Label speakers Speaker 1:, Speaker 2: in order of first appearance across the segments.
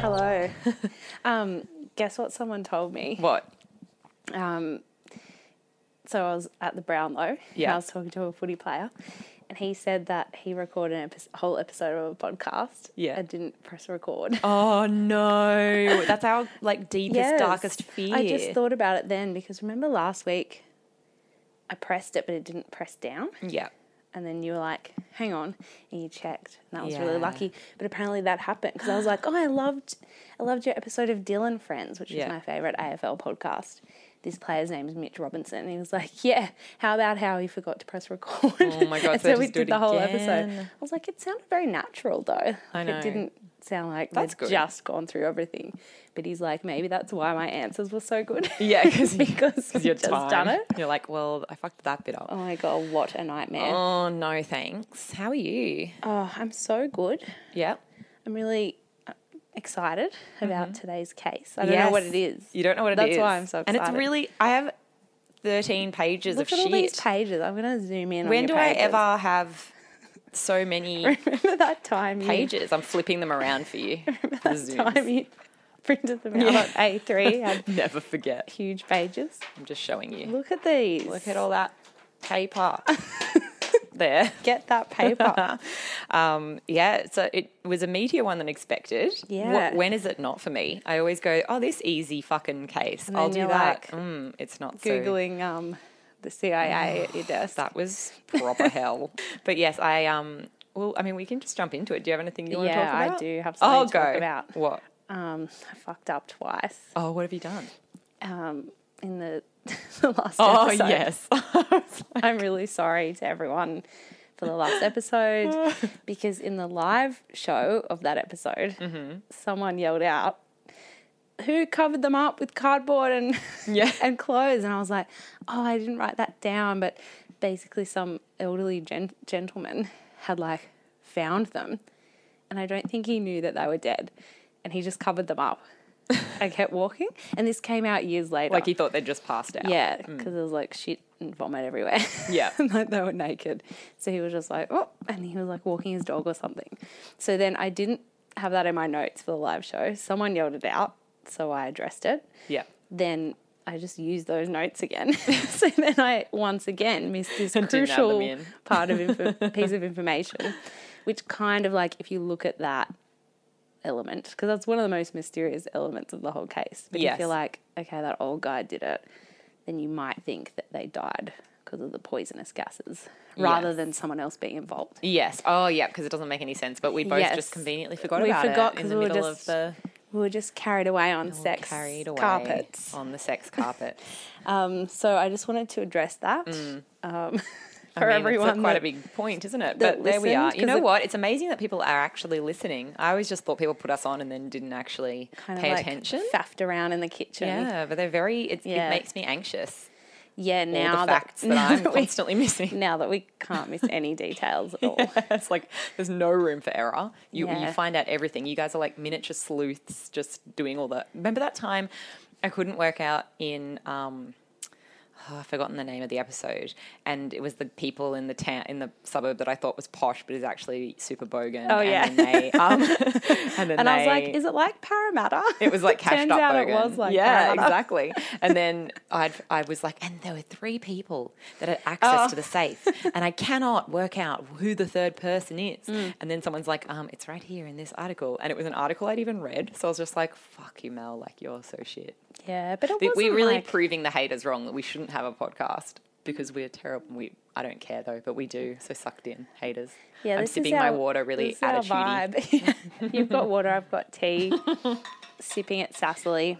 Speaker 1: Hello. um, guess what someone told me?
Speaker 2: What?
Speaker 1: Um, so I was at the Brownlow. And
Speaker 2: Yeah.
Speaker 1: I was talking to a footy player, and he said that he recorded a whole episode of a podcast.
Speaker 2: Yeah.
Speaker 1: And didn't press record.
Speaker 2: Oh no, that's our like deepest,
Speaker 1: Yes.
Speaker 2: darkest fear.
Speaker 1: I just thought about it then because remember last week, I pressed it but it didn't press down,
Speaker 2: yeah,
Speaker 1: and then you were like, "Hang on," and you checked, and that was really
Speaker 2: Yeah.
Speaker 1: lucky. But apparently that happened because I was like, "Oh, I loved, I loved your episode of Dylan Friends, which
Speaker 2: Yeah.
Speaker 1: is my favorite AFL podcast." This player's name is Mitch Robinson. And he was like, "Yeah, how about how he forgot to press record?"
Speaker 2: Oh my God,
Speaker 1: And so
Speaker 2: so just
Speaker 1: we
Speaker 2: do it
Speaker 1: did the whole episode.
Speaker 2: again.
Speaker 1: I was like, "It sounded very natural, though.
Speaker 2: I
Speaker 1: Like,
Speaker 2: know.
Speaker 1: It didn't sound like that's
Speaker 2: That's good.
Speaker 1: just gone through everything." But he's like, "Maybe that's why my answers were so good."
Speaker 2: yeah, because
Speaker 1: because
Speaker 2: you're
Speaker 1: you've just done it.
Speaker 2: You're like, well, I fucked that bit up.
Speaker 1: Oh my god, what a nightmare!
Speaker 2: Oh no, thanks. How are you?
Speaker 1: Oh, I'm so good.
Speaker 2: Yeah.
Speaker 1: I'm really uh, excited about today's case. I don't know what
Speaker 2: Mm-hmm. Yes.
Speaker 1: it is.
Speaker 2: You don't know what it
Speaker 1: That's
Speaker 2: is.
Speaker 1: why I'm so
Speaker 2: And it's
Speaker 1: excited.
Speaker 2: really, I have 13 pages
Speaker 1: Look
Speaker 2: of
Speaker 1: at all these
Speaker 2: shit.
Speaker 1: pages. I'm gonna zoom in.
Speaker 2: When
Speaker 1: on
Speaker 2: do
Speaker 1: your
Speaker 2: I
Speaker 1: pages.
Speaker 2: ever have so many
Speaker 1: remember that time? You,
Speaker 2: pages? I'm flipping them around for you. Zooms.
Speaker 1: time you printed them out on A3 had
Speaker 2: Never forget.
Speaker 1: huge pages.
Speaker 2: I'm just showing you.
Speaker 1: Look at these.
Speaker 2: Look at all that paper. there.
Speaker 1: Get that paper.
Speaker 2: Um, yeah, so it was a meteor one than expected. Wh-
Speaker 1: Yeah.
Speaker 2: when is it not for me? I always go, oh, this easy fucking case.
Speaker 1: And
Speaker 2: I'll
Speaker 1: then
Speaker 2: do
Speaker 1: you're
Speaker 2: that.
Speaker 1: like
Speaker 2: mm, it's not so-
Speaker 1: Googling um, the CIA at your desk.
Speaker 2: That was proper hell. But yes, I um. Well, I mean, we can just jump into it. Do you have anything you want to
Speaker 1: Yeah,
Speaker 2: talk
Speaker 1: I
Speaker 2: about?
Speaker 1: do have
Speaker 2: Oh,
Speaker 1: something to talk
Speaker 2: go.
Speaker 1: about.
Speaker 2: What?
Speaker 1: Um, I fucked up twice
Speaker 2: Oh, what have you done?
Speaker 1: um, in the, the last
Speaker 2: Oh,
Speaker 1: episode.
Speaker 2: yes.
Speaker 1: I'm really sorry to everyone for the last episode because in the live show of that episode,
Speaker 2: Mm-hmm.
Speaker 1: someone yelled out, "Who covered them up with cardboard and
Speaker 2: Yeah.
Speaker 1: and clothes?" And I was like, "Oh, I didn't write that down." But basically, some elderly gen- gentleman had like found them, and I don't think he knew that they were dead, and he just covered them up. I kept walking, and this came out years later.
Speaker 2: like he Mm. thought they'd just passed out.
Speaker 1: Yeah, because there was like shit and vomit everywhere.
Speaker 2: Yeah.
Speaker 1: like they were naked. So he was just like, oh, and he was like walking his dog or something. So then I didn't have that in my notes for the live show. Someone yelled it out, so I addressed it.
Speaker 2: Yeah.
Speaker 1: Then I just used those notes again. so then I once again missed this
Speaker 2: Didn't add them
Speaker 1: crucial
Speaker 2: in.
Speaker 1: part of info- piece of information, which kind of like if you look at that element because that's one of the most mysterious elements of the whole case. But
Speaker 2: Yes.
Speaker 1: if you're like, okay, that old guy did it, then you might think that they died because of the poisonous gases rather
Speaker 2: Yes.
Speaker 1: than someone else being involved.
Speaker 2: Yes. Oh, yeah. Because it doesn't make any sense. But we both
Speaker 1: Yes.
Speaker 2: just conveniently forgot
Speaker 1: We
Speaker 2: about
Speaker 1: forgot
Speaker 2: it in
Speaker 1: 'cause
Speaker 2: the
Speaker 1: we were
Speaker 2: middle
Speaker 1: just
Speaker 2: of the
Speaker 1: We were just carried away on sex
Speaker 2: carried away
Speaker 1: carpets.
Speaker 2: on the sex carpet.
Speaker 1: Um, so I just wanted to address that. Um,
Speaker 2: Mm. I
Speaker 1: for
Speaker 2: mean,
Speaker 1: everyone,
Speaker 2: it's a- quite
Speaker 1: that-
Speaker 2: a big point, isn't it?
Speaker 1: that
Speaker 2: But there we are.
Speaker 1: listened,
Speaker 2: You
Speaker 1: 'cause
Speaker 2: know
Speaker 1: it-
Speaker 2: what? It's amazing that people are actually listening. I always just thought people put us on and then didn't actually
Speaker 1: kind of
Speaker 2: pay
Speaker 1: like
Speaker 2: attention.
Speaker 1: faffed around in the kitchen.
Speaker 2: Yeah, but they're very. It's,
Speaker 1: Yeah.
Speaker 2: It makes me anxious.
Speaker 1: Yeah,
Speaker 2: All
Speaker 1: now
Speaker 2: the facts that,
Speaker 1: now
Speaker 2: I'm
Speaker 1: that we,
Speaker 2: constantly missing.
Speaker 1: now that we can't miss any details at all.
Speaker 2: it's like there's no room for error. You you
Speaker 1: Yeah.
Speaker 2: find out everything. You guys are like miniature sleuths, just doing all the. Remember that time I couldn't work out in. Um, oh, I've forgotten the name of the episode, and it was the people in the town in the suburb that I thought was posh, but is actually super bogan.
Speaker 1: Oh,
Speaker 2: and
Speaker 1: yeah.
Speaker 2: then they, um, and then
Speaker 1: And I was like,
Speaker 2: they-
Speaker 1: is it like Parramatta?
Speaker 2: it was like cashed
Speaker 1: Turns
Speaker 2: up.
Speaker 1: out it
Speaker 2: Bogan.
Speaker 1: was like
Speaker 2: yeah,
Speaker 1: Parramatta.
Speaker 2: exactly. And then I I was like, and there were three people that had access
Speaker 1: Oh.
Speaker 2: to the safe, and I cannot work out who the third person is.
Speaker 1: Mm.
Speaker 2: And then someone's like, um, it's right here in this article, and it was an article I'd even read, so I was just like, fuck you, Mel, like you're so shit.
Speaker 1: Yeah, but it
Speaker 2: We-
Speaker 1: wasn't
Speaker 2: We're really
Speaker 1: like,
Speaker 2: proving the haters wrong that we shouldn't have a podcast. Because we're terrible. We I don't care though, but we do. So sucked in, haters.
Speaker 1: yeah,
Speaker 2: I'm
Speaker 1: this is
Speaker 2: sipping my
Speaker 1: our-
Speaker 2: water really
Speaker 1: this is our
Speaker 2: attitudey.
Speaker 1: vibe. You've got water, I've got tea. Sipping at Sassily.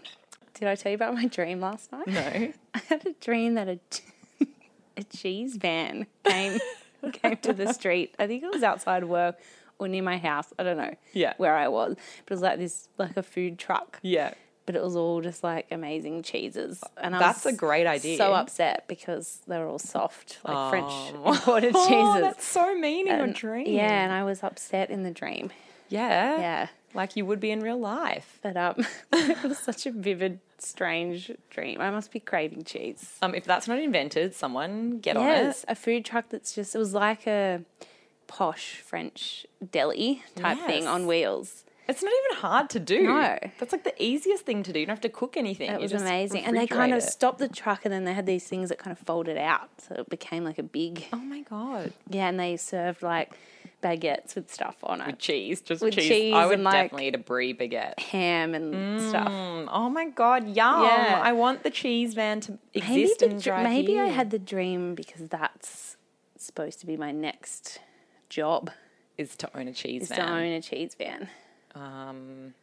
Speaker 1: Did I tell you about my dream last night?
Speaker 2: No.
Speaker 1: I had a dream that a, a cheese van came came to the street. I think it was outside work or near my house. I don't know
Speaker 2: Yeah.
Speaker 1: where I was. But it was like this like a food truck.
Speaker 2: Yeah.
Speaker 1: but it was all just like amazing cheeses. And I
Speaker 2: That's
Speaker 1: was
Speaker 2: a great idea.
Speaker 1: So upset because they were all soft, like French
Speaker 2: Oh.
Speaker 1: imported
Speaker 2: Oh,
Speaker 1: cheeses.
Speaker 2: that's so mean in your
Speaker 1: And-
Speaker 2: dream.
Speaker 1: Yeah, and I was upset in the dream.
Speaker 2: Yeah.
Speaker 1: Yeah,
Speaker 2: Like you would be in real life.
Speaker 1: but um, it was such a vivid, strange dream. I must be craving cheese.
Speaker 2: Um, if that's not invented, someone get
Speaker 1: Yes, a food truck that's just it was like a posh French deli type thing
Speaker 2: Yes.
Speaker 1: on wheels.
Speaker 2: on it. It's not even hard to do.
Speaker 1: No.
Speaker 2: That's like the easiest thing to do. You don't have to cook anything.
Speaker 1: It
Speaker 2: You
Speaker 1: was
Speaker 2: just
Speaker 1: amazing. And they kind
Speaker 2: refrigerate
Speaker 1: of
Speaker 2: it.
Speaker 1: stopped the truck and then they had these things that kind of folded out. So it became like a big.
Speaker 2: Oh my god.
Speaker 1: Yeah, and they served like baguettes with stuff on it,
Speaker 2: Cheese, just
Speaker 1: With
Speaker 2: cheese.
Speaker 1: cheese
Speaker 2: I would
Speaker 1: and, like-
Speaker 2: definitely eat a brie baguette.
Speaker 1: ham and stuff.
Speaker 2: Mm, oh my god, yum!
Speaker 1: Yeah.
Speaker 2: I want the cheese van to
Speaker 1: Maybe,
Speaker 2: exist
Speaker 1: the, dr-
Speaker 2: and drive
Speaker 1: maybe I
Speaker 2: here.
Speaker 1: had the dream because that's supposed to be my next job
Speaker 2: is to own a cheese
Speaker 1: is
Speaker 2: van.
Speaker 1: to own a cheese van.
Speaker 2: Um,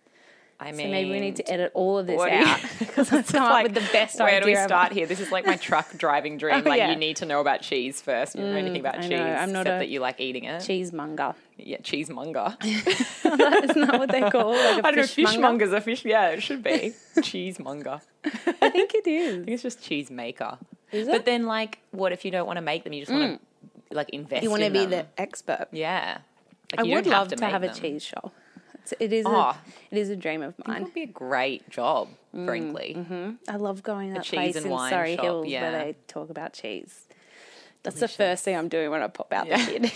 Speaker 2: I
Speaker 1: So
Speaker 2: mean,
Speaker 1: maybe we need to edit all of this
Speaker 2: what do you-
Speaker 1: out because I've come up with the best
Speaker 2: where
Speaker 1: idea.
Speaker 2: do we
Speaker 1: ever. Oh,
Speaker 2: start here? This is like my truck driving dream. like
Speaker 1: yeah. Mm,
Speaker 2: you need to know about cheese first. You don't know anything about
Speaker 1: I know.
Speaker 2: cheese,
Speaker 1: I'm not
Speaker 2: except
Speaker 1: a
Speaker 2: that you like eating it.
Speaker 1: Cheesemonger.
Speaker 2: yeah, cheesemonger.
Speaker 1: Isn't that what they call like a
Speaker 2: I don't know.
Speaker 1: fishmonger?
Speaker 2: Fishmonger's a fish. Yeah, it should be cheesemonger. I
Speaker 1: I think it is.
Speaker 2: think it's just cheese maker.
Speaker 1: Is
Speaker 2: But
Speaker 1: it? Mm.
Speaker 2: then, like, what if you don't want to make them? You just want to like invest.
Speaker 1: You
Speaker 2: want to
Speaker 1: be the expert.
Speaker 2: yeah. Like,
Speaker 1: I
Speaker 2: you don't
Speaker 1: would love to,
Speaker 2: make
Speaker 1: have a
Speaker 2: them.
Speaker 1: cheese shop. It's, it is.
Speaker 2: Oh.
Speaker 1: A, it is a dream of
Speaker 2: It
Speaker 1: mine.
Speaker 2: would be a great job,
Speaker 1: Mm,
Speaker 2: frankly.
Speaker 1: I love going to that
Speaker 2: cheese
Speaker 1: place
Speaker 2: and
Speaker 1: in
Speaker 2: wine
Speaker 1: Surrey
Speaker 2: shop,
Speaker 1: Hills
Speaker 2: yeah.
Speaker 1: where they talk about cheese. That's the first thing I'm doing when I pop out the kid.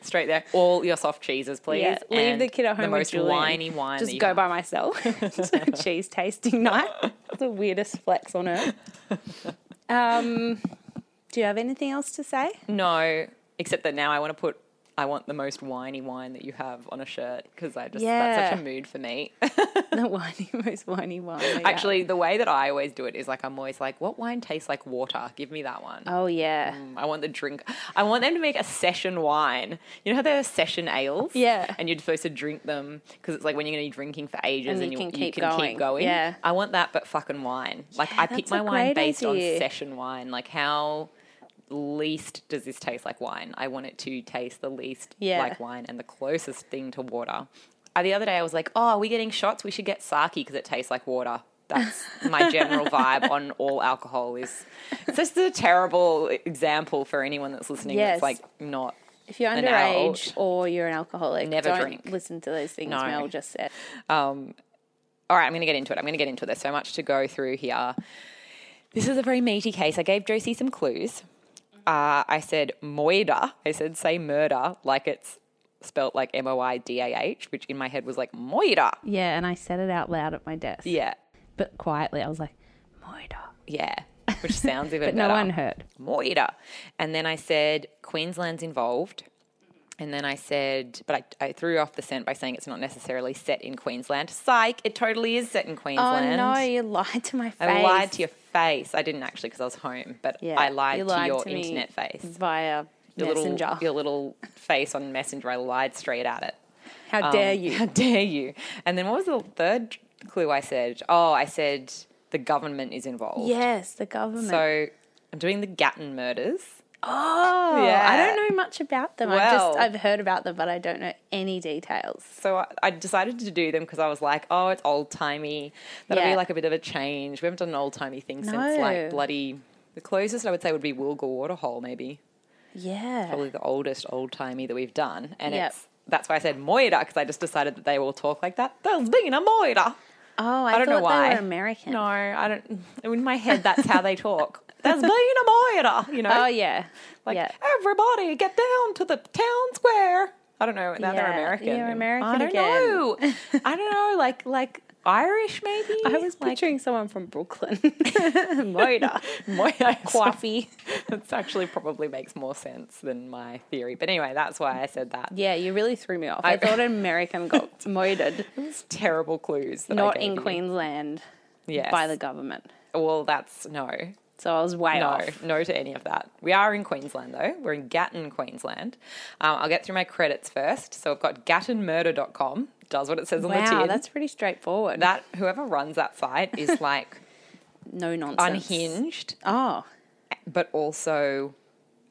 Speaker 2: Straight there. All your soft cheeses, please.
Speaker 1: yeah, leave the
Speaker 2: and
Speaker 1: kid at home.
Speaker 2: The
Speaker 1: with
Speaker 2: most
Speaker 1: Julian.
Speaker 2: winey wine. that
Speaker 1: Just
Speaker 2: you
Speaker 1: go
Speaker 2: have.
Speaker 1: by myself. So cheese tasting night. The weirdest flex on earth. Um, do you have anything else to say?
Speaker 2: No, except that now I want to put. I want the most winey wine that you have on a shirt because I just that's such a
Speaker 1: Yeah.
Speaker 2: mood for me.
Speaker 1: The whiny, most whiny wine. that you have.
Speaker 2: Actually, the way that I always do it is like I'm always like, "What wine tastes like water? Give me that one."
Speaker 1: Oh yeah.
Speaker 2: Mm, I want the drink. I want them to make a session wine. You know how there are session ales?
Speaker 1: Yeah.
Speaker 2: And you're supposed to drink them because it's like when you're going to be drinking for ages and,
Speaker 1: And
Speaker 2: you,
Speaker 1: you
Speaker 2: you
Speaker 1: can
Speaker 2: can,
Speaker 1: keep
Speaker 2: keep
Speaker 1: going.
Speaker 2: going.
Speaker 1: Yeah.
Speaker 2: I want that, but fucking wine. Like
Speaker 1: Yeah,
Speaker 2: I pick
Speaker 1: that's
Speaker 2: my
Speaker 1: a
Speaker 2: wine
Speaker 1: great
Speaker 2: based on
Speaker 1: idea.
Speaker 2: session wine. Like how least does this taste like wine? I want it to taste the least
Speaker 1: Yeah.
Speaker 2: like wine and the closest thing to water. Uh, the other day I was like, oh, are we getting shots? We should get sake because it tastes like water. That's my general vibe on all alcohol is. It's just a terrible example for anyone that's listening. It's
Speaker 1: Yes.
Speaker 2: like not.
Speaker 1: If you're
Speaker 2: an
Speaker 1: underage or you're an alcoholic,
Speaker 2: Never
Speaker 1: don't
Speaker 2: drink.
Speaker 1: listen to those things
Speaker 2: No.
Speaker 1: Mel just said.
Speaker 2: Um, all right, I'm going to get into it. I'm going to get into it. There's so much to go through here. This is a very meaty case. I gave Josie some clues. Uh, I said moida. I said say murder like it's spelt like M O I D A H, which in my head was like moida.
Speaker 1: Yeah, and I said it out loud at my desk,
Speaker 2: Yeah,
Speaker 1: but quietly. I was like, Moida.
Speaker 2: yeah. Which sounds even
Speaker 1: But
Speaker 2: better.
Speaker 1: no one heard.
Speaker 2: Moira. And then I said, Queensland's involved. And then I said, but I, I threw off the scent by saying it's not necessarily set in Queensland. Psych, it totally is set in
Speaker 1: Oh
Speaker 2: Queensland.
Speaker 1: no, you lied to my face.
Speaker 2: I lied to your face. I didn't actually because I was home, but
Speaker 1: Yeah,
Speaker 2: I lied
Speaker 1: you
Speaker 2: to
Speaker 1: lied
Speaker 2: your
Speaker 1: to me.
Speaker 2: internet face.
Speaker 1: via
Speaker 2: Your
Speaker 1: messenger.
Speaker 2: little, your little face on Messenger. I lied straight at it.
Speaker 1: How
Speaker 2: Um,
Speaker 1: dare you?
Speaker 2: How dare you? And then what was the third clue I said? Oh, I said the government is involved.
Speaker 1: Yes, the government.
Speaker 2: So I'm doing the Gatton murders.
Speaker 1: oh,
Speaker 2: Yeah.
Speaker 1: I don't know much about them. I've
Speaker 2: Well.
Speaker 1: just I've heard about them, but I don't know any details.
Speaker 2: So I, I decided to do them because I was like, oh, it's old timey. That'll be
Speaker 1: Yeah.
Speaker 2: like a bit of a change. We haven't done an old timey thing since
Speaker 1: No.
Speaker 2: like bloody. The closest I would say would be Wilga Waterhole, maybe
Speaker 1: Yeah.
Speaker 2: probably the oldest old timey that we've done, and
Speaker 1: Yep.
Speaker 2: it's that's why I said Moira because I just decided that they all talk like that. There's been a Moira.
Speaker 1: Oh, I,
Speaker 2: I don't
Speaker 1: thought
Speaker 2: know why.
Speaker 1: they were American.
Speaker 2: No, I don't. In my head, that's how they talk. There's been a Moira, you know.
Speaker 1: Oh yeah.
Speaker 2: Like
Speaker 1: yeah.
Speaker 2: everybody get down to the town square. I don't know. Now they're
Speaker 1: Yeah,
Speaker 2: American.
Speaker 1: you're American
Speaker 2: I don't
Speaker 1: again.
Speaker 2: know. I don't know. Like like Irish maybe.
Speaker 1: I was
Speaker 2: like
Speaker 1: picturing someone from Brooklyn. Moida.
Speaker 2: Moira.
Speaker 1: Coffee.
Speaker 2: That's actually probably makes more sense than my theory. But anyway, that's why I said that.
Speaker 1: Yeah, you really threw me off. I, thought an American got moided,
Speaker 2: It's terrible clues. That I
Speaker 1: not
Speaker 2: gave
Speaker 1: in
Speaker 2: you.
Speaker 1: Queensland
Speaker 2: Yes.
Speaker 1: by the government.
Speaker 2: Well, that's no,
Speaker 1: So I was way
Speaker 2: no,
Speaker 1: off.
Speaker 2: no to any of that. We are in Queensland though. We're in Gatton, Queensland. Um, I'll get through my credits first. So I've got GattonMurder.com. Does what it says on the
Speaker 1: Wow,
Speaker 2: tin.
Speaker 1: that's pretty straightforward.
Speaker 2: that whoever runs that site is like
Speaker 1: no nonsense.
Speaker 2: unhinged,
Speaker 1: Oh.
Speaker 2: but also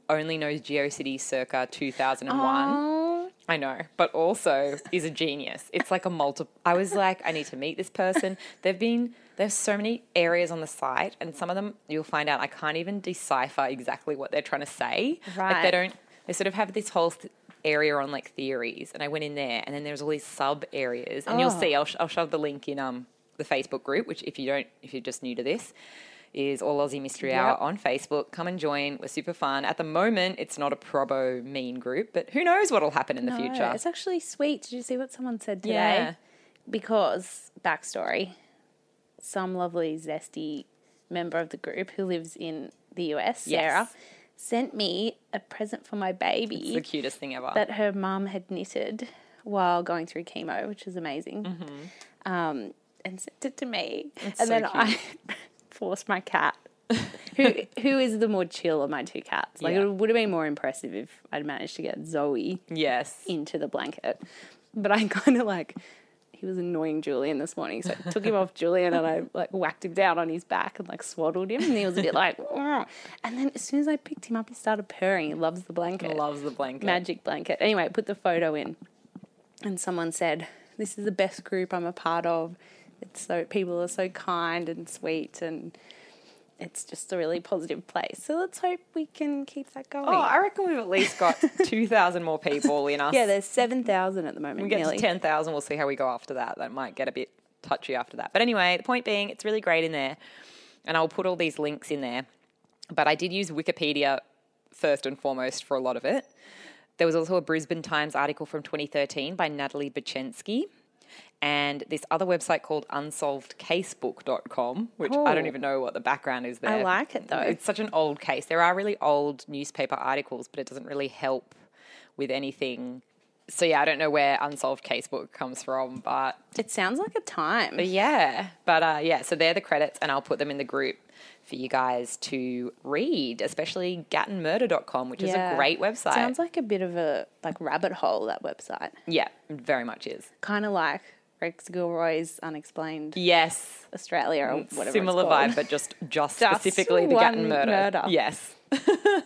Speaker 2: only knows GeoCity circa 2001.
Speaker 1: Oh.
Speaker 2: I know, but also is a genius. It's like a multiple. I was like, I need to meet this person. They've been there's so many areas on the site, and some of them you'll find out I can't even decipher exactly what they're trying to say. Like they
Speaker 1: Right.
Speaker 2: don't. They sort of have this whole th- area on like theories, and I went in there, and then there's all these sub areas, and you'll
Speaker 1: Oh.
Speaker 2: see. I'll sh- I'll shove the link in um the Facebook group, which if you don't, if you're just new to this. Is All Aussie Mystery Hour
Speaker 1: Yep.
Speaker 2: on Facebook. Come and join. We're super fun. At the moment, it's not a probo mean group, but who knows what'll happen in the
Speaker 1: No,
Speaker 2: future.
Speaker 1: It's actually sweet. Did you see what someone said today?
Speaker 2: Yeah.
Speaker 1: because backstory some lovely zesty member of the group who lives in the US
Speaker 2: Yes.
Speaker 1: Sarah sent me a present for my
Speaker 2: It's the
Speaker 1: baby
Speaker 2: cutest thing ever.
Speaker 1: that her mum had knitted while going through chemo which is amazing um, and sent it to me and
Speaker 2: Mm-hmm. so
Speaker 1: then I forced my cat who who is the more chill of my two cats like
Speaker 2: Yeah.
Speaker 1: it would have been more impressive if I'd managed to get Zoe
Speaker 2: yes.
Speaker 1: into the blanket. But I kind of like, he was annoying Julian this morning. So I took him off Julian and I like whacked him down on his back and like swaddled him. And he was a bit like, "Argh." and then as soon as I picked him up, he started purring. He loves the blanket,
Speaker 2: Loves the blanket.
Speaker 1: magic blanket. Anyway, I put the photo in and someone said, This is the best group I'm a part of. It's so, people are so kind and sweet and. It's just a really positive place. So let's hope we can keep that going.
Speaker 2: Oh, I reckon we've at least got 2,000 more people in us.
Speaker 1: yeah, there's 7,000 at the moment.
Speaker 2: we get
Speaker 1: nearly.
Speaker 2: to 10,000. We'll see how we go after that. That might get a bit touchy after that. But anyway, the point being, it's really great in there. And I'll put all these links in there. But I did use Wikipedia first and foremost for a lot of it. There was also a Brisbane Times article from 2013 by Natalie Bachensky. And this other website called unsolvedcasebook.com, which I don't
Speaker 1: Cool.
Speaker 2: even know what the background is there.
Speaker 1: like it, though.
Speaker 2: It's such an old case. There are really old newspaper articles, but it doesn't really help with anything so yeah, I don't know where Unsolved Casebook comes from, but
Speaker 1: It sounds like a time.
Speaker 2: yeah, but uh, yeah, so they're the credits, and I'll put them in the group for you guys to read, especially GattonMurder.com, which is a great website.
Speaker 1: Sounds like a bit of a like rabbit hole that website.
Speaker 2: yeah, very much is.
Speaker 1: Kind of like Rex Gilroy's Unexplained
Speaker 2: Yes,
Speaker 1: Australia or whatever.
Speaker 2: Mm, similar
Speaker 1: it's called.
Speaker 2: vibe, but just just,
Speaker 1: Just
Speaker 2: specifically the
Speaker 1: one
Speaker 2: Gatton murder.
Speaker 1: murder.
Speaker 2: Yes.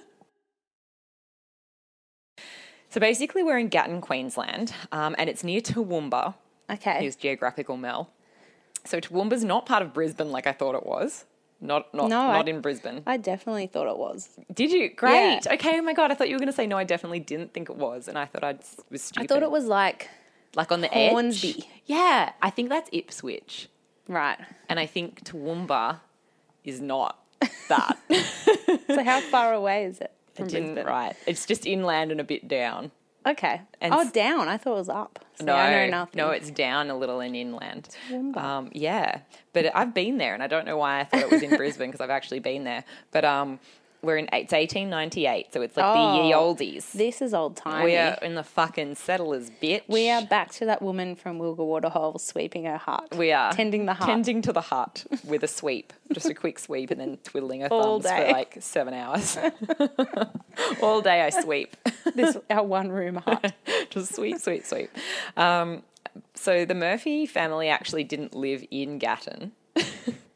Speaker 2: so basically, we're in Gatton, Queensland, um, and it's near Toowoomba.
Speaker 1: Okay.
Speaker 2: His geographical mel. So Toowoomba's not part of Brisbane like I thought it was. Not not
Speaker 1: No, I-
Speaker 2: not in Brisbane.
Speaker 1: I definitely thought it was.
Speaker 2: Did you? Great. Okay. Oh my god, I thought you were going to say no. I definitely didn't think it was, and I thought I
Speaker 1: I
Speaker 2: was stupid.
Speaker 1: thought it was like
Speaker 2: like on the edge.
Speaker 1: Hornsby.
Speaker 2: Yeah, I think that's Ipswich,
Speaker 1: right.
Speaker 2: and I think Toowoomba is not that.
Speaker 1: So how far away is it
Speaker 2: I
Speaker 1: from
Speaker 2: didn't
Speaker 1: Brisbane?
Speaker 2: right. It's just inland and a bit down.
Speaker 1: Okay.
Speaker 2: And
Speaker 1: oh,
Speaker 2: s-
Speaker 1: down. I thought it was up. See,
Speaker 2: No,
Speaker 1: I know nothing.
Speaker 2: no, it's down a little and inland. Um, yeah, but I've been there, and I don't know why I thought it was in Brisbane because I've actually been there. But um, we're in it's eighteen ninety eight, so it's like the ye
Speaker 1: Oh,
Speaker 2: oldies.
Speaker 1: This is old time.
Speaker 2: We are in the fucking settlers, bitch.
Speaker 1: We are back to that woman from Wilga Waterhole sweeping her heart.
Speaker 2: We are
Speaker 1: tending the heart.
Speaker 2: tending to the hut with a sweep, just a quick sweep, and then twiddling her
Speaker 1: All
Speaker 2: thumbs
Speaker 1: day.
Speaker 2: for like seven hours. All day I sweep.
Speaker 1: this our one room heart.
Speaker 2: just sweet, sweet, sweet. Um, so the Murphy family actually didn't live in Gatton.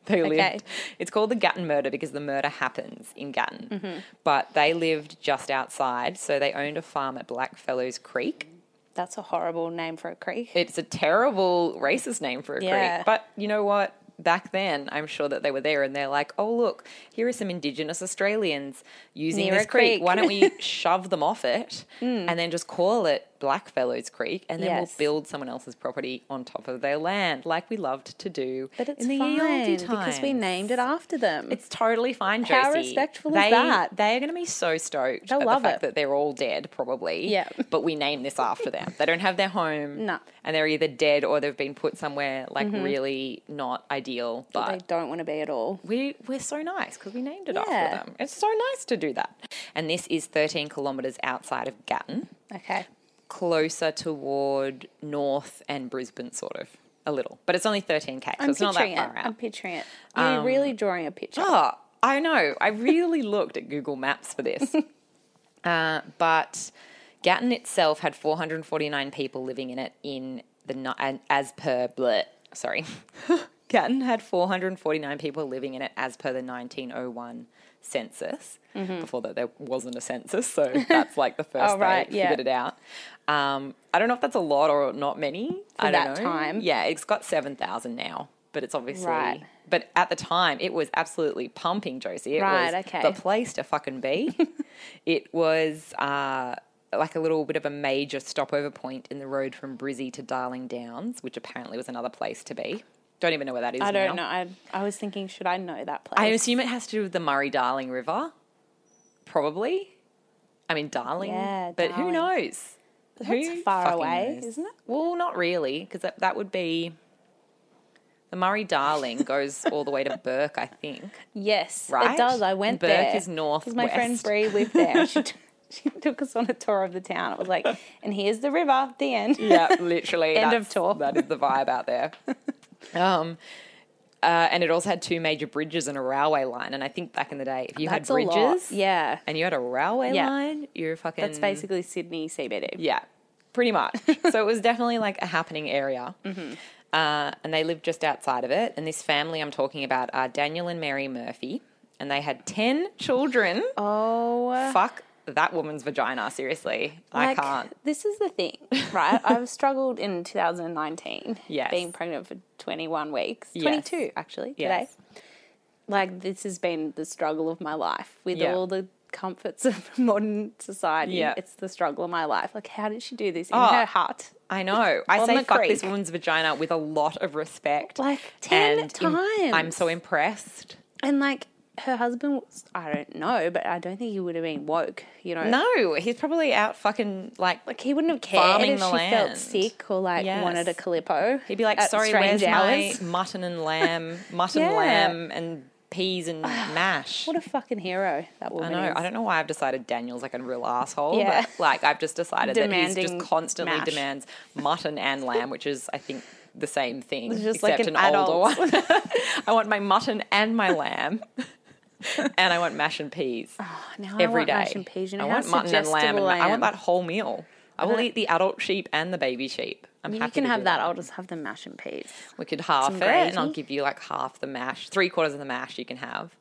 Speaker 2: they lived. It's called the Gatton murder because the murder happens in Gatton, but they lived just outside. So they owned a farm at Blackfellows Creek.
Speaker 1: That's a horrible name for a creek.
Speaker 2: It's a terrible racist name for a
Speaker 1: Yeah.
Speaker 2: creek, but you know what? Back then, I'm sure that they were there and they're like, oh, look, here are some Indigenous Australians using
Speaker 1: Near
Speaker 2: this
Speaker 1: a
Speaker 2: creek.
Speaker 1: creek." Hmm.
Speaker 2: Why don't we shove them off it and then just call it Blackfellows Creek and then
Speaker 1: Yes.
Speaker 2: we'll build someone else's property on top of their land like we loved to do
Speaker 1: But it's
Speaker 2: in the ye
Speaker 1: fine
Speaker 2: olde
Speaker 1: because we
Speaker 2: times.
Speaker 1: named it after them.
Speaker 2: It's totally fine, Josie.
Speaker 1: How respectful is
Speaker 2: they,
Speaker 1: that?
Speaker 2: They are going to be so stoked
Speaker 1: They'll
Speaker 2: at
Speaker 1: love
Speaker 2: the fact
Speaker 1: it.
Speaker 2: that they're all dead, probably.
Speaker 1: Yeah.
Speaker 2: But we name this after them. They don't have their home.
Speaker 1: No. Mm-hmm.
Speaker 2: And they're either dead or they've been put somewhere like really not ideal. But
Speaker 1: they don't want to be at all.
Speaker 2: we we're so nice because we named it
Speaker 1: Yeah.
Speaker 2: after them. It's so nice to do that. And this is 13 kilometers outside of Gatton,
Speaker 1: Okay.
Speaker 2: closer toward North and Brisbane, sort of a little. But it's only 13k, so
Speaker 1: I'm
Speaker 2: it's not that
Speaker 1: picturing
Speaker 2: far
Speaker 1: it.
Speaker 2: out. Um,
Speaker 1: I'm picturing it. You're really drawing a picture.
Speaker 2: Oh, I know. I really looked at Google Maps for this. uh, but Gatton itself had 449 people living in it in the ni- and as per bleh, sorry. Gatton had 449 people living in it as per the 1901 census. Before that, there wasn't a census, so that's like the first
Speaker 1: Mm-hmm. Oh, right,
Speaker 2: they
Speaker 1: yeah.
Speaker 2: figured it out. Um, I don't know if that's a lot or not many. I don't
Speaker 1: that
Speaker 2: know.
Speaker 1: time.
Speaker 2: yeah, it's got seven thousand now, but it's obviously
Speaker 1: Right.
Speaker 2: but at the time, it was absolutely pumping, Josie. It
Speaker 1: Right,
Speaker 2: was
Speaker 1: okay.
Speaker 2: the place to fucking be. it was uh, like a little bit of a major stopover point in the road from Brizzy to Darling Downs, which apparently was another place to be. Don't even know where that is
Speaker 1: I don't know.
Speaker 2: now.
Speaker 1: I, I was thinking, should I know that place?
Speaker 2: I assume it has to do with the Murray Darling River, probably. I mean, Darling.
Speaker 1: Yeah,
Speaker 2: but who
Speaker 1: Darling.
Speaker 2: knows?
Speaker 1: But
Speaker 2: Who
Speaker 1: that's far
Speaker 2: fucking
Speaker 1: away,
Speaker 2: knows?
Speaker 1: isn't it?
Speaker 2: Well, not really, because that, that would be the Murray Darling goes all the way to Burke, I think.
Speaker 1: Yes,
Speaker 2: Right?
Speaker 1: it does. I went
Speaker 2: Burke
Speaker 1: there.
Speaker 2: is
Speaker 1: because my friend
Speaker 2: northwest.
Speaker 1: Bree lived there. and She, t- she took us on a tour of the town. It was like, and here's the river. The end.
Speaker 2: Yeah, literally.
Speaker 1: End
Speaker 2: that's-
Speaker 1: of talk.
Speaker 2: That is the vibe out there. Um, uh, and it also had two major bridges and a railway line. And I think back in the day, if you
Speaker 1: That's
Speaker 2: had bridges
Speaker 1: a lot. Yeah,
Speaker 2: and you had a railway
Speaker 1: Yeah.
Speaker 2: line, you're fucking.
Speaker 1: that's basically Sydney CBD.
Speaker 2: Yeah, pretty much. so it was definitely like a happening area. Uh, and they lived just outside of it. And this family I'm talking about are Daniel and Mary Murphy. And they had 10 children.
Speaker 1: Oh,
Speaker 2: Fuck that woman's vagina, seriously. I
Speaker 1: like,
Speaker 2: can't.
Speaker 1: This is the thing, right? I've struggled in 2019.
Speaker 2: Yes.
Speaker 1: being pregnant for 21 weeks,
Speaker 2: Yes.
Speaker 1: 22 actually
Speaker 2: Yes.
Speaker 1: today. Like this has been the struggle of my life with
Speaker 2: Yeah.
Speaker 1: all the comforts of modern society.
Speaker 2: Yeah.
Speaker 1: It's the struggle of my life. Like, how did she do this in
Speaker 2: Oh.
Speaker 1: her heart?
Speaker 2: I know. I
Speaker 1: On
Speaker 2: say
Speaker 1: the
Speaker 2: fuck this
Speaker 1: creek.
Speaker 2: woman's vagina with a lot of respect.
Speaker 1: Like 10
Speaker 2: im- I'm
Speaker 1: times.
Speaker 2: so impressed.
Speaker 1: And like her husband, was, I don't know, but I don't think he would have been woke. You know,
Speaker 2: No, he's probably out fucking like.
Speaker 1: like he wouldn't have cared
Speaker 2: Farming
Speaker 1: if
Speaker 2: the
Speaker 1: she
Speaker 2: land.
Speaker 1: felt sick or like
Speaker 2: Yes.
Speaker 1: wanted a calippo.
Speaker 2: He'd be like,
Speaker 1: at
Speaker 2: sorry,
Speaker 1: strange
Speaker 2: where's my mutton and lamb, mutton,
Speaker 1: Yeah.
Speaker 2: lamb, and peas and mash?
Speaker 1: What a fucking hero that
Speaker 2: I
Speaker 1: woman
Speaker 2: know.
Speaker 1: is.
Speaker 2: I don't know why I've decided Daniel's like a real asshole.
Speaker 1: Yeah.
Speaker 2: But like I've just decided that he's just
Speaker 1: Demanding
Speaker 2: constantly
Speaker 1: mash.
Speaker 2: demands mutton and lamb, which is I think the same thing,
Speaker 1: It's just like
Speaker 2: except
Speaker 1: an
Speaker 2: older one. I want my mutton and my lamb, and I want mash and peas
Speaker 1: Now I
Speaker 2: every
Speaker 1: want
Speaker 2: day.
Speaker 1: mash and peas. You know
Speaker 2: I
Speaker 1: how
Speaker 2: want mutton and lamb, and
Speaker 1: suggestible
Speaker 2: ma- I
Speaker 1: I
Speaker 2: want
Speaker 1: am?
Speaker 2: that whole meal. I will eat the adult sheep and the baby sheep. I'm happy
Speaker 1: You can
Speaker 2: to
Speaker 1: have
Speaker 2: do
Speaker 1: that. I'll just have the mash and peas.
Speaker 2: We could half
Speaker 1: Some
Speaker 2: it, and I'll
Speaker 1: gravy.
Speaker 2: give you like half the mash, three quarters of the mash you can have.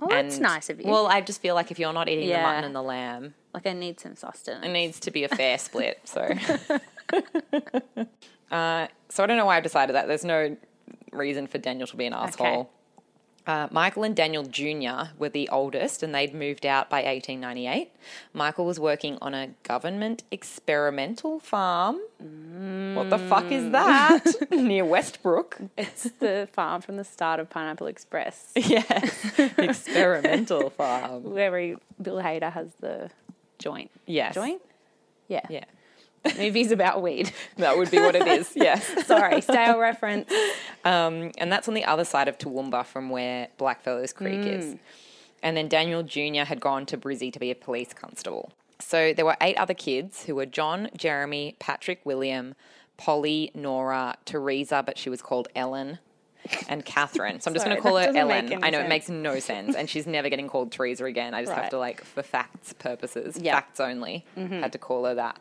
Speaker 1: Oh, that's nice of you.
Speaker 2: Well, I just feel like if you're not eating the
Speaker 1: Yeah.
Speaker 2: mutton and the lamb,
Speaker 1: Like I need some sustenance.
Speaker 2: it needs to be a fair split. So, uh, so I don't know why I've decided that. There's no reason for Daniel to be an asshole. Uh, Michael and Daniel Jr. were the oldest, and they'd moved out by 1898. Michael was working on a government experimental farm. What the fuck is that? Near Westbrook.
Speaker 1: It's the farm from the start of Pineapple Express,
Speaker 2: Yes, experimental farm.
Speaker 1: where he, Bill Hader has the joint.
Speaker 2: Yes.
Speaker 1: Joint? Yeah.
Speaker 2: Yeah,
Speaker 1: Movies about weed.
Speaker 2: that would be what it is. Yes.
Speaker 1: Sorry, stale reference.
Speaker 2: Um, and that's on the other side of Toowoomba from where Blackfellows Creek
Speaker 1: Mm.
Speaker 2: is. And then Daniel Jr. had gone to Brizzy to be a police constable. So there were eight other kids who were John, Jeremy, Patrick, William, Polly, Nora, Teresa, but she was called Ellen, and Catherine. So I'm just going
Speaker 1: Sorry,
Speaker 2: to call her
Speaker 1: that doesn't make
Speaker 2: Ellen.
Speaker 1: any
Speaker 2: I know it
Speaker 1: sense.
Speaker 2: makes no sense. And she's never getting called Teresa again. I just have
Speaker 1: Right.
Speaker 2: to, like, for facts purposes,
Speaker 1: Yeah. Mm-hmm.
Speaker 2: facts only, had to call her that.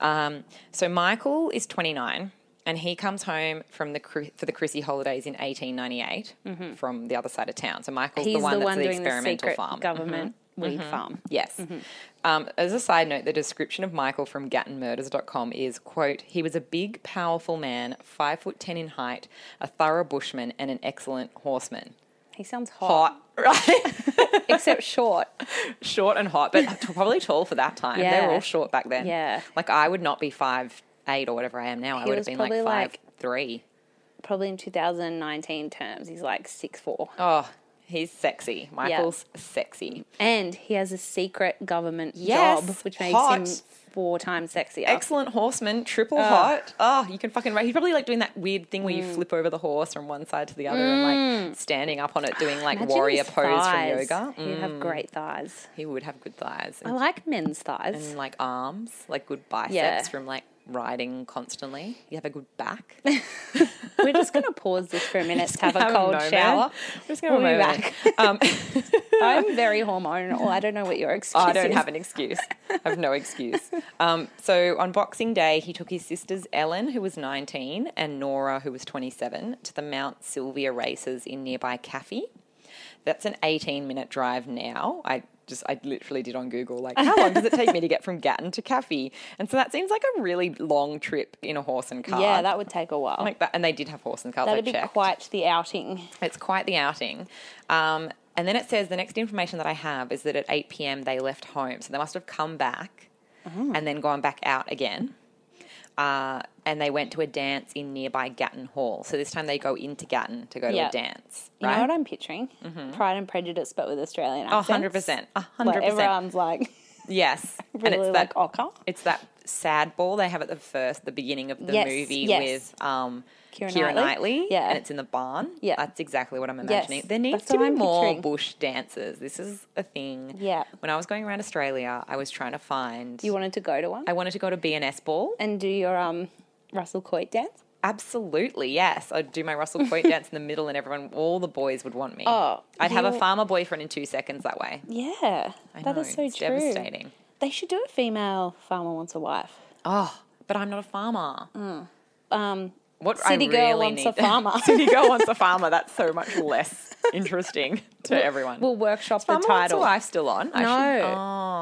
Speaker 2: Um, so Michael is 29 and he comes home from the Chri- for the Chrissy holidays in 1898 from the other side of town. So Michael's
Speaker 1: Mm-hmm. He's
Speaker 2: the one that's the
Speaker 1: doing the
Speaker 2: experimental
Speaker 1: secret
Speaker 2: farm. Mm-hmm.
Speaker 1: government Mm-hmm. weed farm.
Speaker 2: Yes. Um, as a side note, the description of Michael from GattonMurders.com is, quote, he was a big, powerful man, five foot ten in height, a thorough bushman, and an excellent horseman.
Speaker 1: He sounds hot,
Speaker 2: Hot, right?
Speaker 1: except short.
Speaker 2: short and hot, but t- probably tall for that time. They
Speaker 1: Yeah.
Speaker 2: were all short back then.
Speaker 1: Yeah.
Speaker 2: Like I would not be five eight or whatever I am now. I
Speaker 1: He
Speaker 2: would
Speaker 1: was
Speaker 2: have been like
Speaker 1: probably,
Speaker 2: five
Speaker 1: like-
Speaker 2: three.
Speaker 1: Probably in 2019 terms, he's like six four.
Speaker 2: Oh, he's sexy. Michael's sexy.
Speaker 1: And he has a secret government
Speaker 2: Yes,
Speaker 1: job, which makes him
Speaker 2: hot.
Speaker 1: four times sexier.
Speaker 2: Excellent horseman, triple hot. Oh, you can fucking ride. He's probably like doing that weird thing where you
Speaker 1: Mm.
Speaker 2: flip over the horse from one side to the other and like standing up on it, doing like
Speaker 1: Imagine
Speaker 2: warrior
Speaker 1: his
Speaker 2: pose
Speaker 1: thighs.
Speaker 2: from yoga. Mm,
Speaker 1: He'd have great thighs.
Speaker 2: he would have good thighs
Speaker 1: I
Speaker 2: and,
Speaker 1: like men's thighs.
Speaker 2: and, like arms, like good biceps
Speaker 1: Yeah.
Speaker 2: from like riding constantly. You have a good back.
Speaker 1: We're just going to pause this for a minute to have a
Speaker 2: Have
Speaker 1: cold
Speaker 2: moment.
Speaker 1: shower.
Speaker 2: We're just gonna
Speaker 1: We'll be
Speaker 2: have a moment. Um,
Speaker 1: I'm very hormonal. I don't know what your excuse
Speaker 2: I don't
Speaker 1: is.
Speaker 2: have an excuse. I have no excuse. Um, so on Boxing Day, he took his sisters Ellen, who was 19, and Nora, who was 27, to the Mount Sylvia races in nearby Caffey. That's an 18 minute drive now. I just, I literally did on Google, like, how long does it take me to get from Gatton to Caffey? And so that seems like a really long trip in a horse and car.
Speaker 1: Yeah, that would take a while.
Speaker 2: like that, and they did have horse and cars. I
Speaker 1: That'd be
Speaker 2: checked.
Speaker 1: quite the outing.
Speaker 2: It's quite the outing. Um, and then it says the next information that I have is that at 8 p.m. they left home. So they must have come back
Speaker 1: Oh.
Speaker 2: and then gone back out again. Uh, and they went to a dance in nearby Gatton Hall. So this time they go into Gatton to go to
Speaker 1: Yeah.
Speaker 2: a dance.
Speaker 1: You
Speaker 2: Right? Mm-hmm.
Speaker 1: know what I'm picturing? Pride and Prejudice, but with Australian
Speaker 2: A
Speaker 1: accents.
Speaker 2: 100%. a 100%.
Speaker 1: Like, everyone's like,
Speaker 2: Yes, and
Speaker 1: um, really
Speaker 2: it's
Speaker 1: like "Oh,
Speaker 2: that
Speaker 1: ochre.
Speaker 2: it's that sad ball they have at the first, the beginning of the
Speaker 1: Yes,
Speaker 2: movie
Speaker 1: yes.
Speaker 2: with um,
Speaker 1: Keira
Speaker 2: Keira,
Speaker 1: Knightley.
Speaker 2: Knightley.
Speaker 1: Yeah.
Speaker 2: and it's in the barn.
Speaker 1: Yeah.
Speaker 2: that's exactly what I'm imagining. there needs
Speaker 1: that's
Speaker 2: to
Speaker 1: what
Speaker 2: be
Speaker 1: I'm
Speaker 2: more
Speaker 1: picturing.
Speaker 2: bush dances. This is a thing.
Speaker 1: Yeah.
Speaker 2: When I was going around Australia, I was trying to find.
Speaker 1: You wanted to go to one
Speaker 2: I wanted to go to BNS ball.
Speaker 1: and do your um Russell Coit dance?
Speaker 2: Absolutely, yes. I'd do my Russell Coit dance in the middle, and everyone, all the boys would want me.
Speaker 1: Oh,
Speaker 2: I'd have a
Speaker 1: you-
Speaker 2: farmer boyfriend in two seconds that way.
Speaker 1: Yeah,
Speaker 2: I
Speaker 1: that
Speaker 2: know,
Speaker 1: is so
Speaker 2: it's
Speaker 1: true.
Speaker 2: Devastating.
Speaker 1: They should do a female farmer wants a wife.
Speaker 2: Oh, but I'm not a farmer.
Speaker 1: Um,
Speaker 2: What
Speaker 1: City
Speaker 2: I
Speaker 1: girl
Speaker 2: really
Speaker 1: wants a
Speaker 2: need-
Speaker 1: farmer.
Speaker 2: City girl wants a farmer. That's so much less interesting to everyone.
Speaker 1: we'll workshop the
Speaker 2: farmer wants a
Speaker 1: title.
Speaker 2: wife still on? I
Speaker 1: No.
Speaker 2: should, oh,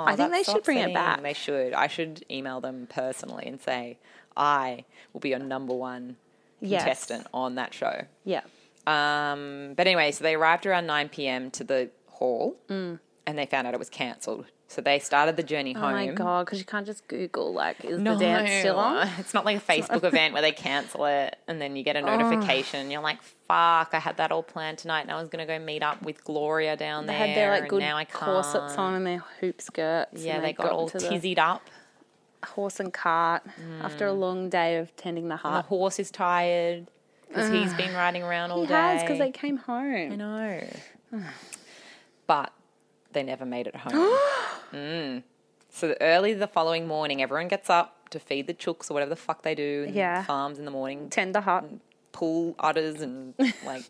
Speaker 1: I think they
Speaker 2: that's
Speaker 1: should
Speaker 2: what's
Speaker 1: bring it
Speaker 2: saying.
Speaker 1: back.
Speaker 2: They should. I should email them personally and say I will be your number one
Speaker 1: Yes.
Speaker 2: contestant on that show.
Speaker 1: Yeah,
Speaker 2: Um, but anyway, so they arrived around 9 p.m. to the hall and they found out it was cancelled. So they started the journey home.
Speaker 1: Oh my god, because you can't just Google like, is the dance still on? Oh.
Speaker 2: It's not like a Facebook event where they cancel it and then you get a notification. and You're like, fuck, I had that all planned tonight and I was going to go meet up with Gloria down
Speaker 1: They
Speaker 2: there.
Speaker 1: had their like
Speaker 2: and
Speaker 1: good
Speaker 2: now I
Speaker 1: corsets
Speaker 2: can't."
Speaker 1: on and their hoop skirts.
Speaker 2: Yeah,
Speaker 1: and
Speaker 2: they, got, all
Speaker 1: into
Speaker 2: tizzied up.
Speaker 1: the horse and cart after a long day of tending the
Speaker 2: The
Speaker 1: heart.
Speaker 2: horse is tired because he's been riding around all
Speaker 1: He
Speaker 2: day.
Speaker 1: has because they came
Speaker 2: I
Speaker 1: home.
Speaker 2: know. but they never made it home. mm. So early the following morning, everyone gets up to feed the chooks or whatever the fuck they do. in
Speaker 1: Yeah.
Speaker 2: Farms in the morning,
Speaker 1: Tender heart.
Speaker 2: pull udders and like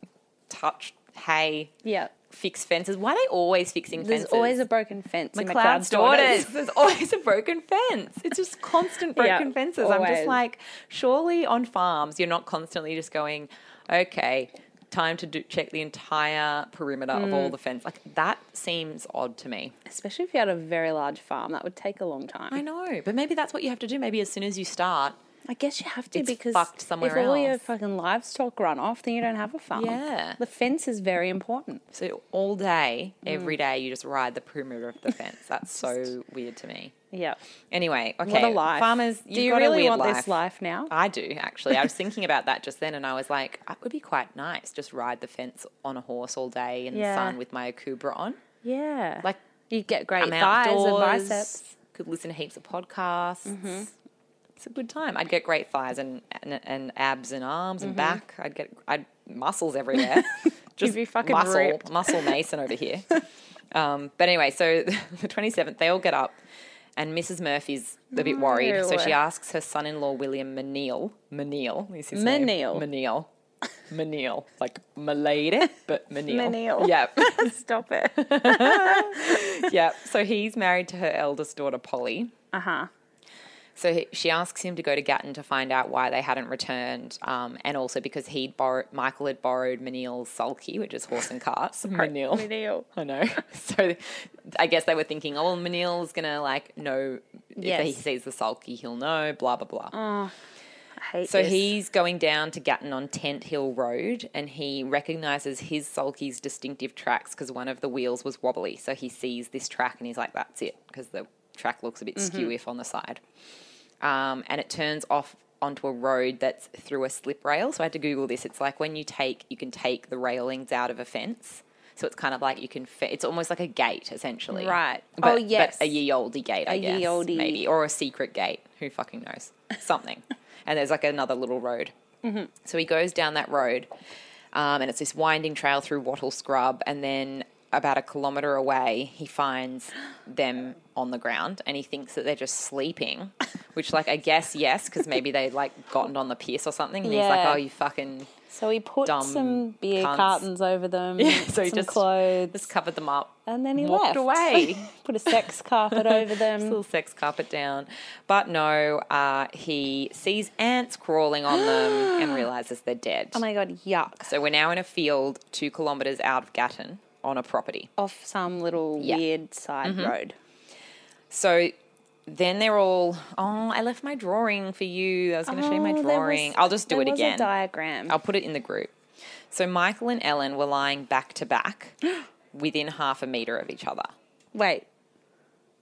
Speaker 2: touch hay,
Speaker 1: Yeah,
Speaker 2: fix fences. Why are they always fixing
Speaker 1: there's
Speaker 2: fences?
Speaker 1: always a broken fence. in
Speaker 2: McLeod's daughters. There's always a broken fence. It's just constant
Speaker 1: Yeah,
Speaker 2: broken fences. I'm
Speaker 1: always.
Speaker 2: just like, surely on farms you're not constantly just going, okay, time to do, check the entire perimeter of all the fence. Like that seems odd to me.
Speaker 1: Especially if you had a very large farm, that would take a long time.
Speaker 2: I know, but maybe that's what you have to do. Maybe as soon as you start,
Speaker 1: I guess you have to
Speaker 2: It's
Speaker 1: because
Speaker 2: fucked somewhere
Speaker 1: if all your
Speaker 2: else.
Speaker 1: fucking livestock run off, then you don't have a farm.
Speaker 2: Yeah.
Speaker 1: the fence is very important.
Speaker 2: so all day, every day, you just ride the perimeter of the fence. That's so weird to me.
Speaker 1: Yeah,
Speaker 2: Anyway, okay,
Speaker 1: what a life.
Speaker 2: farmers,
Speaker 1: do
Speaker 2: you've
Speaker 1: you
Speaker 2: got a
Speaker 1: really
Speaker 2: weird Uh,
Speaker 1: want this life now?
Speaker 2: I do actually. I was thinking about that just then, and I was like, it would be quite nice just ride the fence on a horse all day in
Speaker 1: Yeah.
Speaker 2: the sun with my Akubra on.
Speaker 1: Yeah,
Speaker 2: Like
Speaker 1: you get great
Speaker 2: I'm
Speaker 1: thighs and
Speaker 2: outdoors,
Speaker 1: biceps. Mm-hmm.
Speaker 2: Could listen to heaps of podcasts. It's a good time. I'd get great thighs and and, and abs and arms
Speaker 1: Mm-hmm.
Speaker 2: and back. I'd get I'd muscles everywhere. just
Speaker 1: be fucking
Speaker 2: muscle
Speaker 1: ripped.
Speaker 2: muscle Mason over here. um, but anyway, so the twenty seventh, they all get up. And Mrs. Murphy's a
Speaker 1: Mm,
Speaker 2: bit worried, so she
Speaker 1: No.
Speaker 2: asks her son-in-law William Menil. Menil is his
Speaker 1: Menil.
Speaker 2: name. Menil. Menil. Like Malady, but Menil.
Speaker 1: Menil.
Speaker 2: Yep.
Speaker 1: Stop it.
Speaker 2: yep. So he's married to her eldest daughter Polly.
Speaker 1: Uh huh.
Speaker 2: So he, she asks him to go to Gatton to find out why they hadn't returned, um, and also because he'd borrowed Michael had borrowed Menil's sulky, which is horse and cart. Menil, I know. So I guess they were thinking, oh, Menil's gonna like know if he
Speaker 1: Yes.
Speaker 2: sees the sulky, he'll know. Blah blah
Speaker 1: I
Speaker 2: blah.
Speaker 1: hate
Speaker 2: So
Speaker 1: this.
Speaker 2: he's going down to Gatton on Tent Hill Road and he recognizes his sulky's distinctive tracks because one of the wheels was wobbly. So he sees this track and he's like, that's it, because the track looks a bit
Speaker 1: Mm-hmm.
Speaker 2: skew if on the side. Um, and it turns off onto a road that's through a slip rail. So I had to Google this. It's like when you take, you can take the railings out of a fence. So it's kind of like you can. Fe- it's almost like a gate, essentially.
Speaker 1: Right. Oh,
Speaker 2: But,
Speaker 1: yes.
Speaker 2: But a ye olde gate, I
Speaker 1: A
Speaker 2: guess.
Speaker 1: ye olde.
Speaker 2: Maybe or a secret gate. Who fucking knows? Something. and there's like another little road.
Speaker 1: Mm-hmm.
Speaker 2: So he goes down that road, um, and it's this winding trail through wattle scrub. And then about a kilometre away, he finds them on the ground, and he thinks that they're just sleeping. Which, like, I guess yes, because maybe they like gotten on the piss or something. And he's like,
Speaker 1: Yeah.
Speaker 2: "Oh, you fucking."
Speaker 1: So he put
Speaker 2: dumb
Speaker 1: some beer
Speaker 2: cunts.
Speaker 1: cartons over them,
Speaker 2: so he
Speaker 1: some
Speaker 2: just-
Speaker 1: clothes,
Speaker 2: Just covered them up.
Speaker 1: and then he
Speaker 2: walked
Speaker 1: left.
Speaker 2: away.
Speaker 1: put a sex carpet over
Speaker 2: Just a
Speaker 1: them.
Speaker 2: little sex carpet down. But no, uh, he sees ants crawling on them and realizes they're dead.
Speaker 1: Oh my god, yuck!
Speaker 2: so we're now in a field two kilometers out of Gatton on a property.
Speaker 1: Off some little
Speaker 2: Yeah. Mm-hmm.
Speaker 1: weird side road.
Speaker 2: So then they're all, oh, I left my drawing for you. I was going to show you my
Speaker 1: Oh, there was-
Speaker 2: drawing. I'll just do
Speaker 1: there
Speaker 2: it
Speaker 1: was
Speaker 2: again.
Speaker 1: A diagram.
Speaker 2: I'll put it in the group. So Michael and Ellen were lying back to back within half a meter of each other.
Speaker 1: Wait,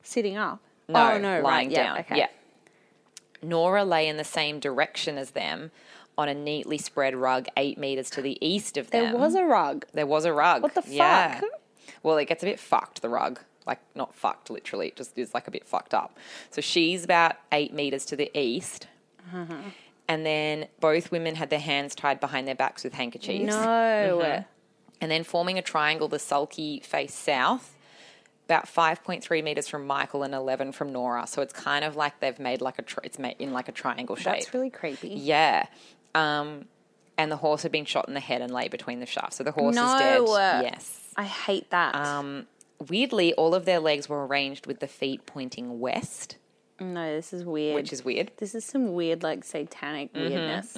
Speaker 1: sitting up?
Speaker 2: No,
Speaker 1: oh, no,
Speaker 2: lying
Speaker 1: right,
Speaker 2: down.
Speaker 1: Yeah, okay.
Speaker 2: Yeah. Nora lay in the same direction as them on a neatly spread rug eight meters to the east of
Speaker 1: There
Speaker 2: them.
Speaker 1: was a rug.
Speaker 2: there was a rug.
Speaker 1: What the
Speaker 2: Yeah.
Speaker 1: fuck?
Speaker 2: Well, it gets a bit fucked. The rug. like not fucked literally, it just is like a bit fucked up. So she's about eight meters to the east.
Speaker 1: Uh-huh.
Speaker 2: And then both women had their hands tied behind their backs with handkerchiefs. Uh-huh.
Speaker 1: No.
Speaker 2: And then forming a triangle, the sulky face south, about 5.3 meters from Michael and 11 from Nora. So it's kind of like they've made like a, tr- it's made in like a triangle shape.
Speaker 1: That's really creepy.
Speaker 2: Yeah. Um, and the horse had been shot in the head and lay between the shafts. So the horse
Speaker 1: No.
Speaker 2: is dead. Yes.
Speaker 1: I hate that.
Speaker 2: Um, weirdly, all of their legs were arranged with the feet pointing west,
Speaker 1: no, this is weird.
Speaker 2: which is Mm-hmm, weird.
Speaker 1: this is some weird, like satanic weirdness.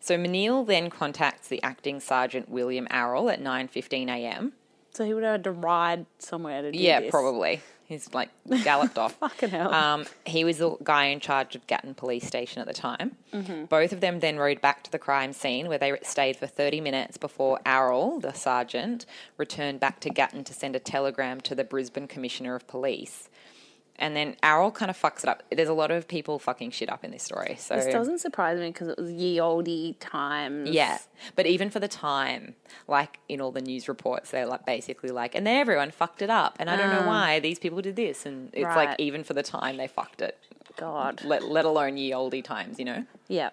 Speaker 2: So Menil then contacts the acting sergeant William Arrell at 9:15 a.m.
Speaker 1: So he would have had to ride somewhere to do
Speaker 2: Yeah,
Speaker 1: this.
Speaker 2: probably. He's like galloped off.
Speaker 1: Fucking hell.
Speaker 2: Um, he was the guy in charge of Gatton Police Station at the time.
Speaker 1: Mm-hmm.
Speaker 2: Both of them then rode back to the crime scene where they stayed for 30 minutes before Arrell, the sergeant, returned back to Gatton to send a telegram to the Brisbane Commissioner of Police. And then Arrell kind of fucks it up. There's a lot of people fucking shit up in this story. So
Speaker 1: this doesn't surprise me because it was ye olde times.
Speaker 2: yeah, but even for the time, like in all the news reports, they're like basically like, and then everyone fucked it up, and I don't know why these people did this, and it's
Speaker 1: Ah. Right.
Speaker 2: like even for the time they fucked it,
Speaker 1: God.
Speaker 2: let let alone ye olde times, you know.
Speaker 1: Yeah.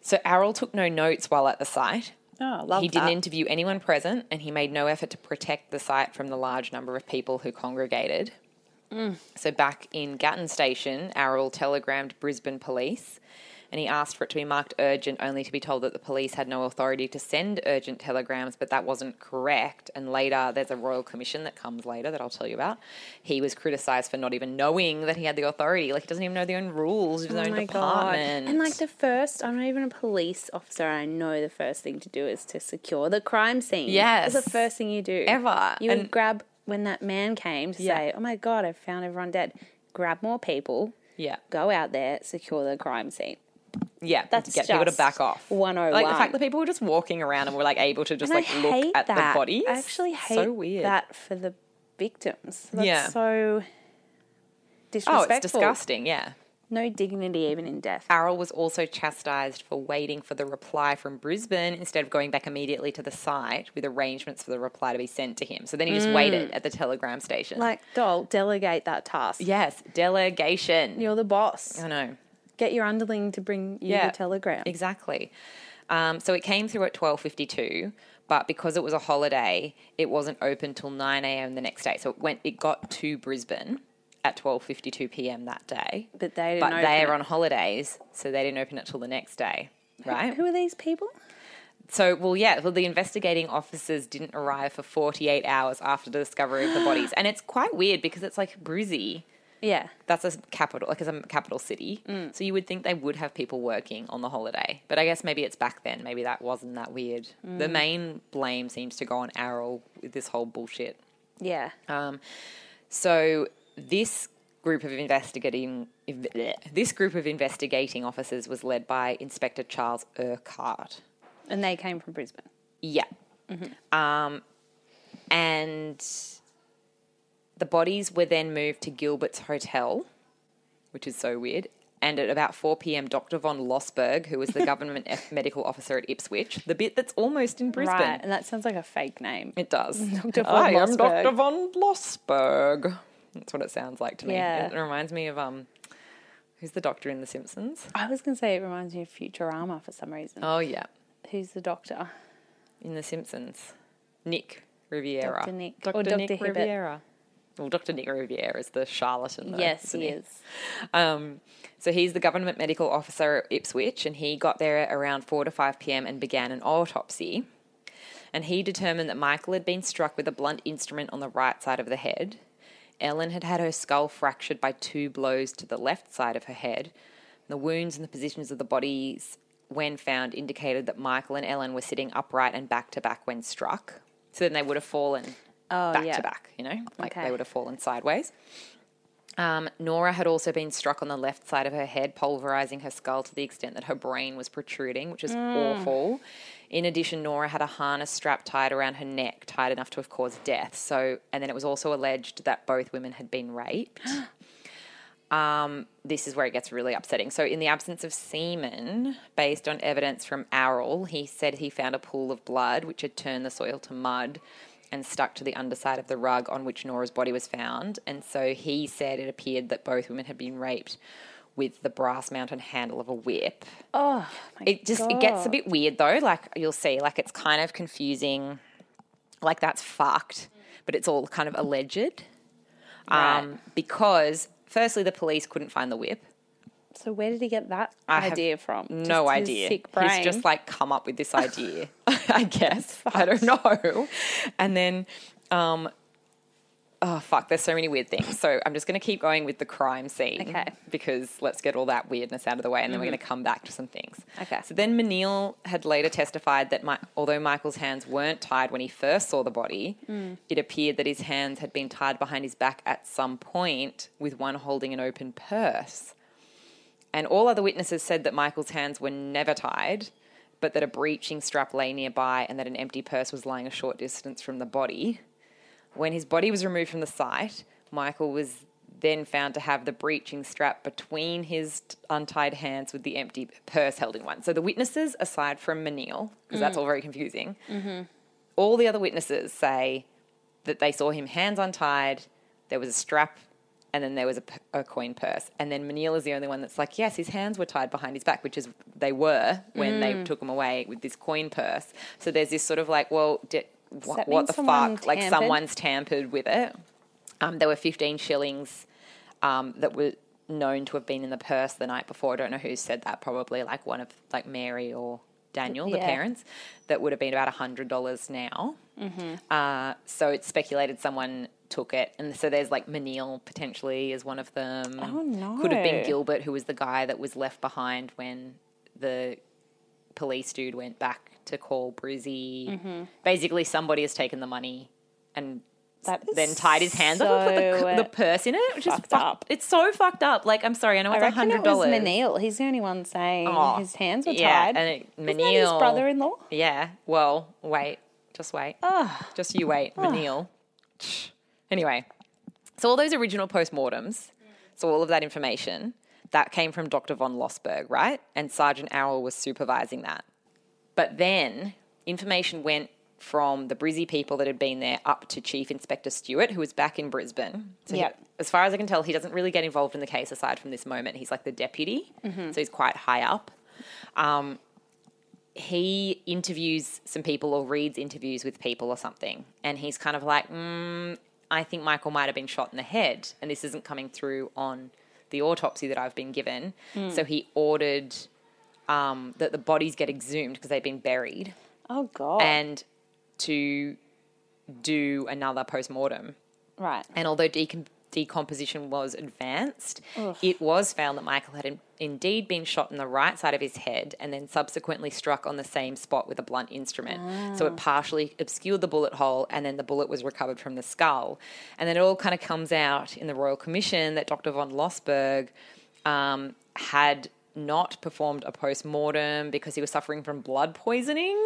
Speaker 2: So Arrell took no notes while at the site.
Speaker 1: Oh, love
Speaker 2: he didn't
Speaker 1: that.
Speaker 2: interview anyone present, and he made no effort to protect the site from the large number of people who congregated.
Speaker 1: Mm.
Speaker 2: So back in Gatton Station, Arrell telegrammed Brisbane Police, and he asked for it to be marked urgent, only to be told that the police had no authority to send urgent telegrams, but that wasn't correct. And later, there's a royal commission that comes later that I'll tell you about. He was criticised for not even knowing that he had the authority. Like he doesn't even know the own rules of his own department.
Speaker 1: Oh And like the first, I'm not even a police officer. I know the first thing to do is to secure the crime scene.
Speaker 2: Yes.
Speaker 1: That's the first thing you do.
Speaker 2: Ever.
Speaker 1: You would
Speaker 2: And-
Speaker 1: grab, when that man came to
Speaker 2: Yeah.
Speaker 1: say, oh my God, I found everyone dead, grab more people,
Speaker 2: yeah.
Speaker 1: go out there, secure the crime scene.
Speaker 2: Yeah,
Speaker 1: That's
Speaker 2: get people to
Speaker 1: just
Speaker 2: back off.
Speaker 1: 101.
Speaker 2: Like the fact that people were just walking around and were like able to just
Speaker 1: And
Speaker 2: like look at
Speaker 1: that.
Speaker 2: the bodies.
Speaker 1: I actually hate
Speaker 2: so weird.
Speaker 1: that for the victims. That's
Speaker 2: Yeah.
Speaker 1: so
Speaker 2: oh,
Speaker 1: disrespectful.
Speaker 2: it's disgusting. Yeah.
Speaker 1: No dignity even in death.
Speaker 2: Farrell was also chastised for waiting for the reply from Brisbane instead of going back immediately to the site with arrangements for the reply to be sent to him. So then he just waited at the telegram station.
Speaker 1: Mm. Like, doll, delegate that task.
Speaker 2: yes, delegation.
Speaker 1: You're the boss.
Speaker 2: I know.
Speaker 1: Get your underling to bring you
Speaker 2: Yeah.
Speaker 1: the telegram.
Speaker 2: Exactly. Um, so it came through at twelve fifty two, but because it was a holiday, it wasn't open till nine a.m. the next day. So it went. It got to Brisbane at twelve fifty two p.m. that day.
Speaker 1: But they didn't
Speaker 2: But
Speaker 1: open
Speaker 2: they are
Speaker 1: it.
Speaker 2: on holidays, so they didn't open it till the next day. Right.
Speaker 1: Who are these people?
Speaker 2: So, well, yeah. Well, the investigating officers didn't arrive for forty-eight hours after the discovery of the bodies, and it's quite weird because it's like Brizzy.
Speaker 1: Yeah.
Speaker 2: That's a s- capital, like it's a capital city. So you would think they would have people working on the holiday, but I guess maybe it's back then. Maybe that wasn't that weird. The main blame seems to go on Arrol with this whole bullshit.
Speaker 1: Yeah.
Speaker 2: Um, so this group of investigating ev- bleh. this group of investigating officers was led by Inspector Charles Urquhart.
Speaker 1: And they came from Brisbane.
Speaker 2: Yeah. Um, and the bodies were then moved to Gilbert's Hotel, which is so weird. And at about 4 p.m., Dr. von Losberg, who was the government eth- medical officer at Ipswich, the bit that's almost in Brisbane.
Speaker 1: Right. And that sounds like a fake name.
Speaker 2: It does.
Speaker 1: Dr. von
Speaker 2: I am
Speaker 1: Losberg.
Speaker 2: Dr. von Losberg. That's what it sounds like to me.
Speaker 1: Yeah.
Speaker 2: It reminds me of um, who's the doctor in The Simpsons?
Speaker 1: I was going to say it reminds me of Futurama for some reason.
Speaker 2: Oh yeah,
Speaker 1: Who's the doctor?
Speaker 2: in The Simpsons, Nick Riviera.
Speaker 1: Dr. Nick. Or Dr.
Speaker 2: Nick
Speaker 1: Hibbert.
Speaker 2: Riviera. Well, Dr. Nick Riviera is the charlatan. Though,
Speaker 1: yes,
Speaker 2: isn't
Speaker 1: he is.
Speaker 2: Um, so he's the government medical officer at Ipswich, and he got there around 4 to 5 p.m. and began an autopsy. And he determined that Michael had been struck with a blunt instrument on the right side of the head. Ellen had had her skull fractured by two blows to the left side of her head. The wounds and the positions of the bodies, when found, indicated that Michael and Ellen were sitting upright and back to back when struck. So then they would have fallen
Speaker 1: Oh,
Speaker 2: back
Speaker 1: yeah.
Speaker 2: to back, you know, like
Speaker 1: Okay.
Speaker 2: they would have fallen sideways. Um, Nora had also been struck on the left side of her head, pulverizing her skull to the extent that her brain was protruding, which is awful. In addition, Nora had a harness strap tied around her neck, tight enough to have caused death. So, and then it was also alleged that both women had been raped. Um, this is where it gets really upsetting. So, in the absence of semen, based on evidence from Arrell, he said he found a pool of blood which had turned the soil to mud and stuck to the underside of the rug on which Nora's body was found. And so he said it appeared that both women had been raped with the brass mounted handle of a whip.
Speaker 1: Oh, my
Speaker 2: It just it gets a
Speaker 1: God.
Speaker 2: bit weird though. Like you'll see, like it's kind of confusing. Like that's fucked, but it's all kind of alleged. Um, Because firstly, the police couldn't find the whip.
Speaker 1: So where did he get that
Speaker 2: I have
Speaker 1: idea from?
Speaker 2: No
Speaker 1: um, Just his
Speaker 2: idea.
Speaker 1: Sick brain.
Speaker 2: He's just like come up with this idea, I guess. I don't know. And then, um, oh fuck, there's so many weird things. So I'm just going to keep going with the crime scene,
Speaker 1: Okay.
Speaker 2: Because let's get all that weirdness out of the way, and then we're going to come back to some things.
Speaker 1: Okay.
Speaker 2: So then Menil had later testified that my, although Michael's hands weren't tied when he first saw the body, it appeared that his hands had been tied behind his back at some point, with one holding an open purse. And all other witnesses said that Michael's hands were never tied, but that a breaching strap lay nearby and that an empty purse was lying a short distance from the body. When his body was removed from the site, Michael was then found to have the breaching strap between his t- untied hands with the empty purse held in one. So the witnesses, aside from Manil, because that's all very confusing, all the other witnesses say that they saw him hands untied, there was a strap, and then there was a, p- a coin purse. And then Manil is the only one that's like, yes, his hands were tied behind his back, which is they were when
Speaker 1: Mm.
Speaker 2: they took him away with this coin purse. So there's this sort of like, well, di- wh-
Speaker 1: that mean
Speaker 2: what the
Speaker 1: someone
Speaker 2: fuck? Like
Speaker 1: tampered?
Speaker 2: someone's tampered with it. Um, there were 15 shillings um, that were known to have been in the purse the night before. I don't know who said that. Probably like one of like Mary or Daniel, the
Speaker 1: Yeah.
Speaker 2: parents. That would have been about hundred dollars now.
Speaker 1: Mm-hmm.
Speaker 2: Uh, so it's speculated someone took it, and so there's like Menil potentially is one of them.
Speaker 1: Oh, no.
Speaker 2: Could have been Gilbert, who was the guy that was left behind when the police dude went back to call Brizzy.
Speaker 1: Mm-hmm.
Speaker 2: Basically, somebody has taken the money and
Speaker 1: That is
Speaker 2: then tied his hands up and put
Speaker 1: so,
Speaker 2: the,
Speaker 1: uh,
Speaker 2: the purse in it, which is
Speaker 1: fucked
Speaker 2: fucked
Speaker 1: up.
Speaker 2: It's so fucked up. Like, I'm sorry, I know
Speaker 1: I
Speaker 2: it's a
Speaker 1: reckon it
Speaker 2: hundred
Speaker 1: was
Speaker 2: dollars.
Speaker 1: Manil. He's the only one saying
Speaker 2: Oh,
Speaker 1: his hands were
Speaker 2: yeah,
Speaker 1: tied.
Speaker 2: and it,
Speaker 1: Isn't that his
Speaker 2: Manil-
Speaker 1: brother-in-law?
Speaker 2: Yeah. Well, wait. Just wait.
Speaker 1: Ugh.
Speaker 2: Just you wait, Manil. Anyway, so all those original postmortems, so all of that information, that came from Dr. von Losberg, right? And Sergeant Arrell was supervising that. But then information went from the Brizzy people that had been there up to Chief Inspector Stewart, who was back in Brisbane. So he-
Speaker 1: Yep.
Speaker 2: as far as I can tell, he doesn't really get involved in the case aside from this moment. He's like the deputy, so he's quite high up. Um, he interviews some people or reads interviews with people or something, and he's kind of like, mm, I think Michael might have been shot in the head, and this isn't coming through on the autopsy that I've been given. So he ordered um, that the bodies get exhumed because they've been buried
Speaker 1: Oh god.
Speaker 2: and to do another post mortem.
Speaker 1: right.
Speaker 2: And although decom- decomposition was advanced, it was found that Michael had in- indeed been shot in the right side of his head and then subsequently struck on the same spot with a blunt instrument. So it partially obscured the bullet hole and then the bullet was recovered from the skull. And then it all kind of comes out in the Royal Commission that Dr. von Losberg um, had not performed a post mortem because he was suffering from blood poisoning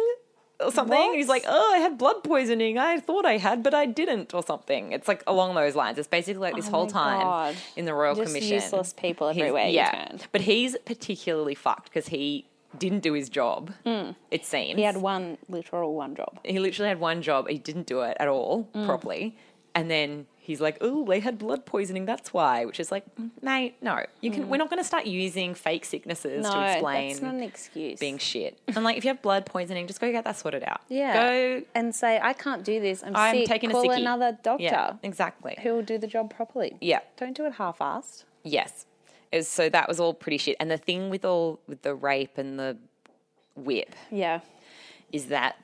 Speaker 2: or something.
Speaker 1: What?
Speaker 2: He's like, oh, I had blood poisoning. I thought I had, but I didn't, or something. It's like along those lines. It's basically like this
Speaker 1: Oh
Speaker 2: whole
Speaker 1: my
Speaker 2: time
Speaker 1: God.
Speaker 2: in the Royal
Speaker 1: Just
Speaker 2: Commission.
Speaker 1: useless people
Speaker 2: He's-
Speaker 1: everywhere you turn.
Speaker 2: But he's particularly fucked because he didn't do his job, it seems.
Speaker 1: Mm. He had one literal one job.
Speaker 2: He literally had one job. He didn't do it at all
Speaker 1: Mm.
Speaker 2: properly. And then he's like, oh, they had blood poisoning. That's why. Which is like, "Mm, mate, no. You can, We're not going to start using fake sicknesses
Speaker 1: Mm. No,
Speaker 2: to explain
Speaker 1: that's not an excuse.
Speaker 2: being shit. And like, if you have blood poisoning, just go get that sorted out.
Speaker 1: yeah.
Speaker 2: Go
Speaker 1: and say I can't do this. I'm,
Speaker 2: I'm
Speaker 1: sick.
Speaker 2: taking a
Speaker 1: Call
Speaker 2: sickie.
Speaker 1: another doctor
Speaker 2: Yeah, exactly.
Speaker 1: who will do the job properly.
Speaker 2: Yeah.
Speaker 1: Don't do it half-assed.
Speaker 2: Yes. It was, so that was all pretty shit. And the thing with all with the rape and the whip
Speaker 1: Yeah.
Speaker 2: is that,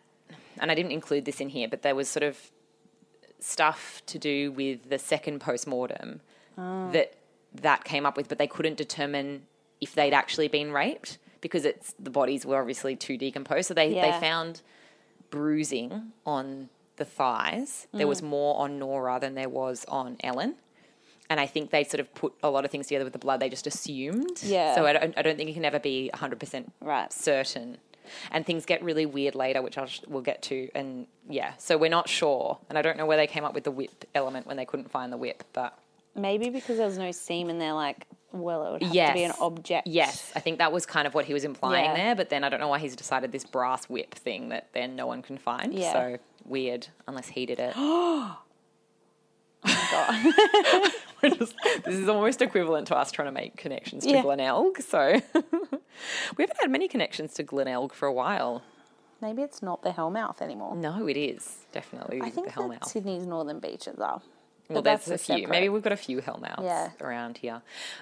Speaker 2: and I didn't include this in here, but there was sort of stuff to do with the second postmortem
Speaker 1: Ah.
Speaker 2: that that came up with, but they couldn't determine if they'd actually been raped because it's the bodies were obviously too decomposed. So they,
Speaker 1: Yeah.
Speaker 2: they found bruising on the thighs. There
Speaker 1: Mm.
Speaker 2: was more on Nora than there was on Ellen. And I think they sort of put a lot of things together with the blood. They just assumed.
Speaker 1: Yeah.
Speaker 2: So I don't, I don't think you can ever be 100%
Speaker 1: Right.
Speaker 2: certain. And things get really weird later, which I'll sh- we'll get to. And yeah, so we're not sure. And I don't know where they came up with the whip element when they couldn't find the whip, but
Speaker 1: Maybe because there was no semen, they're like, well, it would have to be an
Speaker 2: Yes.
Speaker 1: object.
Speaker 2: yes, I think that was kind of what he was implying
Speaker 1: Yeah.
Speaker 2: there. But then I don't know why he's decided this brass whip thing that then no one can find.
Speaker 1: Yeah. Oh
Speaker 2: So weird unless he did it.
Speaker 1: God.
Speaker 2: We're just- this is almost equivalent to us trying to make connections to
Speaker 1: Yeah.
Speaker 2: Glenelg. So we haven't had many connections to Glenelg for a while.
Speaker 1: Maybe it's not the Hellmouth anymore.
Speaker 2: No, it is definitely
Speaker 1: I think
Speaker 2: Mm, the Hellmouth.
Speaker 1: that Sydney's northern beaches are.
Speaker 2: Well,
Speaker 1: But
Speaker 2: there's a
Speaker 1: that's
Speaker 2: few. Maybe
Speaker 1: separate-
Speaker 2: we've got a few hellmouths
Speaker 1: Yeah.
Speaker 2: around here.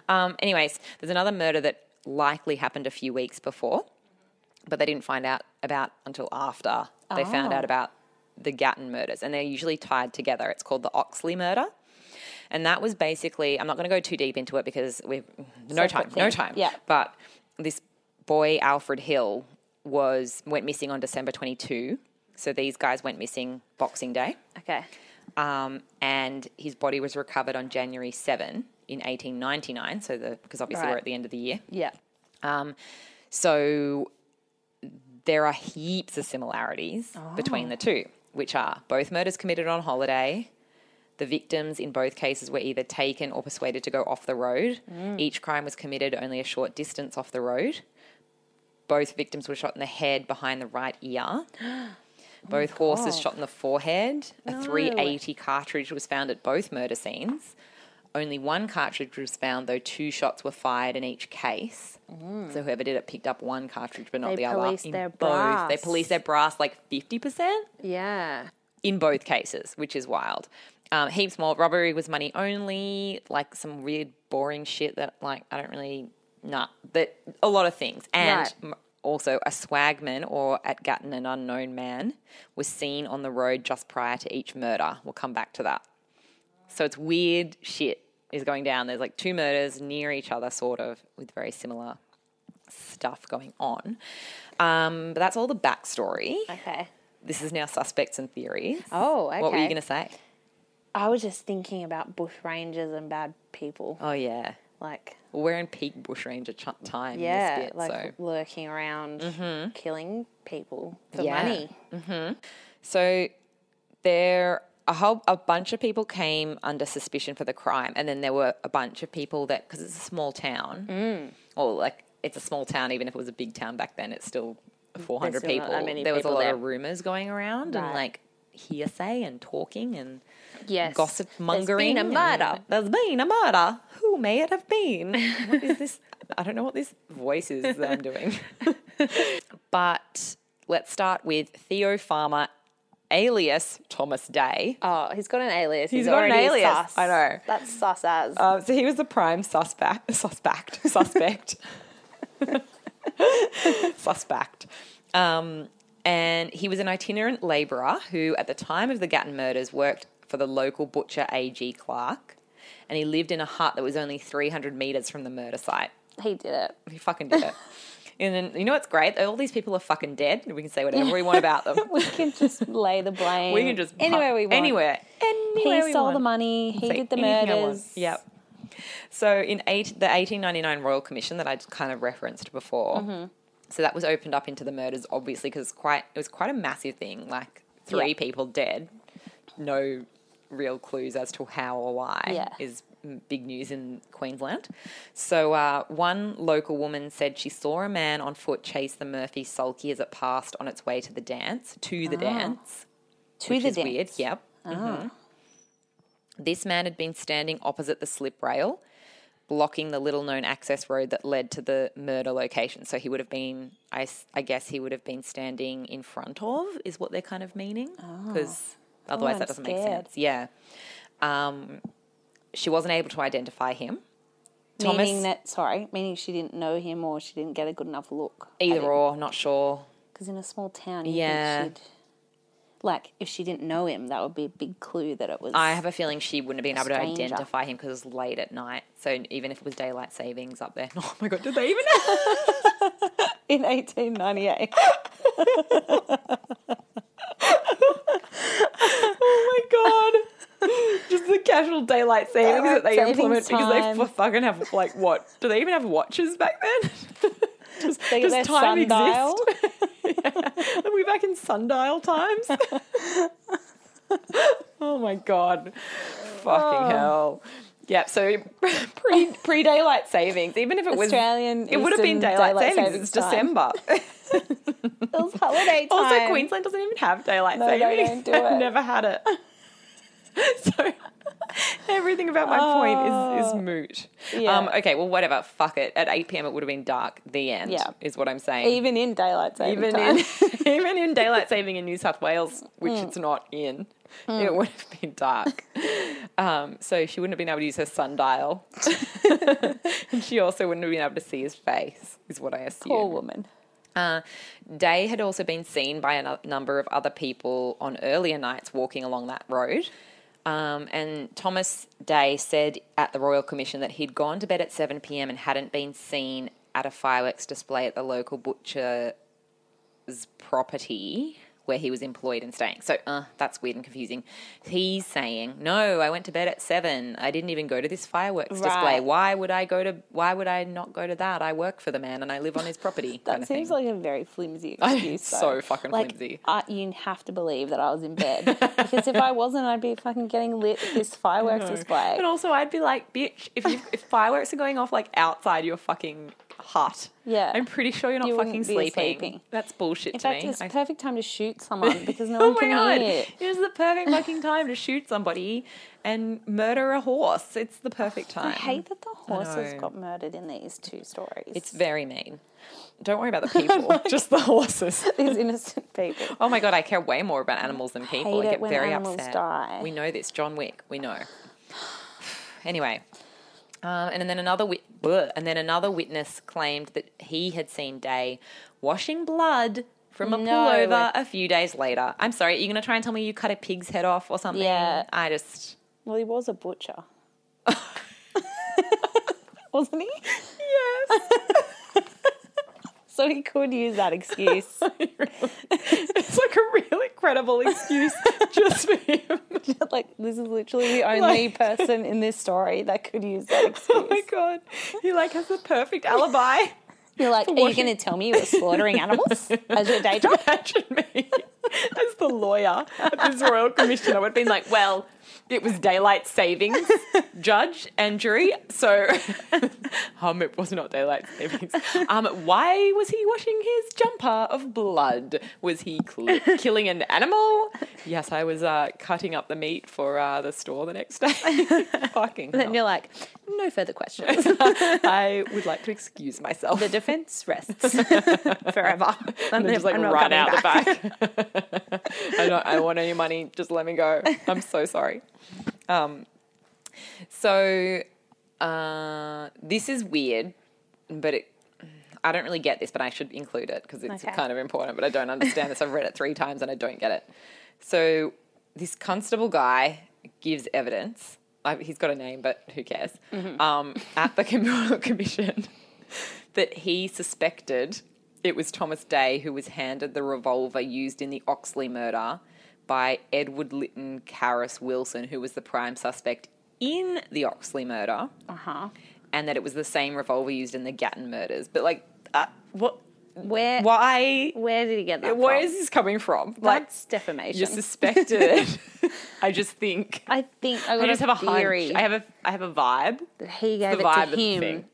Speaker 2: Um, anyways, there's another murder that likely happened a few weeks before, but they didn't find out about until after they found
Speaker 1: Oh.
Speaker 2: out about the Gatton murders, and they're usually tied together. It's called the Oxley murder. And that was basically, I'm not going to go too deep into it because we've no
Speaker 1: Separate
Speaker 2: time, no
Speaker 1: thing.
Speaker 2: time.
Speaker 1: Yeah.
Speaker 2: But this boy, Alfred Hill, was went missing on December 22. So these guys went missing Boxing Day
Speaker 1: Okay.
Speaker 2: um, and his body was recovered on January 7 in 1899. So the because obviously we're
Speaker 1: Right.
Speaker 2: at the end of the year.
Speaker 1: Yeah.
Speaker 2: Um, so there are heaps of similarities between the two, which are both murders committed on holiday. The victims in both cases were either taken or persuaded to go off the road. Each crime was committed only a short distance off the road. Both victims were shot in the head behind the right ear. Both horses shot in the forehead. A 380 cartridge was found at both murder scenes. Only one cartridge was found, though two shots were fired in each case. So whoever did it picked up one cartridge, but not
Speaker 1: They
Speaker 2: the other.
Speaker 1: policed
Speaker 2: in
Speaker 1: their
Speaker 2: both. They
Speaker 1: brass.
Speaker 2: policed their brass like 50%
Speaker 1: Yeah.
Speaker 2: in both cases, which is wild. Um, heaps more. Robbery was money only, like some weird, boring shit that, like, I don't really, nah, but a lot of things. And
Speaker 1: Right.
Speaker 2: m also, a swagman or at Gatton, an unknown man, was seen on the road just prior to each murder. We'll come back to that. So it's weird shit is going down. There's like two murders near each other, sort of, with very similar stuff going on. Um, but that's all the backstory.
Speaker 1: Okay.
Speaker 2: This is now suspects and theories.
Speaker 1: Oh,
Speaker 2: What were you
Speaker 1: okay.
Speaker 2: going to say?
Speaker 1: I was just thinking about bush rangers and bad people.
Speaker 2: Oh, yeah.
Speaker 1: Like,
Speaker 2: Well, we're in peak bushranger ch- time in
Speaker 1: yeah,
Speaker 2: this bit,
Speaker 1: like
Speaker 2: so.
Speaker 1: lurking around, killing people for
Speaker 2: Yeah.
Speaker 1: money.
Speaker 2: So there a whole a bunch of people came under suspicion for the crime, and then there were a bunch of people that because it's a small town,
Speaker 1: Mm.
Speaker 2: or like it's a small town. Even if it was a big town back then, it's still four hundred
Speaker 1: still
Speaker 2: people.
Speaker 1: not that many
Speaker 2: there was a
Speaker 1: people
Speaker 2: lot
Speaker 1: there.
Speaker 2: of rumors going around and
Speaker 1: Right.
Speaker 2: like hearsay and talking and
Speaker 1: Yes.
Speaker 2: gossip mongering.
Speaker 1: There's been a murder.
Speaker 2: There's been a murder. Who may it have been? What is this? I don't know what this voice is that I'm doing. but let's start with Theo Farmer, alias Thomas Day.
Speaker 1: Oh, he's got an alias. He's,
Speaker 2: He's got an
Speaker 1: already
Speaker 2: alias.
Speaker 1: Sus.
Speaker 2: I know.
Speaker 1: That's sus as.
Speaker 2: Uh, so he was the prime suspect. Suspect. Suspect. suspect. Um, and he was an itinerant labourer who, at the time of the Gatton murders, worked for the local butcher A.G. Clark. And he lived in a hut that was only 300 metres from the murder site.
Speaker 1: he did it.
Speaker 2: He fucking did it. and then, you know what's great? All these people are fucking dead. We can say whatever we want about them.
Speaker 1: We can just lay the blame.
Speaker 2: We can just.
Speaker 1: anywhere
Speaker 2: pump-
Speaker 1: we want.
Speaker 2: Anywhere. Anywhere
Speaker 1: he
Speaker 2: we
Speaker 1: stole
Speaker 2: want.
Speaker 1: the money. He
Speaker 2: Say
Speaker 1: did the
Speaker 2: anything I want.
Speaker 1: murders.
Speaker 2: Yep. So in eight, the 1899 Royal Commission that I just kind of referenced before,
Speaker 1: Mm-hmm.
Speaker 2: so that was opened up into the murders, obviously, because quite it was quite a massive thing. Like three
Speaker 1: Yeah.
Speaker 2: people dead, no real clues as to how or why
Speaker 1: Yeah.
Speaker 2: is m- big news in Queensland. So uh, one local woman said she saw a man on foot chase the Murphy sulky as it passed on its way to the dance, to
Speaker 1: Ah.
Speaker 2: the dance
Speaker 1: To
Speaker 2: which
Speaker 1: the
Speaker 2: is
Speaker 1: dance. Ah.
Speaker 2: weird. Yep. Mhm. This man had been standing opposite the slip rail, blocking the little known access road that led to the murder location. So he would have been, I, s- I guess he would have been standing in front of, is what they're kind of meaning. Because otherwise
Speaker 1: Ah. Oh, I'm
Speaker 2: that doesn't make
Speaker 1: scared.
Speaker 2: sense. Yeah. Um, she wasn't able to identify him.
Speaker 1: Meaning
Speaker 2: Thomas-
Speaker 1: that, sorry, meaning she didn't know him or she didn't get a good enough look.
Speaker 2: Either or, not sure.
Speaker 1: Because in a small town, you
Speaker 2: Yeah.
Speaker 1: yeah. Think she'd, like, if she didn't know him, that would be a big clue that it was.
Speaker 2: I have a feeling she wouldn't have been able to
Speaker 1: stranger.
Speaker 2: identify him because it was late at night. So even if it was daylight savings up there, oh my god, did they even?
Speaker 1: in 1898.
Speaker 2: oh my god. Just the casual daylight savings that
Speaker 1: Daylight
Speaker 2: they
Speaker 1: savings
Speaker 2: implement because
Speaker 1: time.
Speaker 2: they f- fucking have like what? Do they even have watches back then? just
Speaker 1: They get
Speaker 2: does
Speaker 1: their
Speaker 2: time
Speaker 1: sundial.
Speaker 2: exist? yeah. Are we back in sundial times? oh my god.
Speaker 1: Oh.
Speaker 2: Fucking hell. Yep, so pre pre daylight savings, even if it was
Speaker 1: Australian
Speaker 2: it would have been
Speaker 1: Eastern
Speaker 2: daylight,
Speaker 1: daylight
Speaker 2: savings. It's
Speaker 1: savings time.
Speaker 2: December.
Speaker 1: It was holiday time.
Speaker 2: Also, Queensland doesn't even have daylight
Speaker 1: No, they don't
Speaker 2: savings.
Speaker 1: do
Speaker 2: I've
Speaker 1: it.
Speaker 2: never had it. so everything about my point is, is moot.
Speaker 1: Oh. Yeah.
Speaker 2: Um, okay, well, whatever. Fuck it. At 8 p.m., it would have been dark. The end
Speaker 1: Yeah.
Speaker 2: is what I'm saying.
Speaker 1: Even in Hmm. daylight saving
Speaker 2: Even
Speaker 1: time.
Speaker 2: in, even in daylight saving in New South Wales, which it's not in,
Speaker 1: Hmm.
Speaker 2: it would have been dark. Um, so she wouldn't have been able to use her sundial. and she also wouldn't have been able to see his face, is what I assume.
Speaker 1: Poor woman.
Speaker 2: Uh, Day had also been seen by a nu- number of other people on earlier nights walking along that road. Um, and Thomas Day said at the Royal Commission that he'd gone to bed at 7 pm and hadn't been seen at a fireworks display at the local butcher's property where he was employed and staying. So uh, that's weird and confusing. He's saying, "No, I went to bed at 7. I didn't even go to this fireworks display.
Speaker 1: Right.
Speaker 2: Why would I go to why would I not go to that? I work for the man and I live on his property."
Speaker 1: That
Speaker 2: kind of
Speaker 1: seems
Speaker 2: thing.
Speaker 1: like a very flimsy excuse.
Speaker 2: so
Speaker 1: though.
Speaker 2: fucking
Speaker 1: like,
Speaker 2: flimsy.
Speaker 1: I, you have to believe that I was in bed because if I wasn't, I'd be fucking getting lit at this fireworks display.
Speaker 2: And also, I'd be like, bitch, if, you, if fireworks are going off like outside your fucking hut,
Speaker 1: Yeah.
Speaker 2: I'm pretty sure you're not
Speaker 1: You
Speaker 2: fucking
Speaker 1: wouldn't be
Speaker 2: sleeping.
Speaker 1: sleeping.
Speaker 2: That's bullshit
Speaker 1: In
Speaker 2: to
Speaker 1: fact,
Speaker 2: me.
Speaker 1: it's
Speaker 2: I-
Speaker 1: perfect time to shoot someone because no
Speaker 2: oh
Speaker 1: one
Speaker 2: my
Speaker 1: can
Speaker 2: god,
Speaker 1: hear.
Speaker 2: it is the perfect fucking time to shoot somebody and murder a horse. It's the perfect time.
Speaker 1: I hate that the horses
Speaker 2: know.
Speaker 1: got murdered in these two stories.
Speaker 2: It's very mean. Don't worry about the people, just the horses.
Speaker 1: these innocent people.
Speaker 2: Oh my god, I care way more about animals than people.
Speaker 1: hate
Speaker 2: I
Speaker 1: it
Speaker 2: get
Speaker 1: when
Speaker 2: very
Speaker 1: animals
Speaker 2: upset.
Speaker 1: die.
Speaker 2: We know this, John Wick. We know. anyway, um, and then another wit- bleh. and then another witness claimed that he had seen Day washing blood from a
Speaker 1: No.
Speaker 2: pullover a few days later. I'm sorry, are you going to try and tell me you cut a pig's head off or something?
Speaker 1: Yeah.
Speaker 2: I just
Speaker 1: Well, he was a butcher, wasn't he?
Speaker 2: yes.
Speaker 1: So he could use that excuse.
Speaker 2: it's like a really credible excuse just for him.
Speaker 1: like this is literally the only
Speaker 2: Like-
Speaker 1: person in this story that could use that excuse.
Speaker 2: Oh my god, he like has the perfect alibi.
Speaker 1: You're like, are you
Speaker 2: washing-
Speaker 1: going to tell me you were slaughtering animals as your day job?
Speaker 2: Imagine me as the lawyer at this royal commission. I would have been like, well, it was daylight savings, judge and jury. So, um, it was not daylight savings. Um, why was he washing his jumper of blood? Was he cl- killing an animal? Yes, I was uh, cutting up the meat for uh, the store the next day. Fucking.
Speaker 1: And
Speaker 2: hell.
Speaker 1: you're like, no further questions.
Speaker 2: I would like to excuse myself.
Speaker 1: the defense rests forever.
Speaker 2: and
Speaker 1: I'm
Speaker 2: then just like
Speaker 1: I'm not
Speaker 2: run
Speaker 1: coming
Speaker 2: out the back. I don't. I don't want any money. Just let me go. I'm so sorry. Um, so uh, this is weird, but it. I don't really get this, but I should include it because it's
Speaker 1: Okay.
Speaker 2: kind of important. But I don't understand this. I've read it three times and I don't get it. So this constable guy gives evidence. I, he's got a name, but who cares? Um, at the Royal Commission, that he suspected it was Thomas Day who was handed the revolver used in the Oxley murder by Edward Lytton Carus Wilson, who was the prime suspect in the Oxley murder,
Speaker 1: Uh huh.
Speaker 2: and that it was the same revolver used in the Gatton murders. But like, uh, what?
Speaker 1: Where
Speaker 2: Why?
Speaker 1: where did he get that?
Speaker 2: Where
Speaker 1: from?
Speaker 2: is this coming from? Like,
Speaker 1: that's defamation.
Speaker 2: you're suspected. I just think.
Speaker 1: I think I,
Speaker 2: I
Speaker 1: got
Speaker 2: just
Speaker 1: a
Speaker 2: have a
Speaker 1: theory
Speaker 2: hunch. I have a. I have a vibe.
Speaker 1: that he gave
Speaker 2: the vibe
Speaker 1: it
Speaker 2: of
Speaker 1: to
Speaker 2: the thing.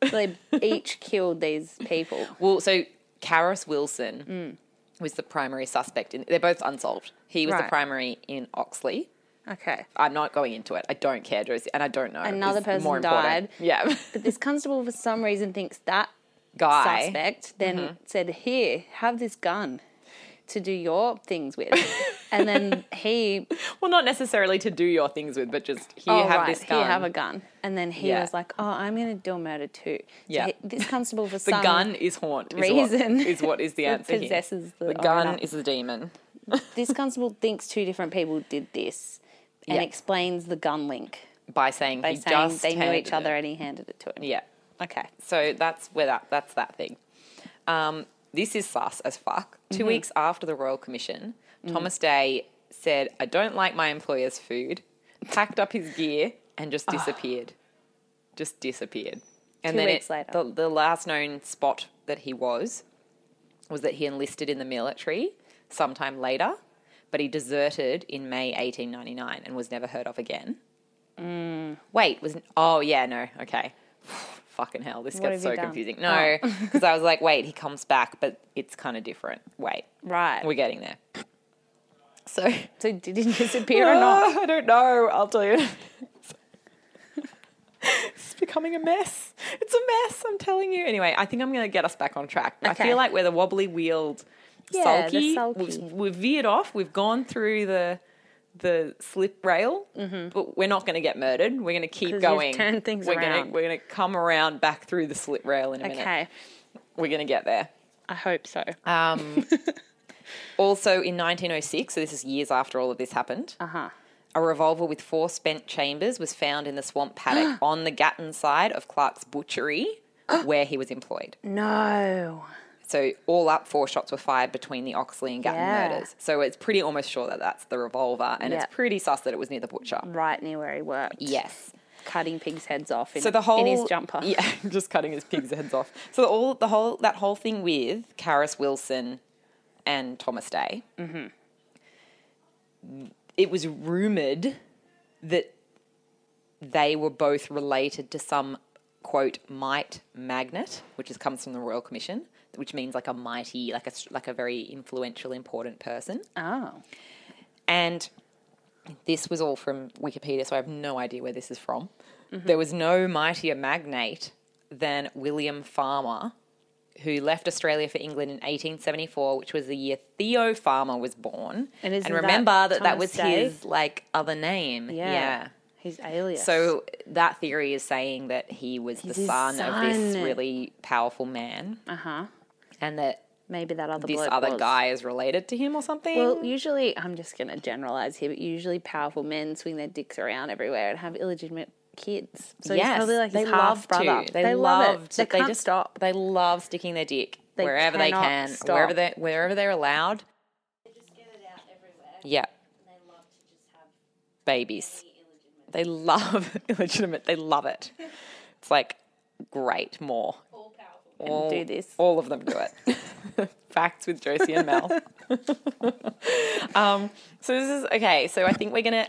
Speaker 1: him. They each killed these people.
Speaker 2: Well, so Karis Wilson was the primary suspect. In, they're both unsolved. He was the
Speaker 1: Right.
Speaker 2: primary in Oxley.
Speaker 1: Okay.
Speaker 2: I'm not going into it. I don't care, Josie, and I don't know.
Speaker 1: Another
Speaker 2: It's
Speaker 1: person
Speaker 2: more important.
Speaker 1: died.
Speaker 2: Yeah,
Speaker 1: But this constable, for some reason, thinks that
Speaker 2: guy.
Speaker 1: suspect then
Speaker 2: Mm-hmm.
Speaker 1: said, Here, have this gun to do your things with. and then he,
Speaker 2: Well, not necessarily to do your things with, but just here
Speaker 1: oh,
Speaker 2: have
Speaker 1: right,
Speaker 2: this gun.
Speaker 1: here, have a gun. And then he
Speaker 2: Yeah.
Speaker 1: was like, Oh, I'm going to do a murder too. So
Speaker 2: Yeah.
Speaker 1: he- this constable, for
Speaker 2: the
Speaker 1: some
Speaker 2: gun is haunt.
Speaker 1: reason
Speaker 2: is what is, what is the
Speaker 1: it
Speaker 2: answer here.
Speaker 1: possesses the
Speaker 2: the gun
Speaker 1: owner.
Speaker 2: is the demon.
Speaker 1: this constable thinks two different people did this and
Speaker 2: Yeah.
Speaker 1: explains the gun link
Speaker 2: By saying
Speaker 1: by
Speaker 2: he
Speaker 1: saying
Speaker 2: just
Speaker 1: they knew
Speaker 2: handed
Speaker 1: each
Speaker 2: it.
Speaker 1: other and he handed it to him.
Speaker 2: Yeah.
Speaker 1: Okay.
Speaker 2: So that's where that that's that thing. Um, this is sus as fuck. 2
Speaker 1: Mm-hmm.
Speaker 2: weeks after the Royal Commission, Thomas Day said, "I don't like my employer's food." Packed up his gear and just disappeared. Just disappeared. And
Speaker 1: Ah. Two
Speaker 2: then
Speaker 1: weeks
Speaker 2: it,
Speaker 1: later.
Speaker 2: the, the last known spot that he was was that he enlisted in the military sometime later, but he deserted in May 1899 and was never heard of again. Wait, was oh yeah no okay. fucking hell, this
Speaker 1: What
Speaker 2: gets
Speaker 1: have
Speaker 2: so
Speaker 1: you done? Oh.
Speaker 2: confusing. No, because I was like, wait, he comes back, but it's kind of different. Wait,
Speaker 1: Right.
Speaker 2: we're getting there. So
Speaker 1: so did he disappear or not?
Speaker 2: I don't know. I'll tell you. it's becoming a mess. It's a mess. I'm telling you. Anyway, I think I'm going to get us back on track. I
Speaker 1: Okay.
Speaker 2: feel like we're the wobbly wheeled,
Speaker 1: Yeah,
Speaker 2: sulky.
Speaker 1: the
Speaker 2: We've,
Speaker 1: sulky.
Speaker 2: we've veered off. We've gone through the the slip rail, but we're not going to get murdered. We're going to keep
Speaker 1: Mm-hmm. 'Cause you've
Speaker 2: going.
Speaker 1: turned things
Speaker 2: we're Gonna,
Speaker 1: around.
Speaker 2: we're going to come around back through the slip rail in a minute.
Speaker 1: Okay.
Speaker 2: We're going to get there.
Speaker 1: I hope so.
Speaker 2: Um, also, in 1906, so this is years after all of this happened.
Speaker 1: Uh huh.
Speaker 2: A revolver with four spent chambers was found in the swamp paddock on the Gatton side of Clark's butchery, where he was employed.
Speaker 1: No.
Speaker 2: So, all up, four shots were fired between the Oxley and Gatton
Speaker 1: Yeah.
Speaker 2: murders. So, it's pretty almost sure that that's the revolver, and
Speaker 1: Yeah. Mm.
Speaker 2: it's pretty sus that it was near the butcher.
Speaker 1: Right near where he worked.
Speaker 2: Yes.
Speaker 1: Cutting pigs' heads off in,
Speaker 2: So the whole
Speaker 1: in his jumper.
Speaker 2: yeah, just cutting his pig's heads off. So the, all the whole that whole thing with Karis Wilson and Thomas Day, it was rumored that they were both related to some quote mite magnet, which is comes from the Royal Commission, which means like a mighty, like a s- like a very influential, important person.
Speaker 1: Oh.
Speaker 2: And this was all from Wikipedia, so I have no idea where this is from.
Speaker 1: Mm-hmm.
Speaker 2: There was no mightier magnate than William Farmer, who left Australia for England in 1874, which was the year Theo Farmer was born.
Speaker 1: And isn't that
Speaker 2: remember that that,
Speaker 1: Thomas
Speaker 2: was
Speaker 1: Day?
Speaker 2: his like other name.
Speaker 1: Yeah.
Speaker 2: yeah.
Speaker 1: His alias.
Speaker 2: So that theory is saying that he was
Speaker 1: He's
Speaker 2: the
Speaker 1: his
Speaker 2: son, of this
Speaker 1: son.
Speaker 2: really powerful man,
Speaker 1: Uh huh.
Speaker 2: and that
Speaker 1: Maybe that other
Speaker 2: this
Speaker 1: bloke
Speaker 2: other
Speaker 1: was.
Speaker 2: guy is related to him or something.
Speaker 1: Well, usually, I'm just going to generalize here, but usually powerful men swing their dicks around everywhere and have illegitimate kids. So he's
Speaker 2: yes,
Speaker 1: probably like his
Speaker 2: they
Speaker 1: half
Speaker 2: love
Speaker 1: brother.
Speaker 2: to.
Speaker 1: They,
Speaker 2: They,
Speaker 1: love it.
Speaker 2: loved-
Speaker 1: They can't
Speaker 2: just
Speaker 1: stop.
Speaker 2: They love sticking their dick
Speaker 1: They
Speaker 2: wherever they
Speaker 1: cannot
Speaker 2: can,
Speaker 1: stop.
Speaker 2: wherever they wherever they're allowed.
Speaker 3: They just get it out everywhere.
Speaker 2: Yeah,
Speaker 3: And they love to just have
Speaker 2: babies.
Speaker 3: the illegitimate.
Speaker 2: They love illegitimate. They love it. It's like great. More.
Speaker 3: All powerful.
Speaker 2: All,
Speaker 1: do this.
Speaker 2: All of them do it. Facts with Josie and Mel. um, so this is okay. So I think we're gonna.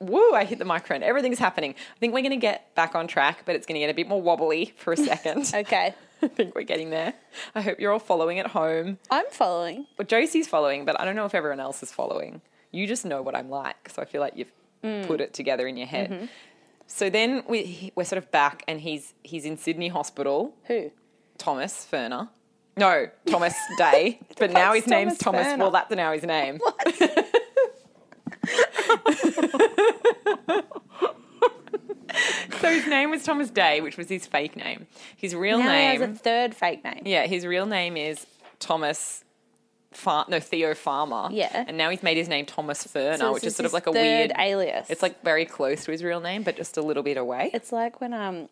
Speaker 2: Woo! I hit the microphone. Everything's happening. I think we're gonna get back on track, but it's gonna get a bit more wobbly for a second.
Speaker 1: Okay.
Speaker 2: I think we're getting there. I hope you're all following at home.
Speaker 1: I'm following.
Speaker 2: Well, Josie's following, but I don't know if everyone else is following. You just know what I'm like, so I feel like you've put it together in your head. So then we, he- we're sort of back, and he's he's in Sydney Hospital.
Speaker 1: Who?
Speaker 2: Thomas Ferner. No, Thomas Day. but now his
Speaker 1: What's
Speaker 2: name's
Speaker 1: Thomas
Speaker 2: Thomas.
Speaker 1: Ferner?
Speaker 2: Well, that's now his name. so his name was Thomas Day, which was his fake name. His real
Speaker 1: Now he
Speaker 2: name.
Speaker 1: has a third fake name.
Speaker 2: Yeah, his real name is Thomas. Far- no, Theo Farmer.
Speaker 1: Yeah.
Speaker 2: and now he's made his name Thomas Ferner,
Speaker 1: So this
Speaker 2: which is sort of
Speaker 1: his
Speaker 2: like a
Speaker 1: third
Speaker 2: weird.
Speaker 1: alias.
Speaker 2: It's like very close to his real name, but just a little bit away.
Speaker 1: It's like when um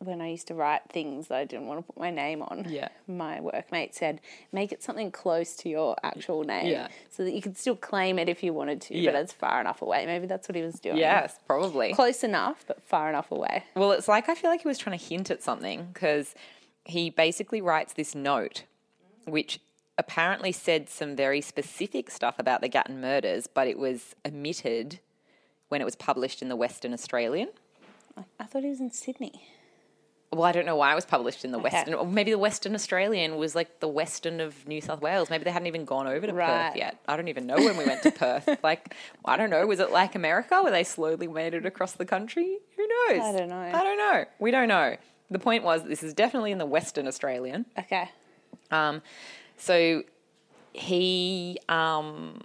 Speaker 1: when I used to write things that I didn't want to put my name on.
Speaker 2: Yeah.
Speaker 1: My workmate said, make it something close to your actual name.
Speaker 2: Yeah.
Speaker 1: So that you could still claim it if you wanted to,
Speaker 2: Yeah.
Speaker 1: but it's far enough away. Maybe that's what he was doing.
Speaker 2: yes, probably.
Speaker 1: Close enough, but far enough away.
Speaker 2: Well, it's like I feel like he was trying to hint at something because he basically writes this note, which apparently said some very specific stuff about the Gatton murders, but it was omitted when it was published in the Western Australian.
Speaker 1: I thought he was in Sydney.
Speaker 2: Well, I don't know why it was published in the
Speaker 1: Okay.
Speaker 2: Western. Or maybe the Western Australian was like the Western of New South Wales. Maybe they hadn't even gone over to
Speaker 1: Right.
Speaker 2: Perth yet. I don't even know when we went to Perth. Like, I don't know. Was it like America where they slowly made it across the country? Who knows?
Speaker 1: I don't know.
Speaker 2: I don't know. We don't know. The point was, this is definitely in the Western Australian.
Speaker 1: Okay.
Speaker 2: Um, so he, um,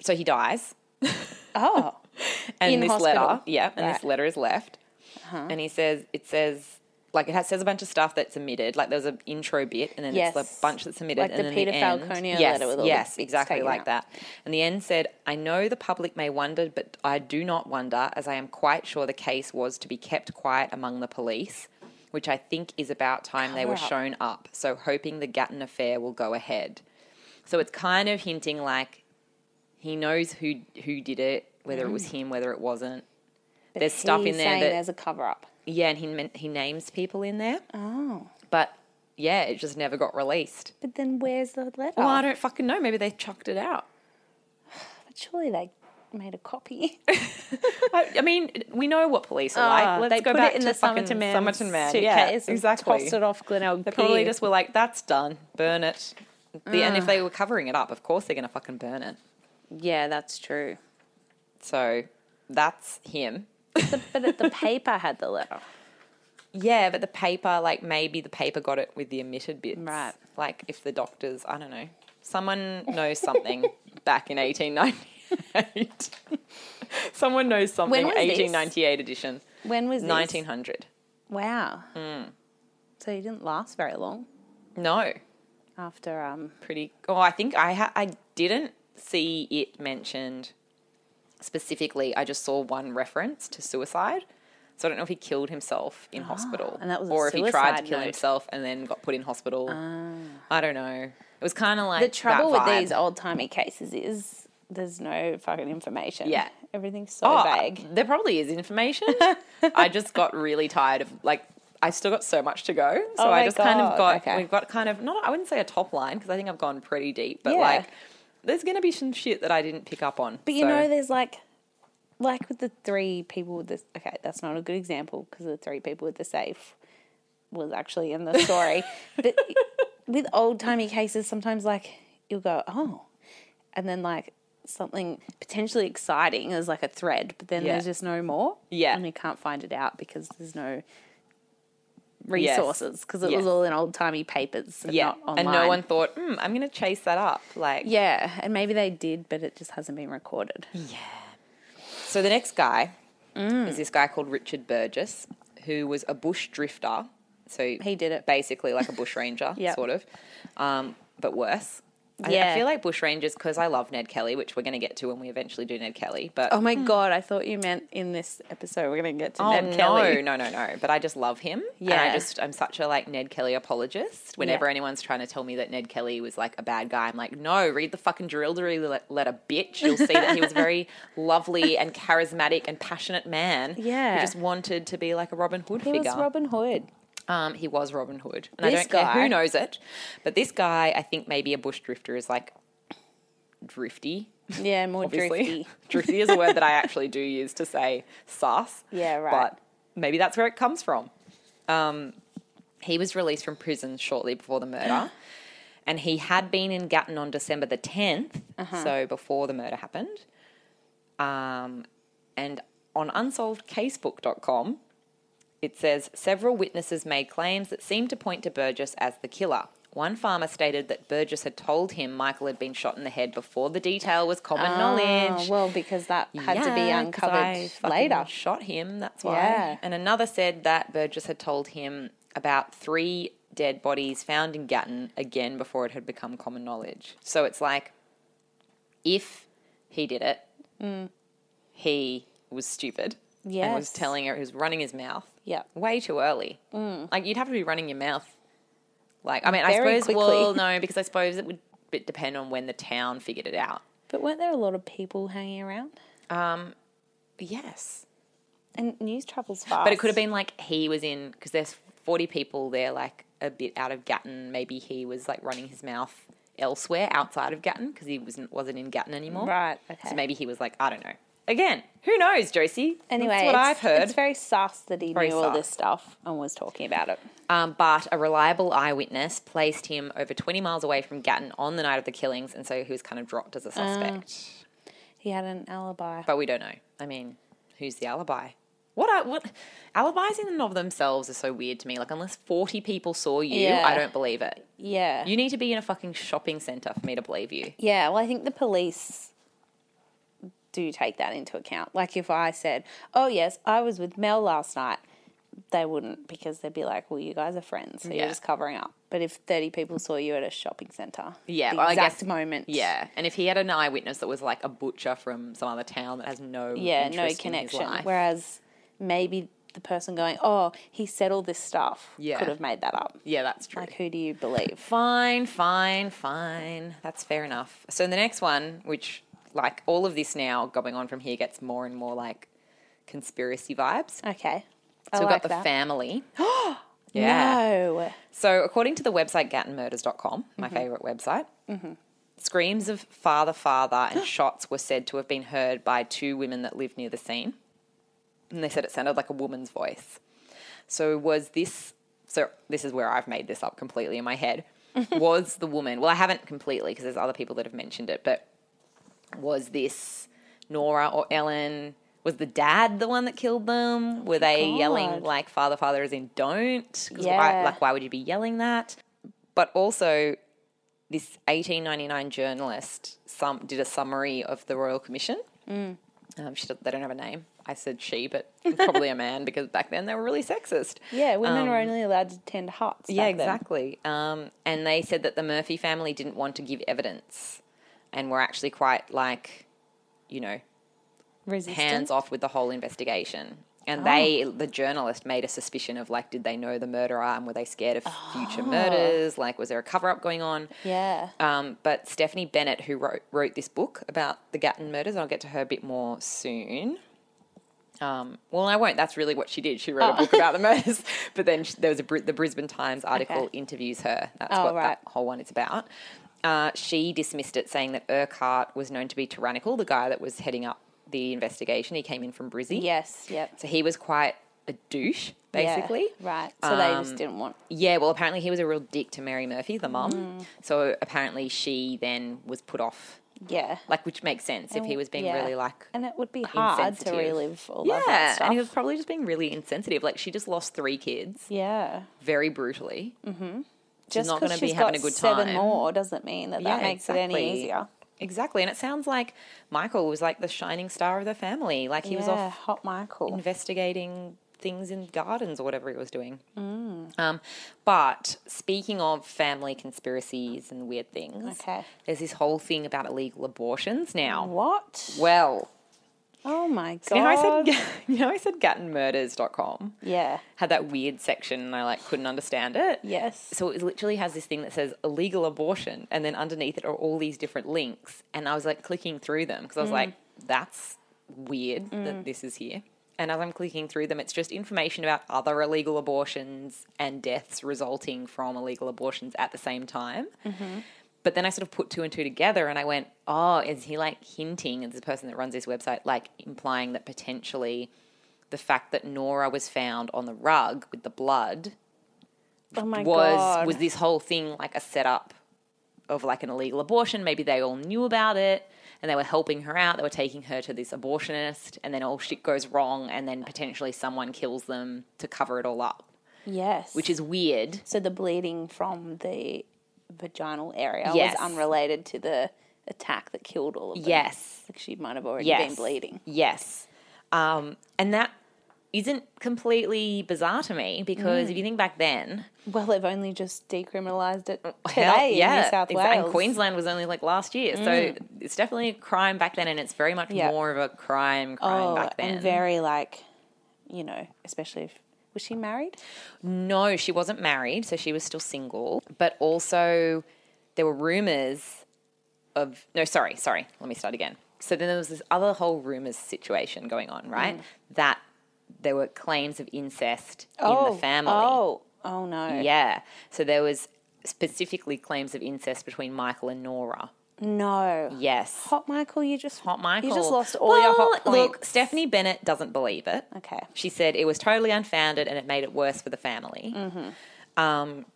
Speaker 2: so he dies
Speaker 1: Oh.
Speaker 2: and
Speaker 1: In
Speaker 2: this
Speaker 1: hospital.
Speaker 2: letter, yeah, and
Speaker 1: Right. Uh-huh.
Speaker 2: this letter is left, and he says it says like it has, says a bunch of stuff that's omitted. Like there was an intro bit, and then
Speaker 1: Yes.
Speaker 2: it's a bunch that's omitted.
Speaker 1: Like
Speaker 2: and
Speaker 1: the
Speaker 2: then
Speaker 1: Peter
Speaker 2: end-
Speaker 1: Falconio
Speaker 2: yes,
Speaker 1: letter with all the
Speaker 2: yes,
Speaker 1: bits
Speaker 2: exactly
Speaker 1: taken
Speaker 2: like
Speaker 1: out.
Speaker 2: that. And the end said, "I know the public may wonder, but I do not wonder, as I am quite sure the case was to be kept quiet among the police." Which I think is about time they were
Speaker 1: Cover up.
Speaker 2: shown up. So, hoping the Gatton affair will go ahead. So, it's kind of hinting like he knows who who did it, whether it was him, whether it wasn't. there's stuff
Speaker 1: Mm. He's
Speaker 2: in there
Speaker 1: saying
Speaker 2: that
Speaker 1: there's a cover up.
Speaker 2: yeah, and he men- he names people in there,
Speaker 1: Oh.
Speaker 2: but yeah, it just never got released.
Speaker 1: But
Speaker 2: Oh.
Speaker 1: then where's the letter?
Speaker 2: Well, I don't fucking know. Maybe they chucked it out.
Speaker 1: But surely they made a copy.
Speaker 2: I, I mean, we know what police are
Speaker 1: Ah,
Speaker 2: like. Let's
Speaker 1: they
Speaker 2: go
Speaker 1: put
Speaker 2: back
Speaker 1: it in
Speaker 2: to
Speaker 1: the Somerton
Speaker 2: fucking
Speaker 1: Man
Speaker 2: Somerton Man.
Speaker 1: suitcase
Speaker 2: Yeah,
Speaker 1: and
Speaker 2: exactly.
Speaker 1: tossed it off Glenelg
Speaker 2: They probably
Speaker 1: Pier.
Speaker 2: just were like, "That's done. Burn it." The,
Speaker 1: Ah.
Speaker 2: and if they were covering it up, of course they're gonna fucking burn it.
Speaker 1: yeah, that's true.
Speaker 2: So that's him.
Speaker 1: The, but the paper had the letter.
Speaker 2: Yeah, but the paper, like maybe the paper got it with the omitted bits.
Speaker 1: Right.
Speaker 2: Like if the doctors, I don't know, someone knows something back in 1898. someone knows something.
Speaker 1: was this?
Speaker 2: 1898 edition.
Speaker 1: When was this?
Speaker 2: 1900.
Speaker 1: Wow.
Speaker 2: Hmm.
Speaker 1: So he didn't last very long
Speaker 2: No,
Speaker 1: after. Um,
Speaker 2: pretty. Oh, I think I ha- I didn't see it mentioned specifically. I just saw one reference to suicide. So I don't know if he killed himself in hospital,
Speaker 1: Ah, and that was a
Speaker 2: or if he tried to
Speaker 1: suicide
Speaker 2: kill
Speaker 1: note. Ah.
Speaker 2: himself and then got put in hospital. I don't know. It was kind of like
Speaker 1: the trouble
Speaker 2: that
Speaker 1: with
Speaker 2: vibe.
Speaker 1: these old timey cases is there's no fucking information.
Speaker 2: Yeah.
Speaker 1: everything's so
Speaker 2: Oh,
Speaker 1: vague.
Speaker 2: There probably is information. I just got really tired of like I still got so much to go, so
Speaker 1: Oh
Speaker 2: I
Speaker 1: my
Speaker 2: just kind of
Speaker 1: God,
Speaker 2: got
Speaker 1: okay.
Speaker 2: we've got kind of not I wouldn't say a top line because I think I've gone pretty deep, but
Speaker 1: Yeah.
Speaker 2: like there's gonna be some shit that I didn't pick up on.
Speaker 1: But you
Speaker 2: so-
Speaker 1: know, there's like, like with the three people with this. Okay, that's not a good example because the three people with the safe was actually in the story. but with old timey cases, sometimes like you'll go, oh, and then like something potentially exciting is like a thread, but then
Speaker 2: Yeah.
Speaker 1: there's just no more.
Speaker 2: Yeah.
Speaker 1: and you can't find it out because there's no resources because it was
Speaker 2: Yes.
Speaker 1: all in old timey papers and
Speaker 2: yeah,
Speaker 1: not online.
Speaker 2: and no one thought, hmm, I'm gonna chase that up. Like,
Speaker 1: Yeah, and maybe they did, but it just hasn't been recorded.
Speaker 2: So the next guy
Speaker 1: Mm.
Speaker 2: is this guy called Richard Burgess, who was a bush drifter. So
Speaker 1: He did it.
Speaker 2: basically like a bush ranger,
Speaker 1: Yep.
Speaker 2: sort of, um, but worse. I- I,
Speaker 1: Yeah.
Speaker 2: feel like bush rangers because I love Ned Kelly, which we're going to get to when we eventually do Ned Kelly. But
Speaker 1: Oh my god, I thought you meant in this episode we're gonna get to
Speaker 2: Hmm. Oh,
Speaker 1: Ned
Speaker 2: no,
Speaker 1: Kelly.
Speaker 2: no, no, no. But I just love him. And I
Speaker 1: Yeah.
Speaker 2: just, I'm such a like Ned Kelly apologist. Whenever anyone's trying to tell me that Ned Kelly was like a bad guy, I'm like, no, read the fucking Drilldery le- letter, bitch. You'll see that he was a very lovely and charismatic and passionate man.
Speaker 1: Yeah.
Speaker 2: He just wanted to be like a Robin Hood
Speaker 1: He
Speaker 2: figure.
Speaker 1: was Robin Hood.
Speaker 2: Um, he was Robin Hood, and I
Speaker 1: This
Speaker 2: don't care
Speaker 1: guy-
Speaker 2: who knows it, but this guy, I think maybe a bush drifter is like drifty,
Speaker 1: Yeah, more
Speaker 2: obviously.
Speaker 1: drifty.
Speaker 2: Drifty. is a word that I actually do use to say sus.
Speaker 1: Yeah, right.
Speaker 2: But maybe that's where it comes from. Um, he was released from prison shortly before the murder. and he had been in Gatton on December the 10th,
Speaker 1: Uh-huh.
Speaker 2: so before the murder happened. Um, and on unsolvedcasebook.com, it says several witnesses made claims that seemed to point to Burgess as the killer. One farmer stated that Burgess had told him Michael had been shot in the head before the detail was common
Speaker 1: Oh,
Speaker 2: knowledge.
Speaker 1: well, because that had to be
Speaker 2: Yeah, 'cause I
Speaker 1: uncovered
Speaker 2: fucking
Speaker 1: later.
Speaker 2: Shot him. That's why.
Speaker 1: Yeah.
Speaker 2: And another said that Burgess had told him about three dead bodies found in Gatton again before it had become common knowledge. So it's like, if he did it, he was stupid. And was
Speaker 1: Mm. Yes.
Speaker 2: telling her he was running his mouth.
Speaker 1: Yeah.
Speaker 2: Way too early. Like you'd have to be running your mouth. Like I mean, I
Speaker 1: Mm. Very
Speaker 2: suppose.
Speaker 1: quickly.
Speaker 2: Well, no, because I suppose it would bit depend on when the town figured it out.
Speaker 1: But weren't there a lot of people hanging around?
Speaker 2: Yes.
Speaker 1: And news travels fast.
Speaker 2: But it could have been like he was in because there's 40 people there, like a bit out of Gatton. Maybe he was like running his mouth elsewhere outside of Gatton because he wasn't wasn't in Gatton anymore.
Speaker 1: Right, okay.
Speaker 2: So maybe he was like, I don't know. Again, who knows, Josie?
Speaker 1: Anyway,
Speaker 2: that's what
Speaker 1: it's-
Speaker 2: I've heard.
Speaker 1: It's very sus that he
Speaker 2: Very
Speaker 1: knew all
Speaker 2: sus.
Speaker 1: this stuff and was talking about it.
Speaker 2: Um, but a reliable eyewitness placed him over 20 miles away from Gatton on the night of the killings, and so he was kind of dropped as a
Speaker 1: Mm.
Speaker 2: suspect.
Speaker 1: He had an alibi.
Speaker 2: But we don't know. I mean, who's the alibi? What are, what alibis in and of themselves are so weird to me. Like unless 40 people saw you, I
Speaker 1: Yeah.
Speaker 2: don't believe it.
Speaker 1: yeah.
Speaker 2: You need to be in a fucking shopping center for me to believe you.
Speaker 1: Yeah, well, I think the police do take that into account. Like if I said, "Oh yes, I was with Mel last night," they wouldn't because they'd be like, "Well, you guys are friends, so
Speaker 2: Yeah.
Speaker 1: you're just covering up." But if thirty people saw you at a shopping center,
Speaker 2: Yeah,
Speaker 1: the
Speaker 2: well, I
Speaker 1: exact
Speaker 2: guess-
Speaker 1: moment,
Speaker 2: Yeah, and if he had an eyewitness that was like a butcher from some other town that has no
Speaker 1: yeah, no
Speaker 2: interest in his
Speaker 1: connection.
Speaker 2: life.
Speaker 1: Whereas maybe the person going, "Oh, he said all this stuff,"
Speaker 2: Yeah.
Speaker 1: could have made that up.
Speaker 2: yeah, that's true.
Speaker 1: Like, who do you believe?
Speaker 2: Fine, fine, fine. That's fair enough. So the next one, which like all of this now going on from here gets more and more like conspiracy vibes.
Speaker 1: Okay, I
Speaker 2: So we've
Speaker 1: like
Speaker 2: got the
Speaker 1: that.
Speaker 2: family. yeah.
Speaker 1: No,
Speaker 2: So according to the website gattonmurders.com, my favorite website, Screams of father, father, and shots were said to have been heard by two women that lived near the scene. And they said it sounded like a woman's voice. So was this so this is where I've made this up completely in my head. was the woman well I haven't completely because there's other people that have mentioned it, but was this Nora or Ellen? Was the dad the one that killed them? Were they yelling
Speaker 1: God.
Speaker 2: like father, father as in don't? 'Cause why,
Speaker 1: Yeah.
Speaker 2: like why would you be yelling that? But also this 1899 journalist some did a summary of the Royal Commission. Um, she, don't- they don't have a name. I said she, but it's probably a man because back then they were really sexist.
Speaker 1: Yeah, women were only allowed to tend huts.
Speaker 2: Um, Yeah,
Speaker 1: back then.
Speaker 2: exactly. Um, and they said that the Murphy family didn't want to give evidence and were actually quite like, you know,
Speaker 1: Resistant. Oh.
Speaker 2: hands off with the whole investigation. And they, the journalist, made a suspicion of like, did they know the murderer and were they scared of future
Speaker 1: Oh.
Speaker 2: murders? Like, was there a cover up going on?
Speaker 1: Yeah.
Speaker 2: Um, but Stephanie Bennett, who wrote, wrote this book about the Gatton murders, and I'll get to her a bit more soon. Um, well, I won't. That's really what she did. She wrote a book about the murders. But then she, there was a Brit- the Brisbane Times article
Speaker 1: Oh. Okay.
Speaker 2: interviews her. That's
Speaker 1: Oh,
Speaker 2: what
Speaker 1: right.
Speaker 2: that whole one is about. Uh, she dismissed it, saying that Urquhart was known to be tyrannical. The guy that was heading up the investigation, he came in from Brizzy.
Speaker 1: Yes. Yep.
Speaker 2: So he was quite a douche,
Speaker 1: Yeah,
Speaker 2: basically. Um,
Speaker 1: right. So they just didn't want.
Speaker 2: Yeah, well, apparently he was a real dick to Mary Murphy, the mum.
Speaker 1: Mm.
Speaker 2: So apparently she then was put off,
Speaker 1: Yeah.
Speaker 2: like, which makes sense if he was being
Speaker 1: Oh, Yeah.
Speaker 2: really like.
Speaker 1: And it would be hard to
Speaker 2: insensitive.
Speaker 1: relive all of that
Speaker 2: Yeah,
Speaker 1: stuff.
Speaker 2: and he was probably just being really insensitive. Like she just lost three kids
Speaker 1: yeah.
Speaker 2: very brutally.
Speaker 1: Mm, Just
Speaker 2: not
Speaker 1: because
Speaker 2: gonna be
Speaker 1: she's
Speaker 2: having
Speaker 1: got
Speaker 2: a good
Speaker 1: seven
Speaker 2: time.
Speaker 1: more doesn't mean that that
Speaker 2: Yeah,
Speaker 1: makes it any
Speaker 2: exactly.
Speaker 1: easier.
Speaker 2: Exactly, and it sounds like Michael was like the shining star of the family. Like he was
Speaker 1: Yeah,
Speaker 2: off
Speaker 1: hot Michael.
Speaker 2: investigating things in gardens or whatever he was doing. Um, but speaking of family conspiracies and weird things,
Speaker 1: Okay.
Speaker 2: there's this whole thing about illegal abortions now.
Speaker 1: what?
Speaker 2: Well,
Speaker 1: Oh my god.
Speaker 2: you know, I said you know I said GattonMurders.com
Speaker 1: yeah.
Speaker 2: had that weird section and I like couldn't understand it.
Speaker 1: Yes.
Speaker 2: So it literally has this thing that says illegal abortion, and then underneath it are all these different links. And I was like clicking through them because I was like, that's weird that this is here. And as I'm clicking through them, it's just information about other illegal abortions and deaths resulting from illegal abortions at the same time. But then I sort of put two and two together and I went, oh, is he like hinting, and the person that runs this website, like implying that potentially the fact that Nora was found on the rug with the blood
Speaker 1: Oh my
Speaker 2: was
Speaker 1: god.
Speaker 2: was this whole thing like a setup of like an illegal abortion? Maybe they all knew about it and they were helping her out. They were taking her to this abortionist, and then all shit goes wrong, and then potentially someone kills them to cover it all up,
Speaker 1: yes.
Speaker 2: which is weird.
Speaker 1: so the bleeding from the vaginal area
Speaker 2: Yes.
Speaker 1: was unrelated to the attack that killed all of them.
Speaker 2: Yes.
Speaker 1: Like she might have already been bleeding.
Speaker 2: Yes. Um, and that isn't completely bizarre to me because
Speaker 1: Mm.
Speaker 2: if you think back then,
Speaker 1: Well, they've only just decriminalised it today
Speaker 2: Hell,
Speaker 1: in New South
Speaker 2: exa-
Speaker 1: Wales. Mm.
Speaker 2: And Queensland was only like last year. So it's definitely a crime back then and it's very much
Speaker 1: Yeah.
Speaker 2: more of a crime crime
Speaker 1: Oh,
Speaker 2: back then.
Speaker 1: and very like, you know, especially if was she married?
Speaker 2: No, she wasn't married, so she was still single. But also, there were rumors of. No, sorry, sorry. Let me start again. So then there was this other whole rumors situation going on, right?
Speaker 1: Mm.
Speaker 2: That there were claims of incest in the family.
Speaker 1: Oh, oh no,
Speaker 2: Yeah. So there was specifically claims of incest between Michael and Nora.
Speaker 1: no.
Speaker 2: Yes.
Speaker 1: Hot Michael, you just
Speaker 2: Hot Michael.
Speaker 1: You just lost all your hot points.
Speaker 2: Look, Stephanie Bennett doesn't believe it.
Speaker 1: Okay.
Speaker 2: She said it was totally unfounded and it made it worse for the family.
Speaker 1: Mm-hmm.
Speaker 2: Um,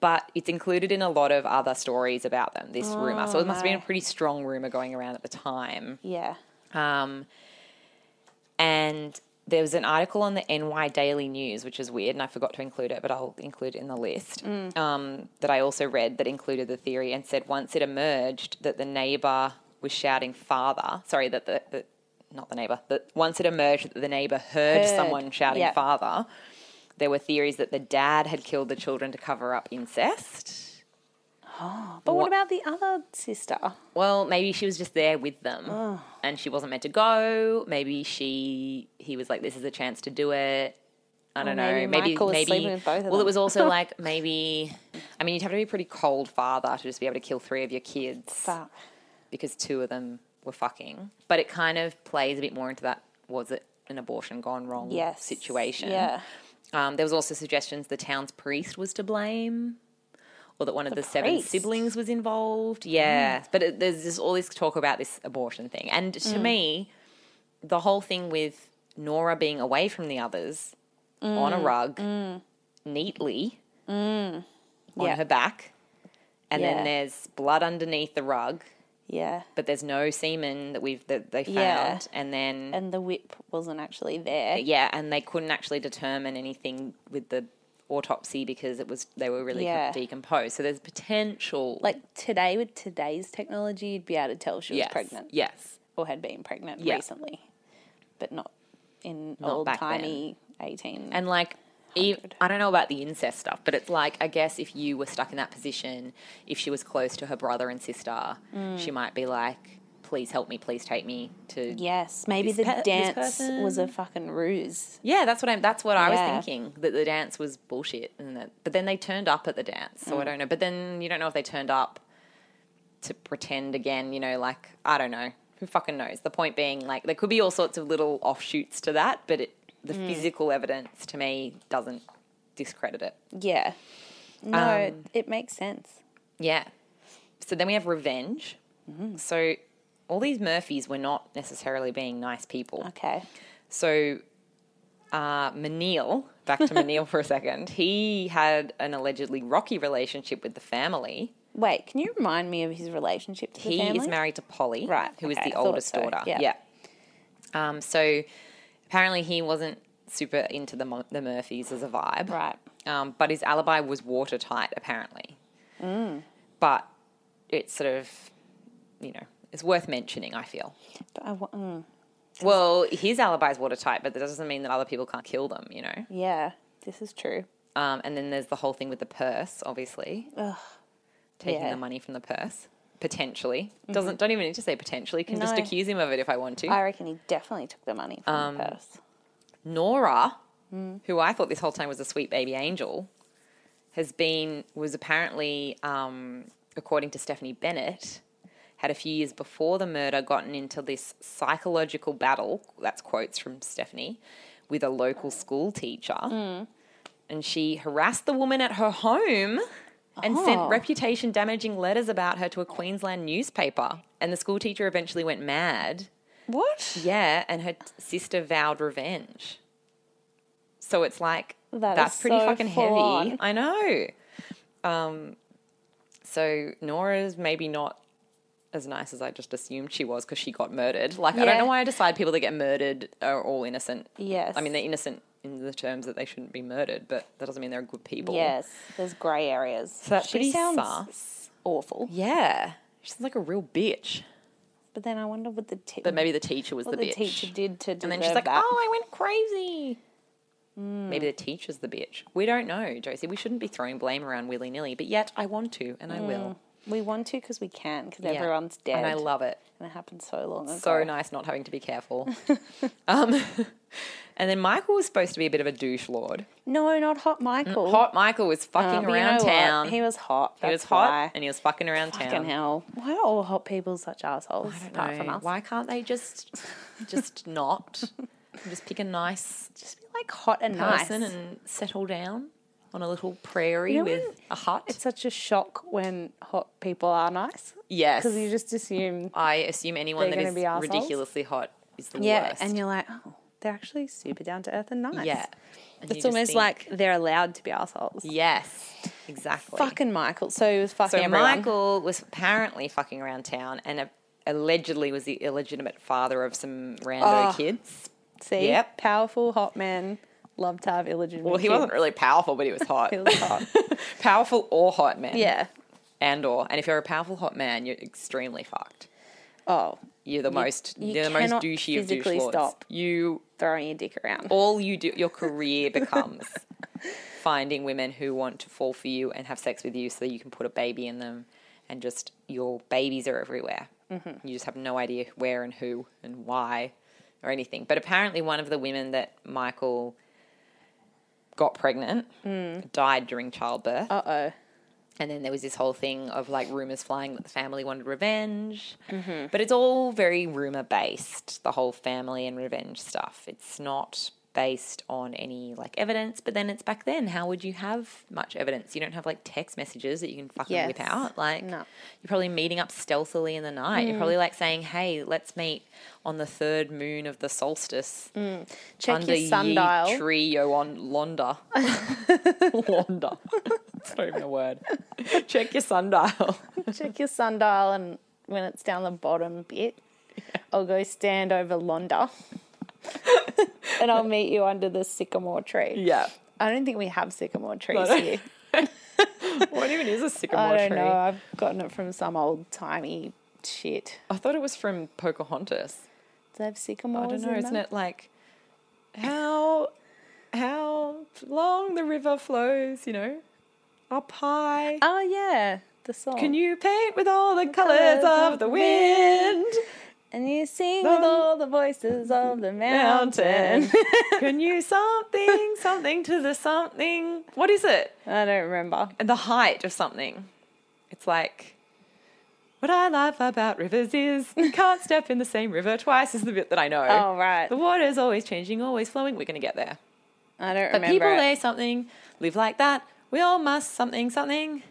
Speaker 2: but it's included in a lot of other stories about them, this rumor. So it must have been a pretty strong rumor going around at the time.
Speaker 1: Yeah.
Speaker 2: Um, and there was an article on the NY Daily News, which is weird, and I forgot to include it, but I'll include it in the list. Um, that I also read that included the theory and said once it emerged that the neighbor was shouting "father," sorry, that the, the not the neighbor, that once it emerged that the neighbor heard,
Speaker 1: Heard,
Speaker 2: someone shouting
Speaker 1: yeah.
Speaker 2: "father," there were theories that the dad had killed the children to cover up incest.
Speaker 1: But what,
Speaker 2: What-
Speaker 1: about the other sister?
Speaker 2: Well, maybe she was just there with them, and she wasn't meant to go. Maybe she he was like, "This is a chance to do it." I don't know.
Speaker 1: maybe
Speaker 2: Maybe
Speaker 1: Michael was
Speaker 2: maybe.
Speaker 1: sleeping with both of
Speaker 2: well, it
Speaker 1: them.
Speaker 2: was also like maybe. I mean, you'd have to be a pretty cold father to just be able to kill three of your kids
Speaker 1: Fuck.
Speaker 2: because two of them were fucking. But it kind of plays a bit more into that. Was it an abortion gone wrong?
Speaker 1: Yes.
Speaker 2: Situation.
Speaker 1: Yeah.
Speaker 2: Um, there was also suggestions the town's priest was to blame, or that one of
Speaker 1: The
Speaker 2: the, seven
Speaker 1: priest. Mm.
Speaker 2: siblings was involved. Yeah, but it, there's just all this talk about this abortion thing, and to me, the whole thing with Nora being away from the others on
Speaker 1: Mm.
Speaker 2: a rug, neatly on
Speaker 1: Yeah.
Speaker 2: her back, and
Speaker 1: Yeah.
Speaker 2: then there's blood underneath the rug,
Speaker 1: Yeah.
Speaker 2: but there's no semen that we've that they found,
Speaker 1: Yeah.
Speaker 2: and then
Speaker 1: And the whip wasn't actually there.
Speaker 2: yeah, and they couldn't actually determine anything with the autopsy because it was they were really
Speaker 1: Yeah.
Speaker 2: decomposed. So there's potential.
Speaker 1: Like today, with today's technology, you'd be able to tell she was
Speaker 2: yes,
Speaker 1: pregnant
Speaker 2: Yes.
Speaker 1: or had been pregnant
Speaker 2: Yeah.
Speaker 1: recently, but not in
Speaker 2: Not
Speaker 1: old
Speaker 2: back then.
Speaker 1: timey 18.
Speaker 2: And like, e- I don't know about the incest stuff, but it's like, I guess if you were stuck in that position, if she was close to her brother and sister,
Speaker 1: Mm.
Speaker 2: she might be like, please help me, please take me to. Yeah,
Speaker 1: yes, maybe
Speaker 2: This
Speaker 1: the
Speaker 2: pe- this
Speaker 1: dance was a
Speaker 2: person-
Speaker 1: fucking ruse.
Speaker 2: that's what I'm, that's what I
Speaker 1: Yeah.
Speaker 2: was thinking, that the dance was bullshit. And that, but then they turned up at the dance. So I don't know. But then you don't know if they turned up to pretend again, you know, like, I don't know. Who fucking knows? The point being, like, there could be all sorts of little offshoots to that, but it, the physical evidence to me doesn't discredit it.
Speaker 1: Yeah. No,
Speaker 2: Um,
Speaker 1: it makes sense.
Speaker 2: Yeah. So then we have revenge. So all these Murphys were not necessarily being nice people.
Speaker 1: Okay.
Speaker 2: So uh, Menil, back to Menil for a second, he had an allegedly rocky relationship with the family.
Speaker 1: Wait, can you remind me of his relationship to the
Speaker 2: he
Speaker 1: family?
Speaker 2: is married to Polly,
Speaker 1: Right,
Speaker 2: Who is
Speaker 1: okay, I
Speaker 2: the
Speaker 1: thought
Speaker 2: oldest
Speaker 1: so,
Speaker 2: daughter.
Speaker 1: yeah.
Speaker 2: Yeah. Um, so apparently he wasn't super into the Mo- the Murphys as a vibe,
Speaker 1: Right.
Speaker 2: Um, but his alibi was watertight, apparently.
Speaker 1: Mm.
Speaker 2: But it's sort of, you know, it's worth mentioning. I feel.
Speaker 1: But I, wa- mm,
Speaker 2: Well, his alibi is watertight, but that doesn't mean that other people can't kill them, you know.
Speaker 1: yeah, this is true.
Speaker 2: Um, and then there's the whole thing with the purse, obviously. Taking
Speaker 1: yeah. Mm-hmm.
Speaker 2: the money from the purse. Potentially. Doesn't don't even need to say potentially, can just
Speaker 1: No.
Speaker 2: accuse him of it if I want to.
Speaker 1: I reckon he definitely took the money from
Speaker 2: Um,
Speaker 1: the purse.
Speaker 2: Nora, who I thought this whole time was a sweet baby angel, has been was apparently, um, according to Stephanie Bennett, had a few years before the murder gotten into this psychological battle. That's quotes from Stephanie with a local school teacher, and she harassed the woman at her home. And
Speaker 1: Oh.
Speaker 2: sent reputation damaging letters about her to a Queensland newspaper. And the school teacher eventually went mad
Speaker 1: What?
Speaker 2: yeah, and her t- sister vowed revenge. So it's like
Speaker 1: That
Speaker 2: that's
Speaker 1: is
Speaker 2: pretty
Speaker 1: so
Speaker 2: fucking
Speaker 1: full
Speaker 2: heavy.
Speaker 1: on.
Speaker 2: I know. Um, so Nora's maybe not as nice as I just assumed she was because she got murdered. Like I
Speaker 1: Yeah.
Speaker 2: don't know why I decide people that get murdered are all innocent.
Speaker 1: Yes.
Speaker 2: I mean they're innocent in the terms that they shouldn't be murdered, but that doesn't mean they're good people.
Speaker 1: Yes, there's grey areas.
Speaker 2: So that's
Speaker 1: she
Speaker 2: pretty
Speaker 1: sounds
Speaker 2: sus.
Speaker 1: awful.
Speaker 2: Yeah. She's like a real bitch.
Speaker 1: But then I wonder what the tip.
Speaker 2: But maybe the teacher was
Speaker 1: what
Speaker 2: the
Speaker 1: the,
Speaker 2: bitch.
Speaker 1: teacher did to deserve
Speaker 2: And then she's like,
Speaker 1: that. Hmm.
Speaker 2: "Oh, I went crazy." Maybe the teacher's the bitch. We don't know, Josie. We shouldn't be throwing blame around willy nilly, but yet I want to, and I will.
Speaker 1: we want to because we can because
Speaker 2: Yeah.
Speaker 1: Hmm. everyone's dead." Oh,
Speaker 2: and I love it.
Speaker 1: And it happened so long ago.
Speaker 2: So nice not having to be careful. um, and then Michael was supposed to be a bit of a douche lord.
Speaker 1: No, not hot Michael.
Speaker 2: Hot Michael was
Speaker 1: Uh,
Speaker 2: fucking
Speaker 1: but you
Speaker 2: around
Speaker 1: know what?
Speaker 2: town.
Speaker 1: He
Speaker 2: He,
Speaker 1: was hot. That's
Speaker 2: was hot,
Speaker 1: Why.
Speaker 2: and he was fucking around
Speaker 1: Fucking
Speaker 2: town.
Speaker 1: hell! Why are all hot people such assholes?
Speaker 2: I don't
Speaker 1: Apart
Speaker 2: know.
Speaker 1: from us,
Speaker 2: Why can't they just, just not, just pick a nice
Speaker 1: just be like hot and nice.
Speaker 2: person and settle down on a little prairie
Speaker 1: You know
Speaker 2: with
Speaker 1: when-
Speaker 2: a hut?
Speaker 1: It's such a shock when hot people are nice
Speaker 2: Yes.
Speaker 1: because you just assume.
Speaker 2: I assume anyone
Speaker 1: They're
Speaker 2: that
Speaker 1: gonna
Speaker 2: is
Speaker 1: be arseholes?
Speaker 2: ridiculously hot is the
Speaker 1: Yeah,
Speaker 2: worst.
Speaker 1: and you're like, oh, they're actually super down to earth and nice.
Speaker 2: yeah. And
Speaker 1: It's
Speaker 2: you just
Speaker 1: almost
Speaker 2: think,
Speaker 1: like they're allowed to be assholes.
Speaker 2: yes, exactly.
Speaker 1: Fucking Michael. So he was fucking
Speaker 2: so
Speaker 1: everyone.
Speaker 2: Michael was apparently fucking around town and a- allegedly was the illegitimate father of some rando
Speaker 1: Oh.
Speaker 2: kids.
Speaker 1: See,
Speaker 2: Yep.
Speaker 1: powerful hot man. Loved to have illegitimate.
Speaker 2: Well, he
Speaker 1: kids.
Speaker 2: wasn't really powerful, but he was hot.
Speaker 1: He was hot.
Speaker 2: powerful or hot man.
Speaker 1: yeah.
Speaker 2: And or and if you're a powerful hot man, you're extremely fucked.
Speaker 1: Oh,
Speaker 2: You're the most
Speaker 1: you
Speaker 2: you're the most
Speaker 1: cannot
Speaker 2: douchey of douche
Speaker 1: physically
Speaker 2: lords.
Speaker 1: stop.
Speaker 2: You
Speaker 1: throwing your dick around.
Speaker 2: all you do your career becomes finding women who want to fall for you and have sex with you so that you can put a baby in them and just your babies are everywhere you just have no idea where and who and why or anything but apparently one of the women that michael got pregnant died during childbirth
Speaker 1: Uh oh.
Speaker 2: and then there was this whole thing of like rumors flying that the family wanted revenge.
Speaker 1: Mm-hmm.
Speaker 2: But it's all very rumor based, the whole family and revenge stuff. It's not based on any like evidence, but then it's back then. How would you have much evidence? You don't have like text messages that you can fucking whip
Speaker 1: Yes.
Speaker 2: out. Like
Speaker 1: No. Mm.
Speaker 2: you're probably meeting up stealthily in the night. You're probably like saying, "Hey, let's meet on the third moon of the solstice
Speaker 1: Mm. Check
Speaker 2: under
Speaker 1: your sundial.
Speaker 2: ye tree yo on londa. londa. It's not even a word. Check your sundial.
Speaker 1: Check your sundial, and when it's down the bottom bit, I'll go stand over Londa, and I'll meet you under the sycamore tree.
Speaker 2: Yeah.
Speaker 1: I don't think we have sycamore trees
Speaker 2: no.
Speaker 1: here.
Speaker 2: What even is a
Speaker 1: I
Speaker 2: sycamore
Speaker 1: don't
Speaker 2: tree?
Speaker 1: know. I've gotten it from some old timey shit.
Speaker 2: I thought it was from Pocahontas.
Speaker 1: Do they have sycamores?
Speaker 2: I don't know,
Speaker 1: in
Speaker 2: isn't
Speaker 1: them?
Speaker 2: it like how how long the river flows, you know? Up high.
Speaker 1: Oh yeah, the song.
Speaker 2: Can you paint with all the colours of the wind?
Speaker 1: and you sing
Speaker 2: Song.
Speaker 1: with all the voices of the mountain.
Speaker 2: Mountain. Can you something, something to the something? What is it?
Speaker 1: I don't remember.
Speaker 2: and the height of something. It's like what I love about rivers is you can't step in the same river twice is the bit that I know.
Speaker 1: Oh right,
Speaker 2: The water is always changing, always flowing. We're gonna get there.
Speaker 1: I don't
Speaker 2: But
Speaker 1: remember.
Speaker 2: people
Speaker 1: it.
Speaker 2: say something, live like that. We all must something something.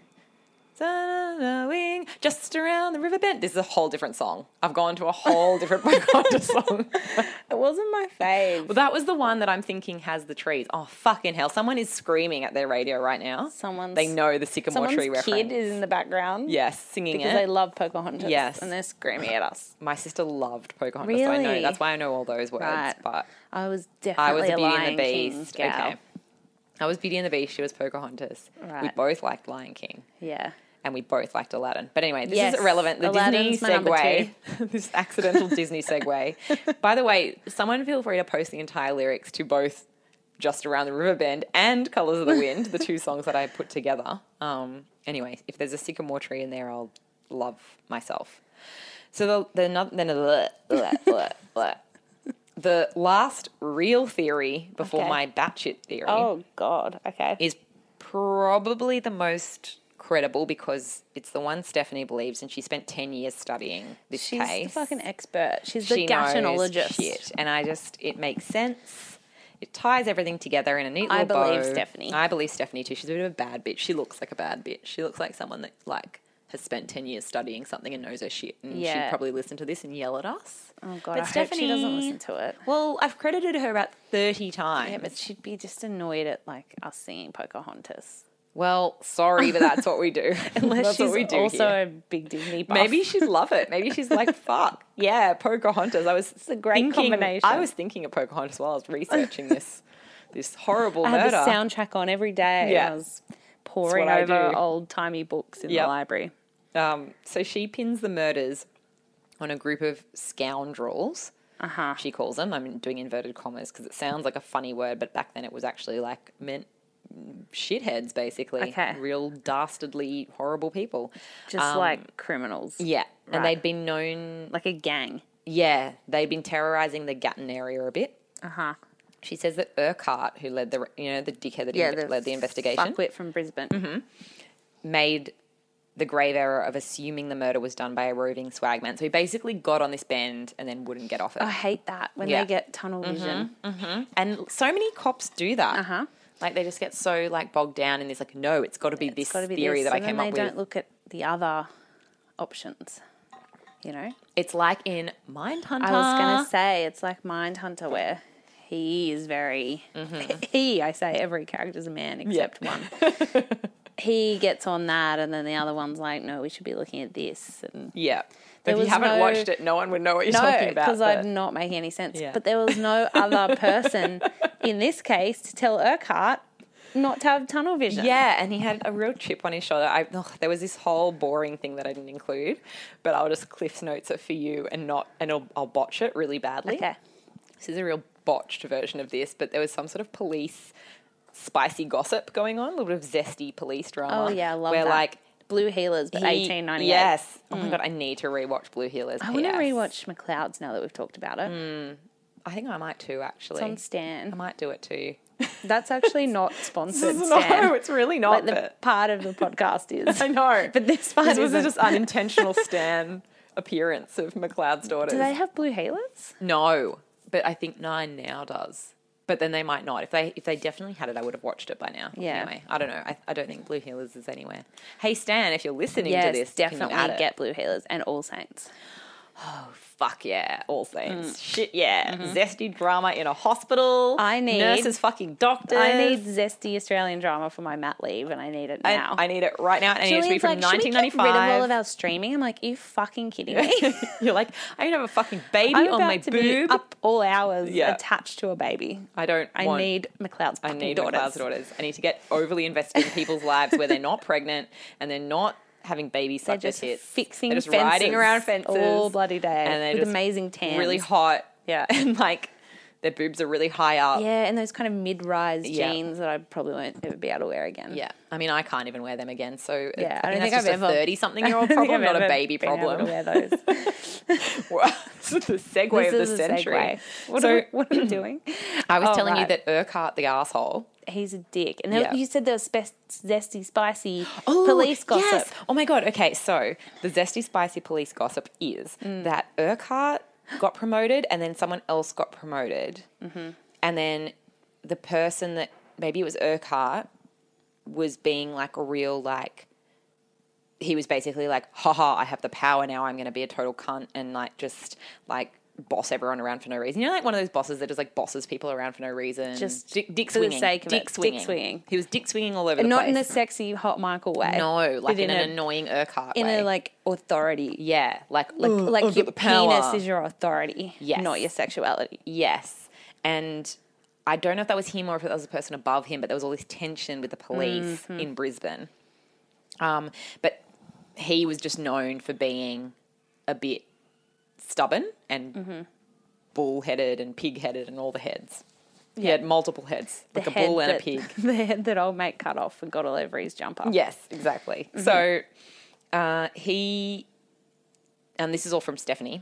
Speaker 2: Da-da-da-wing, Just around the river bend. This is a whole different song. I've gone to a whole different Pocahontas song.
Speaker 1: It wasn't my fave.
Speaker 2: Well, that was the one that I'm thinking has the trees. Oh fucking hell! Someone is screaming at their radio right now.
Speaker 1: Someone's
Speaker 2: They know the sycamore
Speaker 1: someone's
Speaker 2: tree
Speaker 1: kid
Speaker 2: reference.
Speaker 1: is in the background.
Speaker 2: Yes, singing
Speaker 1: because
Speaker 2: it.
Speaker 1: they love Pocahontas.
Speaker 2: Yes.
Speaker 1: and they're screaming at us.
Speaker 2: My sister loved Pocahontas, so I know
Speaker 1: Really?
Speaker 2: that's why I know all those words.
Speaker 1: Right.
Speaker 2: But
Speaker 1: I was
Speaker 2: I
Speaker 1: definitely
Speaker 2: was a Beauty
Speaker 1: Lion
Speaker 2: and the Beast.
Speaker 1: King gal.
Speaker 2: Okay. I was Beauty and the Beast. She was Pocahontas. We
Speaker 1: Right.
Speaker 2: both liked Lion King,
Speaker 1: Yeah.
Speaker 2: and we both liked Aladdin. But anyway, this
Speaker 1: Yes,
Speaker 2: is irrelevant. The
Speaker 1: Aladdin's my
Speaker 2: Disney
Speaker 1: number
Speaker 2: segue. this accidental Disney segue. By the way, someone feel free to post the entire lyrics to both "Just Around the River Bend" and "Colors of the Wind," the two songs that I put together. Um, anyway, if there's a sycamore tree in there, I'll love myself. So the the no- then the the last real theory before
Speaker 1: Okay.
Speaker 2: my batshit theory
Speaker 1: Oh God. Okay.
Speaker 2: is probably the most credible because it's the one Stephanie believes, and she spent ten years studying this
Speaker 1: She's
Speaker 2: case.
Speaker 1: the fucking expert. She's the
Speaker 2: She knows
Speaker 1: gashinologist.
Speaker 2: shit, and I just it makes sense. It ties everything together in a neat
Speaker 1: I
Speaker 2: little bow.
Speaker 1: believe Stephanie.
Speaker 2: I believe Stephanie too. She's a bit of a bad bitch. She looks like a bad bitch. She looks like someone that like has spent ten years studying something and knows her shit. And
Speaker 1: Yeah.
Speaker 2: she'd probably listen to this and yell at us.
Speaker 1: Oh God. I
Speaker 2: But
Speaker 1: hope she doesn't
Speaker 2: Stephanie-
Speaker 1: listen to it.
Speaker 2: Well, I've credited her about thirty times.
Speaker 1: Yeah, but she'd be just annoyed at like us singing Pocahontas.
Speaker 2: Well, sorry, but that's what we do.
Speaker 1: Unless
Speaker 2: that's
Speaker 1: she's
Speaker 2: what we do
Speaker 1: also
Speaker 2: here.
Speaker 1: a big Disney buff.
Speaker 2: Maybe she'd love it. Maybe she's like, fuck, yeah, Pocahontas. I was
Speaker 1: a great
Speaker 2: thinking,
Speaker 1: combination.
Speaker 2: I was thinking of Pocahontas while I was researching this this horrible
Speaker 1: I had
Speaker 2: murder.
Speaker 1: the soundtrack on every day.
Speaker 2: Yeah.
Speaker 1: And I was poring
Speaker 2: I
Speaker 1: over
Speaker 2: do.
Speaker 1: old timey books in
Speaker 2: Yep.
Speaker 1: the library.
Speaker 2: Um, so she pins the murders on a group of scoundrels.
Speaker 1: Uh huh.
Speaker 2: She calls them. I'm doing inverted commas because it sounds like a funny word, but back then it was actually like meant shitheads, basically.
Speaker 1: Okay.
Speaker 2: Real dastardly, horrible people.
Speaker 1: Just
Speaker 2: Um,
Speaker 1: like criminals.
Speaker 2: yeah, and
Speaker 1: Right.
Speaker 2: they'd been known.
Speaker 1: Like a gang.
Speaker 2: Yeah, they'd been terrorizing the Gatton area a bit.
Speaker 1: Uh huh.
Speaker 2: She says that Urquhart, who led the you know the dickhead that
Speaker 1: Yeah,
Speaker 2: inve- led the investigation,
Speaker 1: Fuckwit from Brisbane.
Speaker 2: made the grave error of assuming the murder was done by a roving swagman. So he basically got on this bend and then wouldn't get off it.
Speaker 1: I hate that when
Speaker 2: Yeah. Mm-hmm.
Speaker 1: they get tunnel vision.
Speaker 2: and so many cops do that.
Speaker 1: Uh-huh.
Speaker 2: Like they just get so like bogged down in this like no, it's got to be this
Speaker 1: It's got to be
Speaker 2: theory
Speaker 1: this.
Speaker 2: that I
Speaker 1: and then
Speaker 2: came
Speaker 1: they
Speaker 2: up
Speaker 1: don't
Speaker 2: with.
Speaker 1: look at the other options. You know,
Speaker 2: It's like in Mindhunter.
Speaker 1: I was going to say it's like Mindhunter where he is very
Speaker 2: Mm-hmm.
Speaker 1: he. I say every character's a man except one. He gets on that, and then the other one's like, "No, we should be looking at this." And
Speaker 2: yeah.
Speaker 1: There
Speaker 2: if you
Speaker 1: was
Speaker 2: haven't
Speaker 1: no-
Speaker 2: watched it, no one would know what you're talking
Speaker 1: no,
Speaker 2: about.
Speaker 1: because
Speaker 2: but-
Speaker 1: I'm not making any sense.
Speaker 2: Yeah.
Speaker 1: But there was no other person in this case to tell Urquhart not to have tunnel vision.
Speaker 2: Yeah, and he had a real chip on his shoulder. I, ugh, there was this whole boring thing that I didn't include, but I'll just Cliff's notes it for you and not, and I'll, I'll botch it really badly.
Speaker 1: Okay.
Speaker 2: This is a real botched version of this, but there was some sort of police spicy gossip going on, a little bit of zesty police drama.
Speaker 1: Oh yeah, I love
Speaker 2: where
Speaker 1: that.
Speaker 2: like
Speaker 1: Blue Healers, but
Speaker 2: he-
Speaker 1: eighteen ninety eight.
Speaker 2: Yes. Oh my god, I need to rewatch Blue Healers.
Speaker 1: I want to
Speaker 2: PS.
Speaker 1: rewatch McLeod's now that we've talked about it.
Speaker 2: I think I might too. Actually,
Speaker 1: It's on
Speaker 2: I
Speaker 1: Stan.
Speaker 2: might do it too.
Speaker 1: That's actually not sponsored.
Speaker 2: no,
Speaker 1: Stan.
Speaker 2: it's really
Speaker 1: Like
Speaker 2: not.
Speaker 1: the
Speaker 2: but-
Speaker 1: part of the podcast is.
Speaker 2: I know,
Speaker 1: But this part
Speaker 2: This was
Speaker 1: isn't.
Speaker 2: just unintentional Stan appearance of McLeod's daughters.
Speaker 1: Do they have blue healers?
Speaker 2: No, but I think Nine now does. But then they might not. If they if they definitely had it, I would have watched it by now.
Speaker 1: Yeah.
Speaker 2: Anyway, I don't know. I, I don't think Blue Healers is anywhere. Hey Stan, if you're listening
Speaker 1: yes,
Speaker 2: to this, can you
Speaker 1: definitely
Speaker 2: add it?
Speaker 1: get Blue Healers and All Saints.
Speaker 2: fuck yeah, All Saints.
Speaker 1: Mm.
Speaker 2: Shit yeah, zesty drama in a hospital.
Speaker 1: Mm-hmm. I need-
Speaker 2: nurses, fucking doctors.
Speaker 1: I need zesty Australian drama for my mat leave, and I need it
Speaker 2: I,
Speaker 1: now.
Speaker 2: I need it right now. and I need it to be
Speaker 1: Julian's
Speaker 2: from
Speaker 1: like, "Should we get Rid of all of
Speaker 2: 1995.
Speaker 1: our streaming. I'm like, you fucking kidding me?
Speaker 2: You're like, I don't have a fucking baby
Speaker 1: I'm
Speaker 2: on
Speaker 1: about
Speaker 2: my
Speaker 1: to
Speaker 2: boob.
Speaker 1: be up all hours
Speaker 2: Yeah.
Speaker 1: attached to a baby.
Speaker 2: I don't.
Speaker 1: I
Speaker 2: want-
Speaker 1: need McLeod's
Speaker 2: I
Speaker 1: fucking
Speaker 2: need
Speaker 1: daughters.
Speaker 2: McLeod's daughters. I need to get overly invested in people's lives where they're not pregnant and they're not having babies
Speaker 1: They're
Speaker 2: suck their
Speaker 1: just
Speaker 2: tits.
Speaker 1: fixing
Speaker 2: They're just
Speaker 1: fences
Speaker 2: riding around fences
Speaker 1: all bloody day
Speaker 2: and they're
Speaker 1: with
Speaker 2: just
Speaker 1: amazing tans.
Speaker 2: really hot.
Speaker 1: Yeah.
Speaker 2: and like their boobs are really high up.
Speaker 1: Yeah, and those kind of mid-rise
Speaker 2: Yeah.
Speaker 1: jeans that I probably won't ever be able to wear again.
Speaker 2: Yeah, I mean, I can't even wear them again. So uh,
Speaker 1: Yeah,
Speaker 2: I,
Speaker 1: I don't
Speaker 2: think that's
Speaker 1: think I've
Speaker 2: just a
Speaker 1: ever-
Speaker 2: thirty-something-year-old
Speaker 1: I don't think
Speaker 2: problem,
Speaker 1: I've
Speaker 2: not a
Speaker 1: ever
Speaker 2: baby
Speaker 1: been able to
Speaker 2: problem.
Speaker 1: wear those.
Speaker 2: this is the segue
Speaker 1: this
Speaker 2: of the
Speaker 1: is a
Speaker 2: century.
Speaker 1: segue. What,
Speaker 2: so
Speaker 1: are we, what are we doing?
Speaker 2: I was
Speaker 1: Oh,
Speaker 2: telling you
Speaker 1: right.
Speaker 2: that Urquhart the asshole.
Speaker 1: He's a dick. And there-
Speaker 2: Yeah.
Speaker 1: you said there was spe- zesty, spicy police gossip.
Speaker 2: Oh my god. Okay, so the zesty spicy police gossip is
Speaker 1: Mm.
Speaker 2: that Urquhart got promoted and then someone else got promoted,
Speaker 1: Mm-hmm.
Speaker 2: and then the person that maybe it was Urquhart was being like a real like. He was basically like, haha, I have the power now. I'm going to be a total cunt and like just like boss everyone around for no reason. You know, like one of those bosses that just like bosses people around for no reason.
Speaker 1: Just
Speaker 2: dick, dick
Speaker 1: for the
Speaker 2: swinging.
Speaker 1: sake of it.
Speaker 2: dick
Speaker 1: Dick
Speaker 2: swinging.
Speaker 1: swinging.
Speaker 2: He was dick swinging all over the
Speaker 1: Not
Speaker 2: place.
Speaker 1: in the sexy, hot Michael way.
Speaker 2: No, like
Speaker 1: but
Speaker 2: in,
Speaker 1: in,
Speaker 2: an
Speaker 1: a,
Speaker 2: annoying Urquhart
Speaker 1: in
Speaker 2: way.
Speaker 1: a like authority.
Speaker 2: yeah, like
Speaker 1: Like, like
Speaker 2: I've got
Speaker 1: your
Speaker 2: the power.
Speaker 1: penis is your authority,
Speaker 2: Yes.
Speaker 1: not your sexuality.
Speaker 2: yes, and I don't know if that was him or if that was a person above him, but there was all this tension with the police
Speaker 1: Mm-hmm.
Speaker 2: in Brisbane. Um, but he was just known for being a bit stubborn and
Speaker 1: Mm-hmm.
Speaker 2: bull-headed and pig-headed and all the heads. He had multiple heads, like a bull and
Speaker 1: that,
Speaker 2: a pig.
Speaker 1: The head that old mate cut off and got all over his jumper.
Speaker 2: Yes, exactly. So uh, he, and this is all from Stephanie.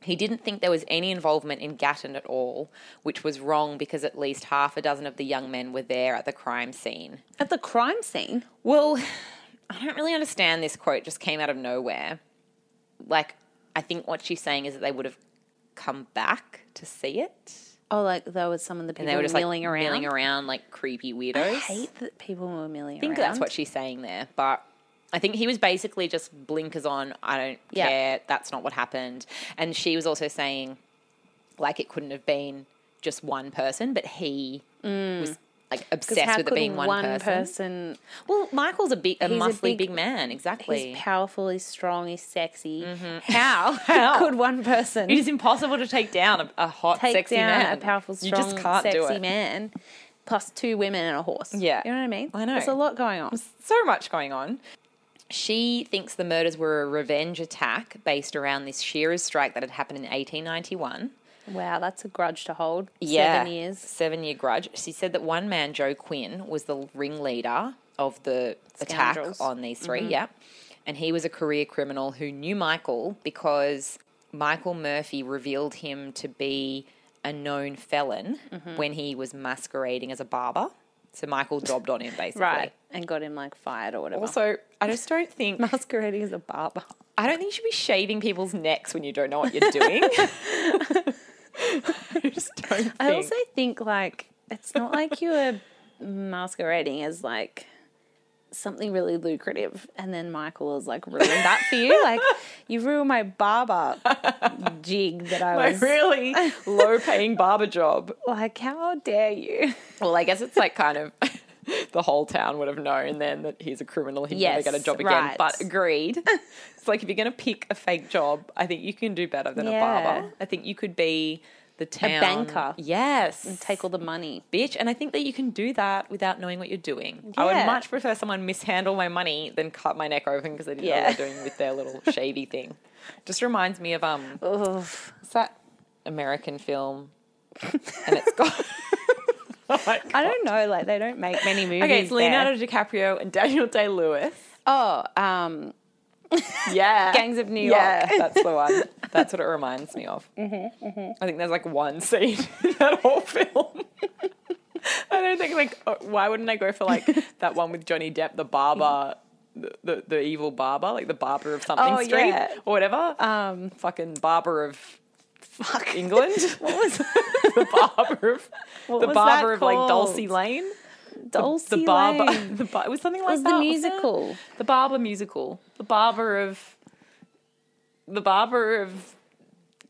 Speaker 2: He didn't think there was any involvement in Gatton at all, which was wrong because at least half a dozen of the young men were there at the crime scene.
Speaker 1: At the crime scene,
Speaker 2: Well, I don't really understand this quote, it just came out of nowhere. Like, I think what she's saying is that they would have come back to see it.
Speaker 1: oh, like there was some of the people
Speaker 2: And they were just
Speaker 1: milling
Speaker 2: like
Speaker 1: around.
Speaker 2: milling around like creepy weirdos.
Speaker 1: I hate that people were milling
Speaker 2: I
Speaker 1: around.
Speaker 2: think that's what she's saying there. But I think he was basically just blinkers on. I don't
Speaker 1: Yeah.
Speaker 2: care. That's not what happened. And she was also saying, like, it couldn't have been just one person, but he was like obsessed
Speaker 1: Mm. how
Speaker 2: with it
Speaker 1: could
Speaker 2: being one, person.
Speaker 1: person
Speaker 2: Well, Michael's a big, a
Speaker 1: He's a
Speaker 2: muscly big,
Speaker 1: big-
Speaker 2: man.
Speaker 1: He's
Speaker 2: Exactly.
Speaker 1: powerful, he's strong, he's sexy. How?
Speaker 2: Mm-hmm. How?
Speaker 1: could one
Speaker 2: It
Speaker 1: person
Speaker 2: is impossible to take down a, a hot,
Speaker 1: take
Speaker 2: sexy
Speaker 1: down
Speaker 2: man.
Speaker 1: a powerful,
Speaker 2: You
Speaker 1: strong,
Speaker 2: just can't do
Speaker 1: sexy
Speaker 2: it.
Speaker 1: man, plus two women and a horse?
Speaker 2: Yeah.
Speaker 1: You know what I mean?
Speaker 2: I know.
Speaker 1: There's a lot going on.
Speaker 2: so much going on. She thinks the murders were a revenge attack based around this shearers strike that had happened in 1891.
Speaker 1: Wow, that's a grudge to hold. Seven years.
Speaker 2: Seven year grudge. She said that one man, Joe Quinn, was the ringleader of the
Speaker 1: Scoundrels. Mm-hmm.
Speaker 2: attack on these 3 yeah. And he was a career criminal who knew Michael because Michael Murphy revealed him to be a known felon
Speaker 1: Mm-hmm.
Speaker 2: when he was masquerading as a barber. So Michael dobbed on him basically.
Speaker 1: Right. And got him like fired or whatever.
Speaker 2: Also, I just don't think
Speaker 1: masquerading as a barber.
Speaker 2: I don't think you should be shaving people's necks when you don't know what you're doing. I just don't think.
Speaker 1: I also think like it's not like you were masquerading as like something really lucrative and then Michael is like ruined that for you. Like you ruined my barber jig that I
Speaker 2: my
Speaker 1: was
Speaker 2: really low paying barber job.
Speaker 1: like, how dare you?
Speaker 2: Well, I guess it's like kind of the whole town would have known then that he's a criminal. He'd never
Speaker 1: Yes,
Speaker 2: get a job again.
Speaker 1: right.
Speaker 2: But agreed. it's like if you're going to pick a fake job, I think you can do better than a barber.
Speaker 1: Yeah.
Speaker 2: I think you could be the town
Speaker 1: banker.
Speaker 2: Yes.
Speaker 1: Take all the money.
Speaker 2: bitch. And I think that you can do that without knowing what you're doing. I would
Speaker 1: Yeah.
Speaker 2: much prefer someone mishandle my money than cut my neck open because they didn't know
Speaker 1: Yeah.
Speaker 2: what they're doing with their little shavy thing. Just reminds me of um,
Speaker 1: Oof.
Speaker 2: what's that American film? and it's got. Oh my
Speaker 1: I
Speaker 2: God.
Speaker 1: don't know, like they don't make many movies.
Speaker 2: Okay, it's Leonardo DiCaprio and Daniel Day Lewis.
Speaker 1: Oh, um
Speaker 2: Yeah.
Speaker 1: Gangs of New York.
Speaker 2: Yeah, that's the one. That's what it reminds me of. I think there's like one scene in that whole film. I don't think like uh, why wouldn't I go for like that one with Johnny Depp, the barber, the the, the evil barber, like the barber of something
Speaker 1: Oh,
Speaker 2: street
Speaker 1: yeah.
Speaker 2: or whatever,
Speaker 1: um
Speaker 2: fucking barber of
Speaker 1: Fuck.
Speaker 2: England?
Speaker 1: What was
Speaker 2: the barber of
Speaker 1: what
Speaker 2: the
Speaker 1: was that
Speaker 2: barber of like
Speaker 1: called?
Speaker 2: Dulcie Lane.
Speaker 1: Dulcie
Speaker 2: the barber.
Speaker 1: Lane.
Speaker 2: The bar, it was something
Speaker 1: It
Speaker 2: like
Speaker 1: was
Speaker 2: that.
Speaker 1: the
Speaker 2: wasn't it?
Speaker 1: musical.
Speaker 2: The barber musical. The barber of the barber of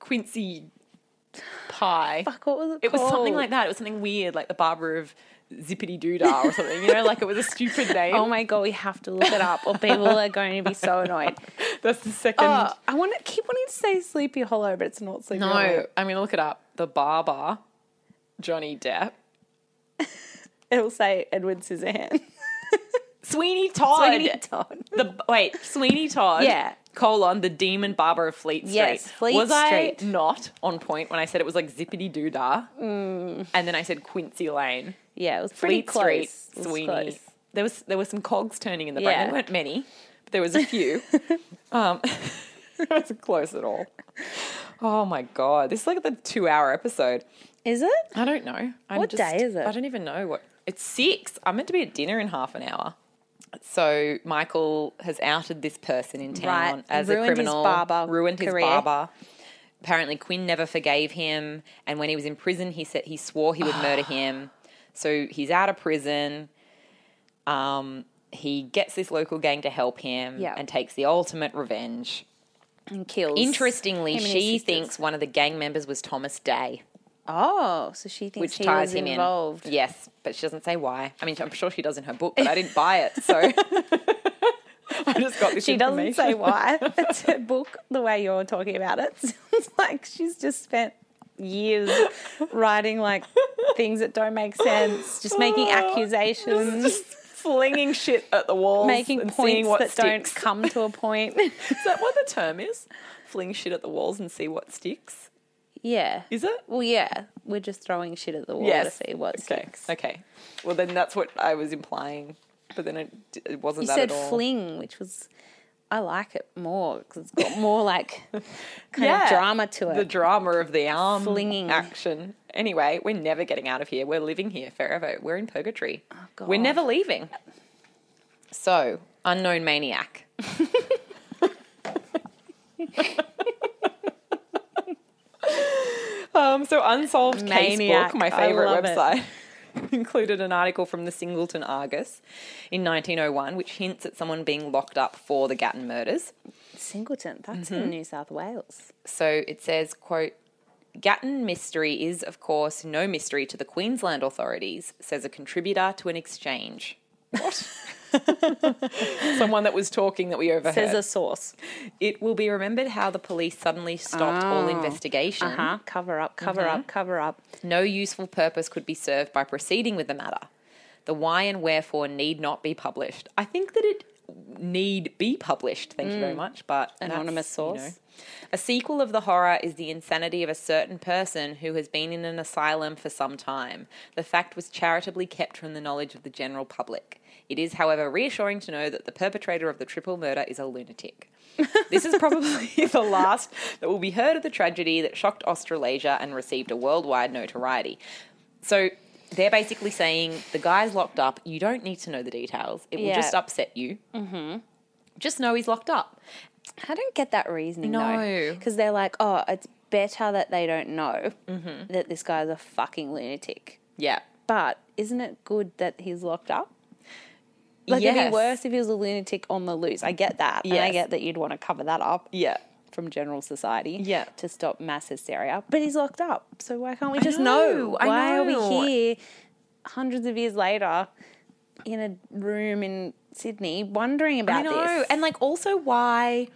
Speaker 2: Quincy Pie.
Speaker 1: Fuck, what was it?
Speaker 2: It was something
Speaker 1: called?
Speaker 2: like that. It was something weird, like the barber of Zippity Doodah or something. You know, like it was a stupid name.
Speaker 1: Oh my god, we have to look it up, or people are going to be so annoyed.
Speaker 2: That's the second.
Speaker 1: Uh, I want to keep wanting to say Sleepy Hollow, but it's not Sleepy
Speaker 2: no,
Speaker 1: Hollow.
Speaker 2: I'm gonna look it up. The barber, Johnny Depp,
Speaker 1: It'll say Edward Scissorhands.
Speaker 2: Sweeney Todd.
Speaker 1: Sweeney Todd.
Speaker 2: The wait, Sweeney Todd.
Speaker 1: Yeah.
Speaker 2: Colon the demon barber of Fleet Street.
Speaker 1: Yes, Fleet
Speaker 2: was
Speaker 1: Street.
Speaker 2: I not on point when I said it was like zippity doo dah, and then I said Quincy Lane,
Speaker 1: Yeah, it was Mm. pretty
Speaker 2: Fleet
Speaker 1: close. It
Speaker 2: Street,
Speaker 1: was
Speaker 2: Sweeney.
Speaker 1: close.
Speaker 2: There was there were some cogs turning in the brain.
Speaker 1: Yeah.
Speaker 2: There weren't many, but there was a few. um, it wasn't close at all. Oh my god, this is like the two-hour episode.
Speaker 1: Is it?
Speaker 2: I don't know. I'm
Speaker 1: What
Speaker 2: just-
Speaker 1: day is it?
Speaker 2: I don't even know what. It's six. I'm meant to be at dinner in half an hour. So Michael has outed this person in town
Speaker 1: Right.
Speaker 2: as
Speaker 1: Ruined
Speaker 2: a
Speaker 1: his
Speaker 2: criminal.
Speaker 1: barber
Speaker 2: ruined his
Speaker 1: career.
Speaker 2: barber. Apparently, Quinn never forgave him, and when he was in prison, he said he swore he would murder him. So he's out of prison. Um, he gets this local gang to help him
Speaker 1: Yeah.
Speaker 2: and takes the ultimate revenge.
Speaker 1: And kills.
Speaker 2: Interestingly,
Speaker 1: him and his
Speaker 2: she
Speaker 1: sisters.
Speaker 2: thinks one of the gang members was Thomas Day
Speaker 1: Oh, so she thinks
Speaker 2: which
Speaker 1: he
Speaker 2: ties
Speaker 1: was
Speaker 2: him
Speaker 1: involved.
Speaker 2: in. Yes, but she doesn't say why. I mean, I'm sure she does in her book, but I didn't buy it, so I just got this.
Speaker 1: She doesn't say
Speaker 2: information.
Speaker 1: why. It's her book, the way you're talking about it. Sounds like she's just spent years writing like things that don't make sense, just making accusations,
Speaker 2: Just flinging shit at the wall,
Speaker 1: making
Speaker 2: and seeing
Speaker 1: points
Speaker 2: what
Speaker 1: that
Speaker 2: sticks.
Speaker 1: don't come to a point.
Speaker 2: Is that what the term is? Fling shit at the walls and see what sticks.
Speaker 1: yeah.
Speaker 2: Is it?
Speaker 1: Well, yeah, we're just throwing shit at the wall
Speaker 2: Yes.
Speaker 1: to see what
Speaker 2: okay.
Speaker 1: sticks.
Speaker 2: Okay. Well, then that's what I was implying, but then it, it wasn't
Speaker 1: You
Speaker 2: that
Speaker 1: said
Speaker 2: at all.
Speaker 1: fling, which was I like it more because it's got more like kind
Speaker 2: Yeah.
Speaker 1: of drama to it.
Speaker 2: the drama of the arm
Speaker 1: Flinging.
Speaker 2: action. Anyway, we're never getting out of here. We're living here forever. We're in purgatory.
Speaker 1: Oh, God.
Speaker 2: We're never leaving. So, unknown maniac. um, so, Unsolved
Speaker 1: Maniac.
Speaker 2: Casebook, my
Speaker 1: I
Speaker 2: favorite
Speaker 1: love it.
Speaker 2: website, included an article from the Singleton Argus in 1901, which hints at someone being locked up for the Gatton murders.
Speaker 1: Singleton, that's in New South Wales.
Speaker 2: So it says, quote, Gatton mystery is, of course, no mystery to the Queensland authorities, says a contributor to an exchange. What? Someone that was talking that we overheard.
Speaker 1: Says a source.
Speaker 2: it will be remembered how the police suddenly stopped all investigation.
Speaker 1: Uh-huh. Cover up, cover up, cover up.
Speaker 2: No useful purpose could be served by proceeding with the matter. The why and wherefore need not be published. I think that it need be published. Thank you very much. But that's,
Speaker 1: Mm. Anonymous source.
Speaker 2: a sequel of the horror is the insanity of a certain person who has been in an asylum for some time. The fact was charitably kept from the knowledge of the general public. It is, however, reassuring to know that the perpetrator of the triple murder is a lunatic. this is probably the last that will be heard of the tragedy that shocked Australasia and received a worldwide notoriety. So they're basically saying the guy's locked up. You don't need to know the details. It will
Speaker 1: Yeah.
Speaker 2: just upset you. Mm-hmm. Just know he's locked up.
Speaker 1: I don't get that reasoning. No,
Speaker 2: No.
Speaker 1: because they're like, oh, it's better that they don't know that this guy's a fucking lunatic.
Speaker 2: Yeah.
Speaker 1: But isn't it good that he's locked up? Like it'd
Speaker 2: Yes.
Speaker 1: be worse if he was a lunatic on the loose. I get that, and I
Speaker 2: Yes.
Speaker 1: get that you'd want to cover that up
Speaker 2: Yeah.
Speaker 1: from general society,
Speaker 2: Yeah.
Speaker 1: to stop mass hysteria. But he's locked up, so why can't we just know?
Speaker 2: know, I
Speaker 1: Why
Speaker 2: know.
Speaker 1: are we here hundreds of years later in a room in Sydney wondering about
Speaker 2: I know.
Speaker 1: this?
Speaker 2: And like also why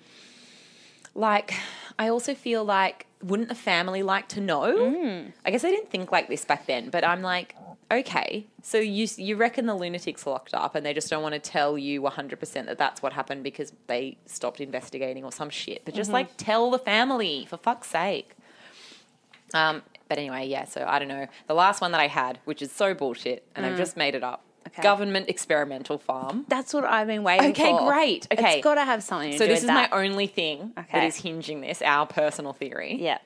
Speaker 2: like I also feel like wouldn't the family like to know?
Speaker 1: Mm.
Speaker 2: I guess I didn't think like this back then, but I'm like okay. So you you reckon the lunatics are locked up and they just don't want to tell you 100% that that's what happened because they stopped investigating or some shit. But
Speaker 1: Mm-hmm.
Speaker 2: just like tell the family for fuck's sake. Um but anyway, yeah, so I don't know. The last one that I had, which is so bullshit, and I've just made it up.
Speaker 1: Mm. Okay.
Speaker 2: Government experimental farm.
Speaker 1: That's what I've been waiting
Speaker 2: Okay,
Speaker 1: for.
Speaker 2: great. Okay.
Speaker 1: It's got to have something to
Speaker 2: So
Speaker 1: do
Speaker 2: this
Speaker 1: with
Speaker 2: is
Speaker 1: that.
Speaker 2: my only thing that
Speaker 1: Okay.
Speaker 2: is hinging this, our personal theory.
Speaker 1: Yeah.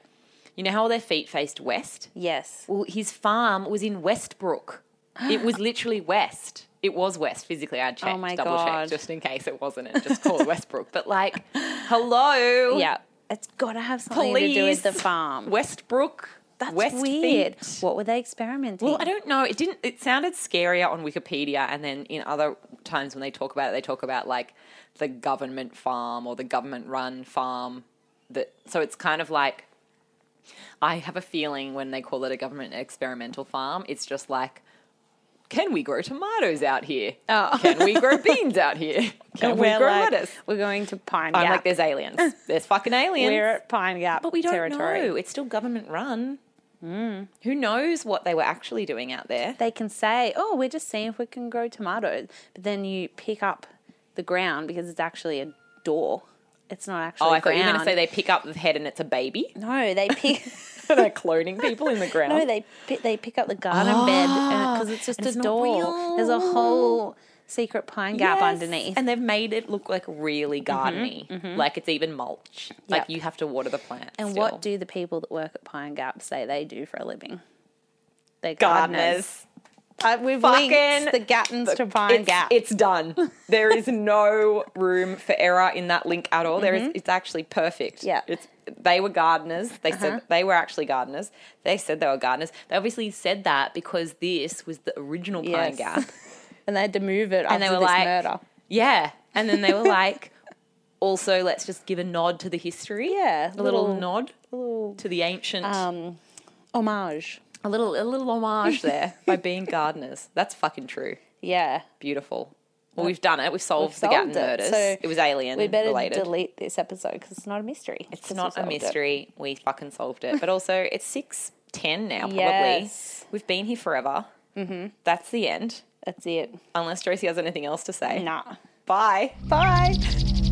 Speaker 2: You know how all their feet faced west?
Speaker 1: Yes.
Speaker 2: Well, his farm was in Westbrook. it was literally west. It was west physically. I checked,
Speaker 1: Oh my
Speaker 2: double
Speaker 1: God.
Speaker 2: checked, just in case it wasn't. It just called Westbrook. But like, hello.
Speaker 1: Yeah. It's got to have something to do with the farm.
Speaker 2: Westbrook.
Speaker 1: That's
Speaker 2: West
Speaker 1: weird.
Speaker 2: Feet.
Speaker 1: What were they experimenting?
Speaker 2: Well, I don't know. It didn't. It sounded scarier on Wikipedia, and then in other times when they talk about it, they talk about like the government farm or the government-run farm. That so it's kind of like I have a feeling when they call it a government experimental farm, it's just like, can we grow tomatoes out here?
Speaker 1: Oh.
Speaker 2: Can we grow beans out here? Can we
Speaker 1: We're
Speaker 2: grow
Speaker 1: like,
Speaker 2: lettuce?
Speaker 1: We're going to Pine
Speaker 2: I'm
Speaker 1: Gap.
Speaker 2: like, there's aliens. There's fucking aliens.
Speaker 1: we're at Pine Gap
Speaker 2: But we don't
Speaker 1: territory. Mm.
Speaker 2: know. It's still government run. Who knows what they were actually doing out there?
Speaker 1: They can say, "Oh, we're just seeing if we can grow tomatoes," but then you pick up the ground because it's actually a door. It's not actually.
Speaker 2: Oh, I thought you were going to
Speaker 1: ground.
Speaker 2: say they pick up the head and it's a baby.
Speaker 1: No, they pick.
Speaker 2: They're cloning people in the ground.
Speaker 1: no, they pi- they pick up the garden bed because it's just
Speaker 2: Ah, and
Speaker 1: a
Speaker 2: it's not
Speaker 1: door.
Speaker 2: real.
Speaker 1: There's a whole secret pine gap
Speaker 2: Yes,
Speaker 1: underneath.
Speaker 2: and they've made it look like really gardeny, like it's even mulch. Like
Speaker 1: Yep.
Speaker 2: you have to water the plants.
Speaker 1: And
Speaker 2: still.
Speaker 1: what do the people that work at Pine Gap say they do for a living? They're gardeners.
Speaker 2: gardeners?
Speaker 1: Uh, we've
Speaker 2: Fucking-
Speaker 1: linked the Gattons to Pine
Speaker 2: It's,
Speaker 1: Gap.
Speaker 2: it's done. There is no room for error in that link at all. There is. It's actually perfect.
Speaker 1: Mm-hmm. Yeah. Uh-huh.
Speaker 2: It's. They were gardeners. They said they were actually gardeners. They said they were gardeners. They obviously said that because this was the original pine
Speaker 1: Yes.
Speaker 2: gap.
Speaker 1: and they had to move it after
Speaker 2: and they were
Speaker 1: this
Speaker 2: like,
Speaker 1: murder.
Speaker 2: yeah. And then they were like, also, let's just give a nod to the history.
Speaker 1: Yeah,
Speaker 2: a little,
Speaker 1: little-
Speaker 2: nod
Speaker 1: little,
Speaker 2: to the ancient,
Speaker 1: Um, homage.
Speaker 2: a little, a little homage there by being gardeners. That's fucking true.
Speaker 1: Yeah.
Speaker 2: Beautiful. Well, we've done it. We've solved
Speaker 1: We've
Speaker 2: the Gatton
Speaker 1: solved it.
Speaker 2: murders.
Speaker 1: So
Speaker 2: it was alien
Speaker 1: we better
Speaker 2: Mm, related.
Speaker 1: delete this episode because it's not a mystery.
Speaker 2: it's
Speaker 1: 'cause
Speaker 2: not
Speaker 1: we
Speaker 2: a
Speaker 1: solved it.
Speaker 2: mystery. We fucking solved it. But also, it's six ten now. Probably
Speaker 1: Yes.
Speaker 2: we've been here forever. Mm-hmm. That's the end.
Speaker 1: That's it.
Speaker 2: Unless Josie has anything else to say.
Speaker 1: Nah.
Speaker 2: Bye.
Speaker 1: Bye.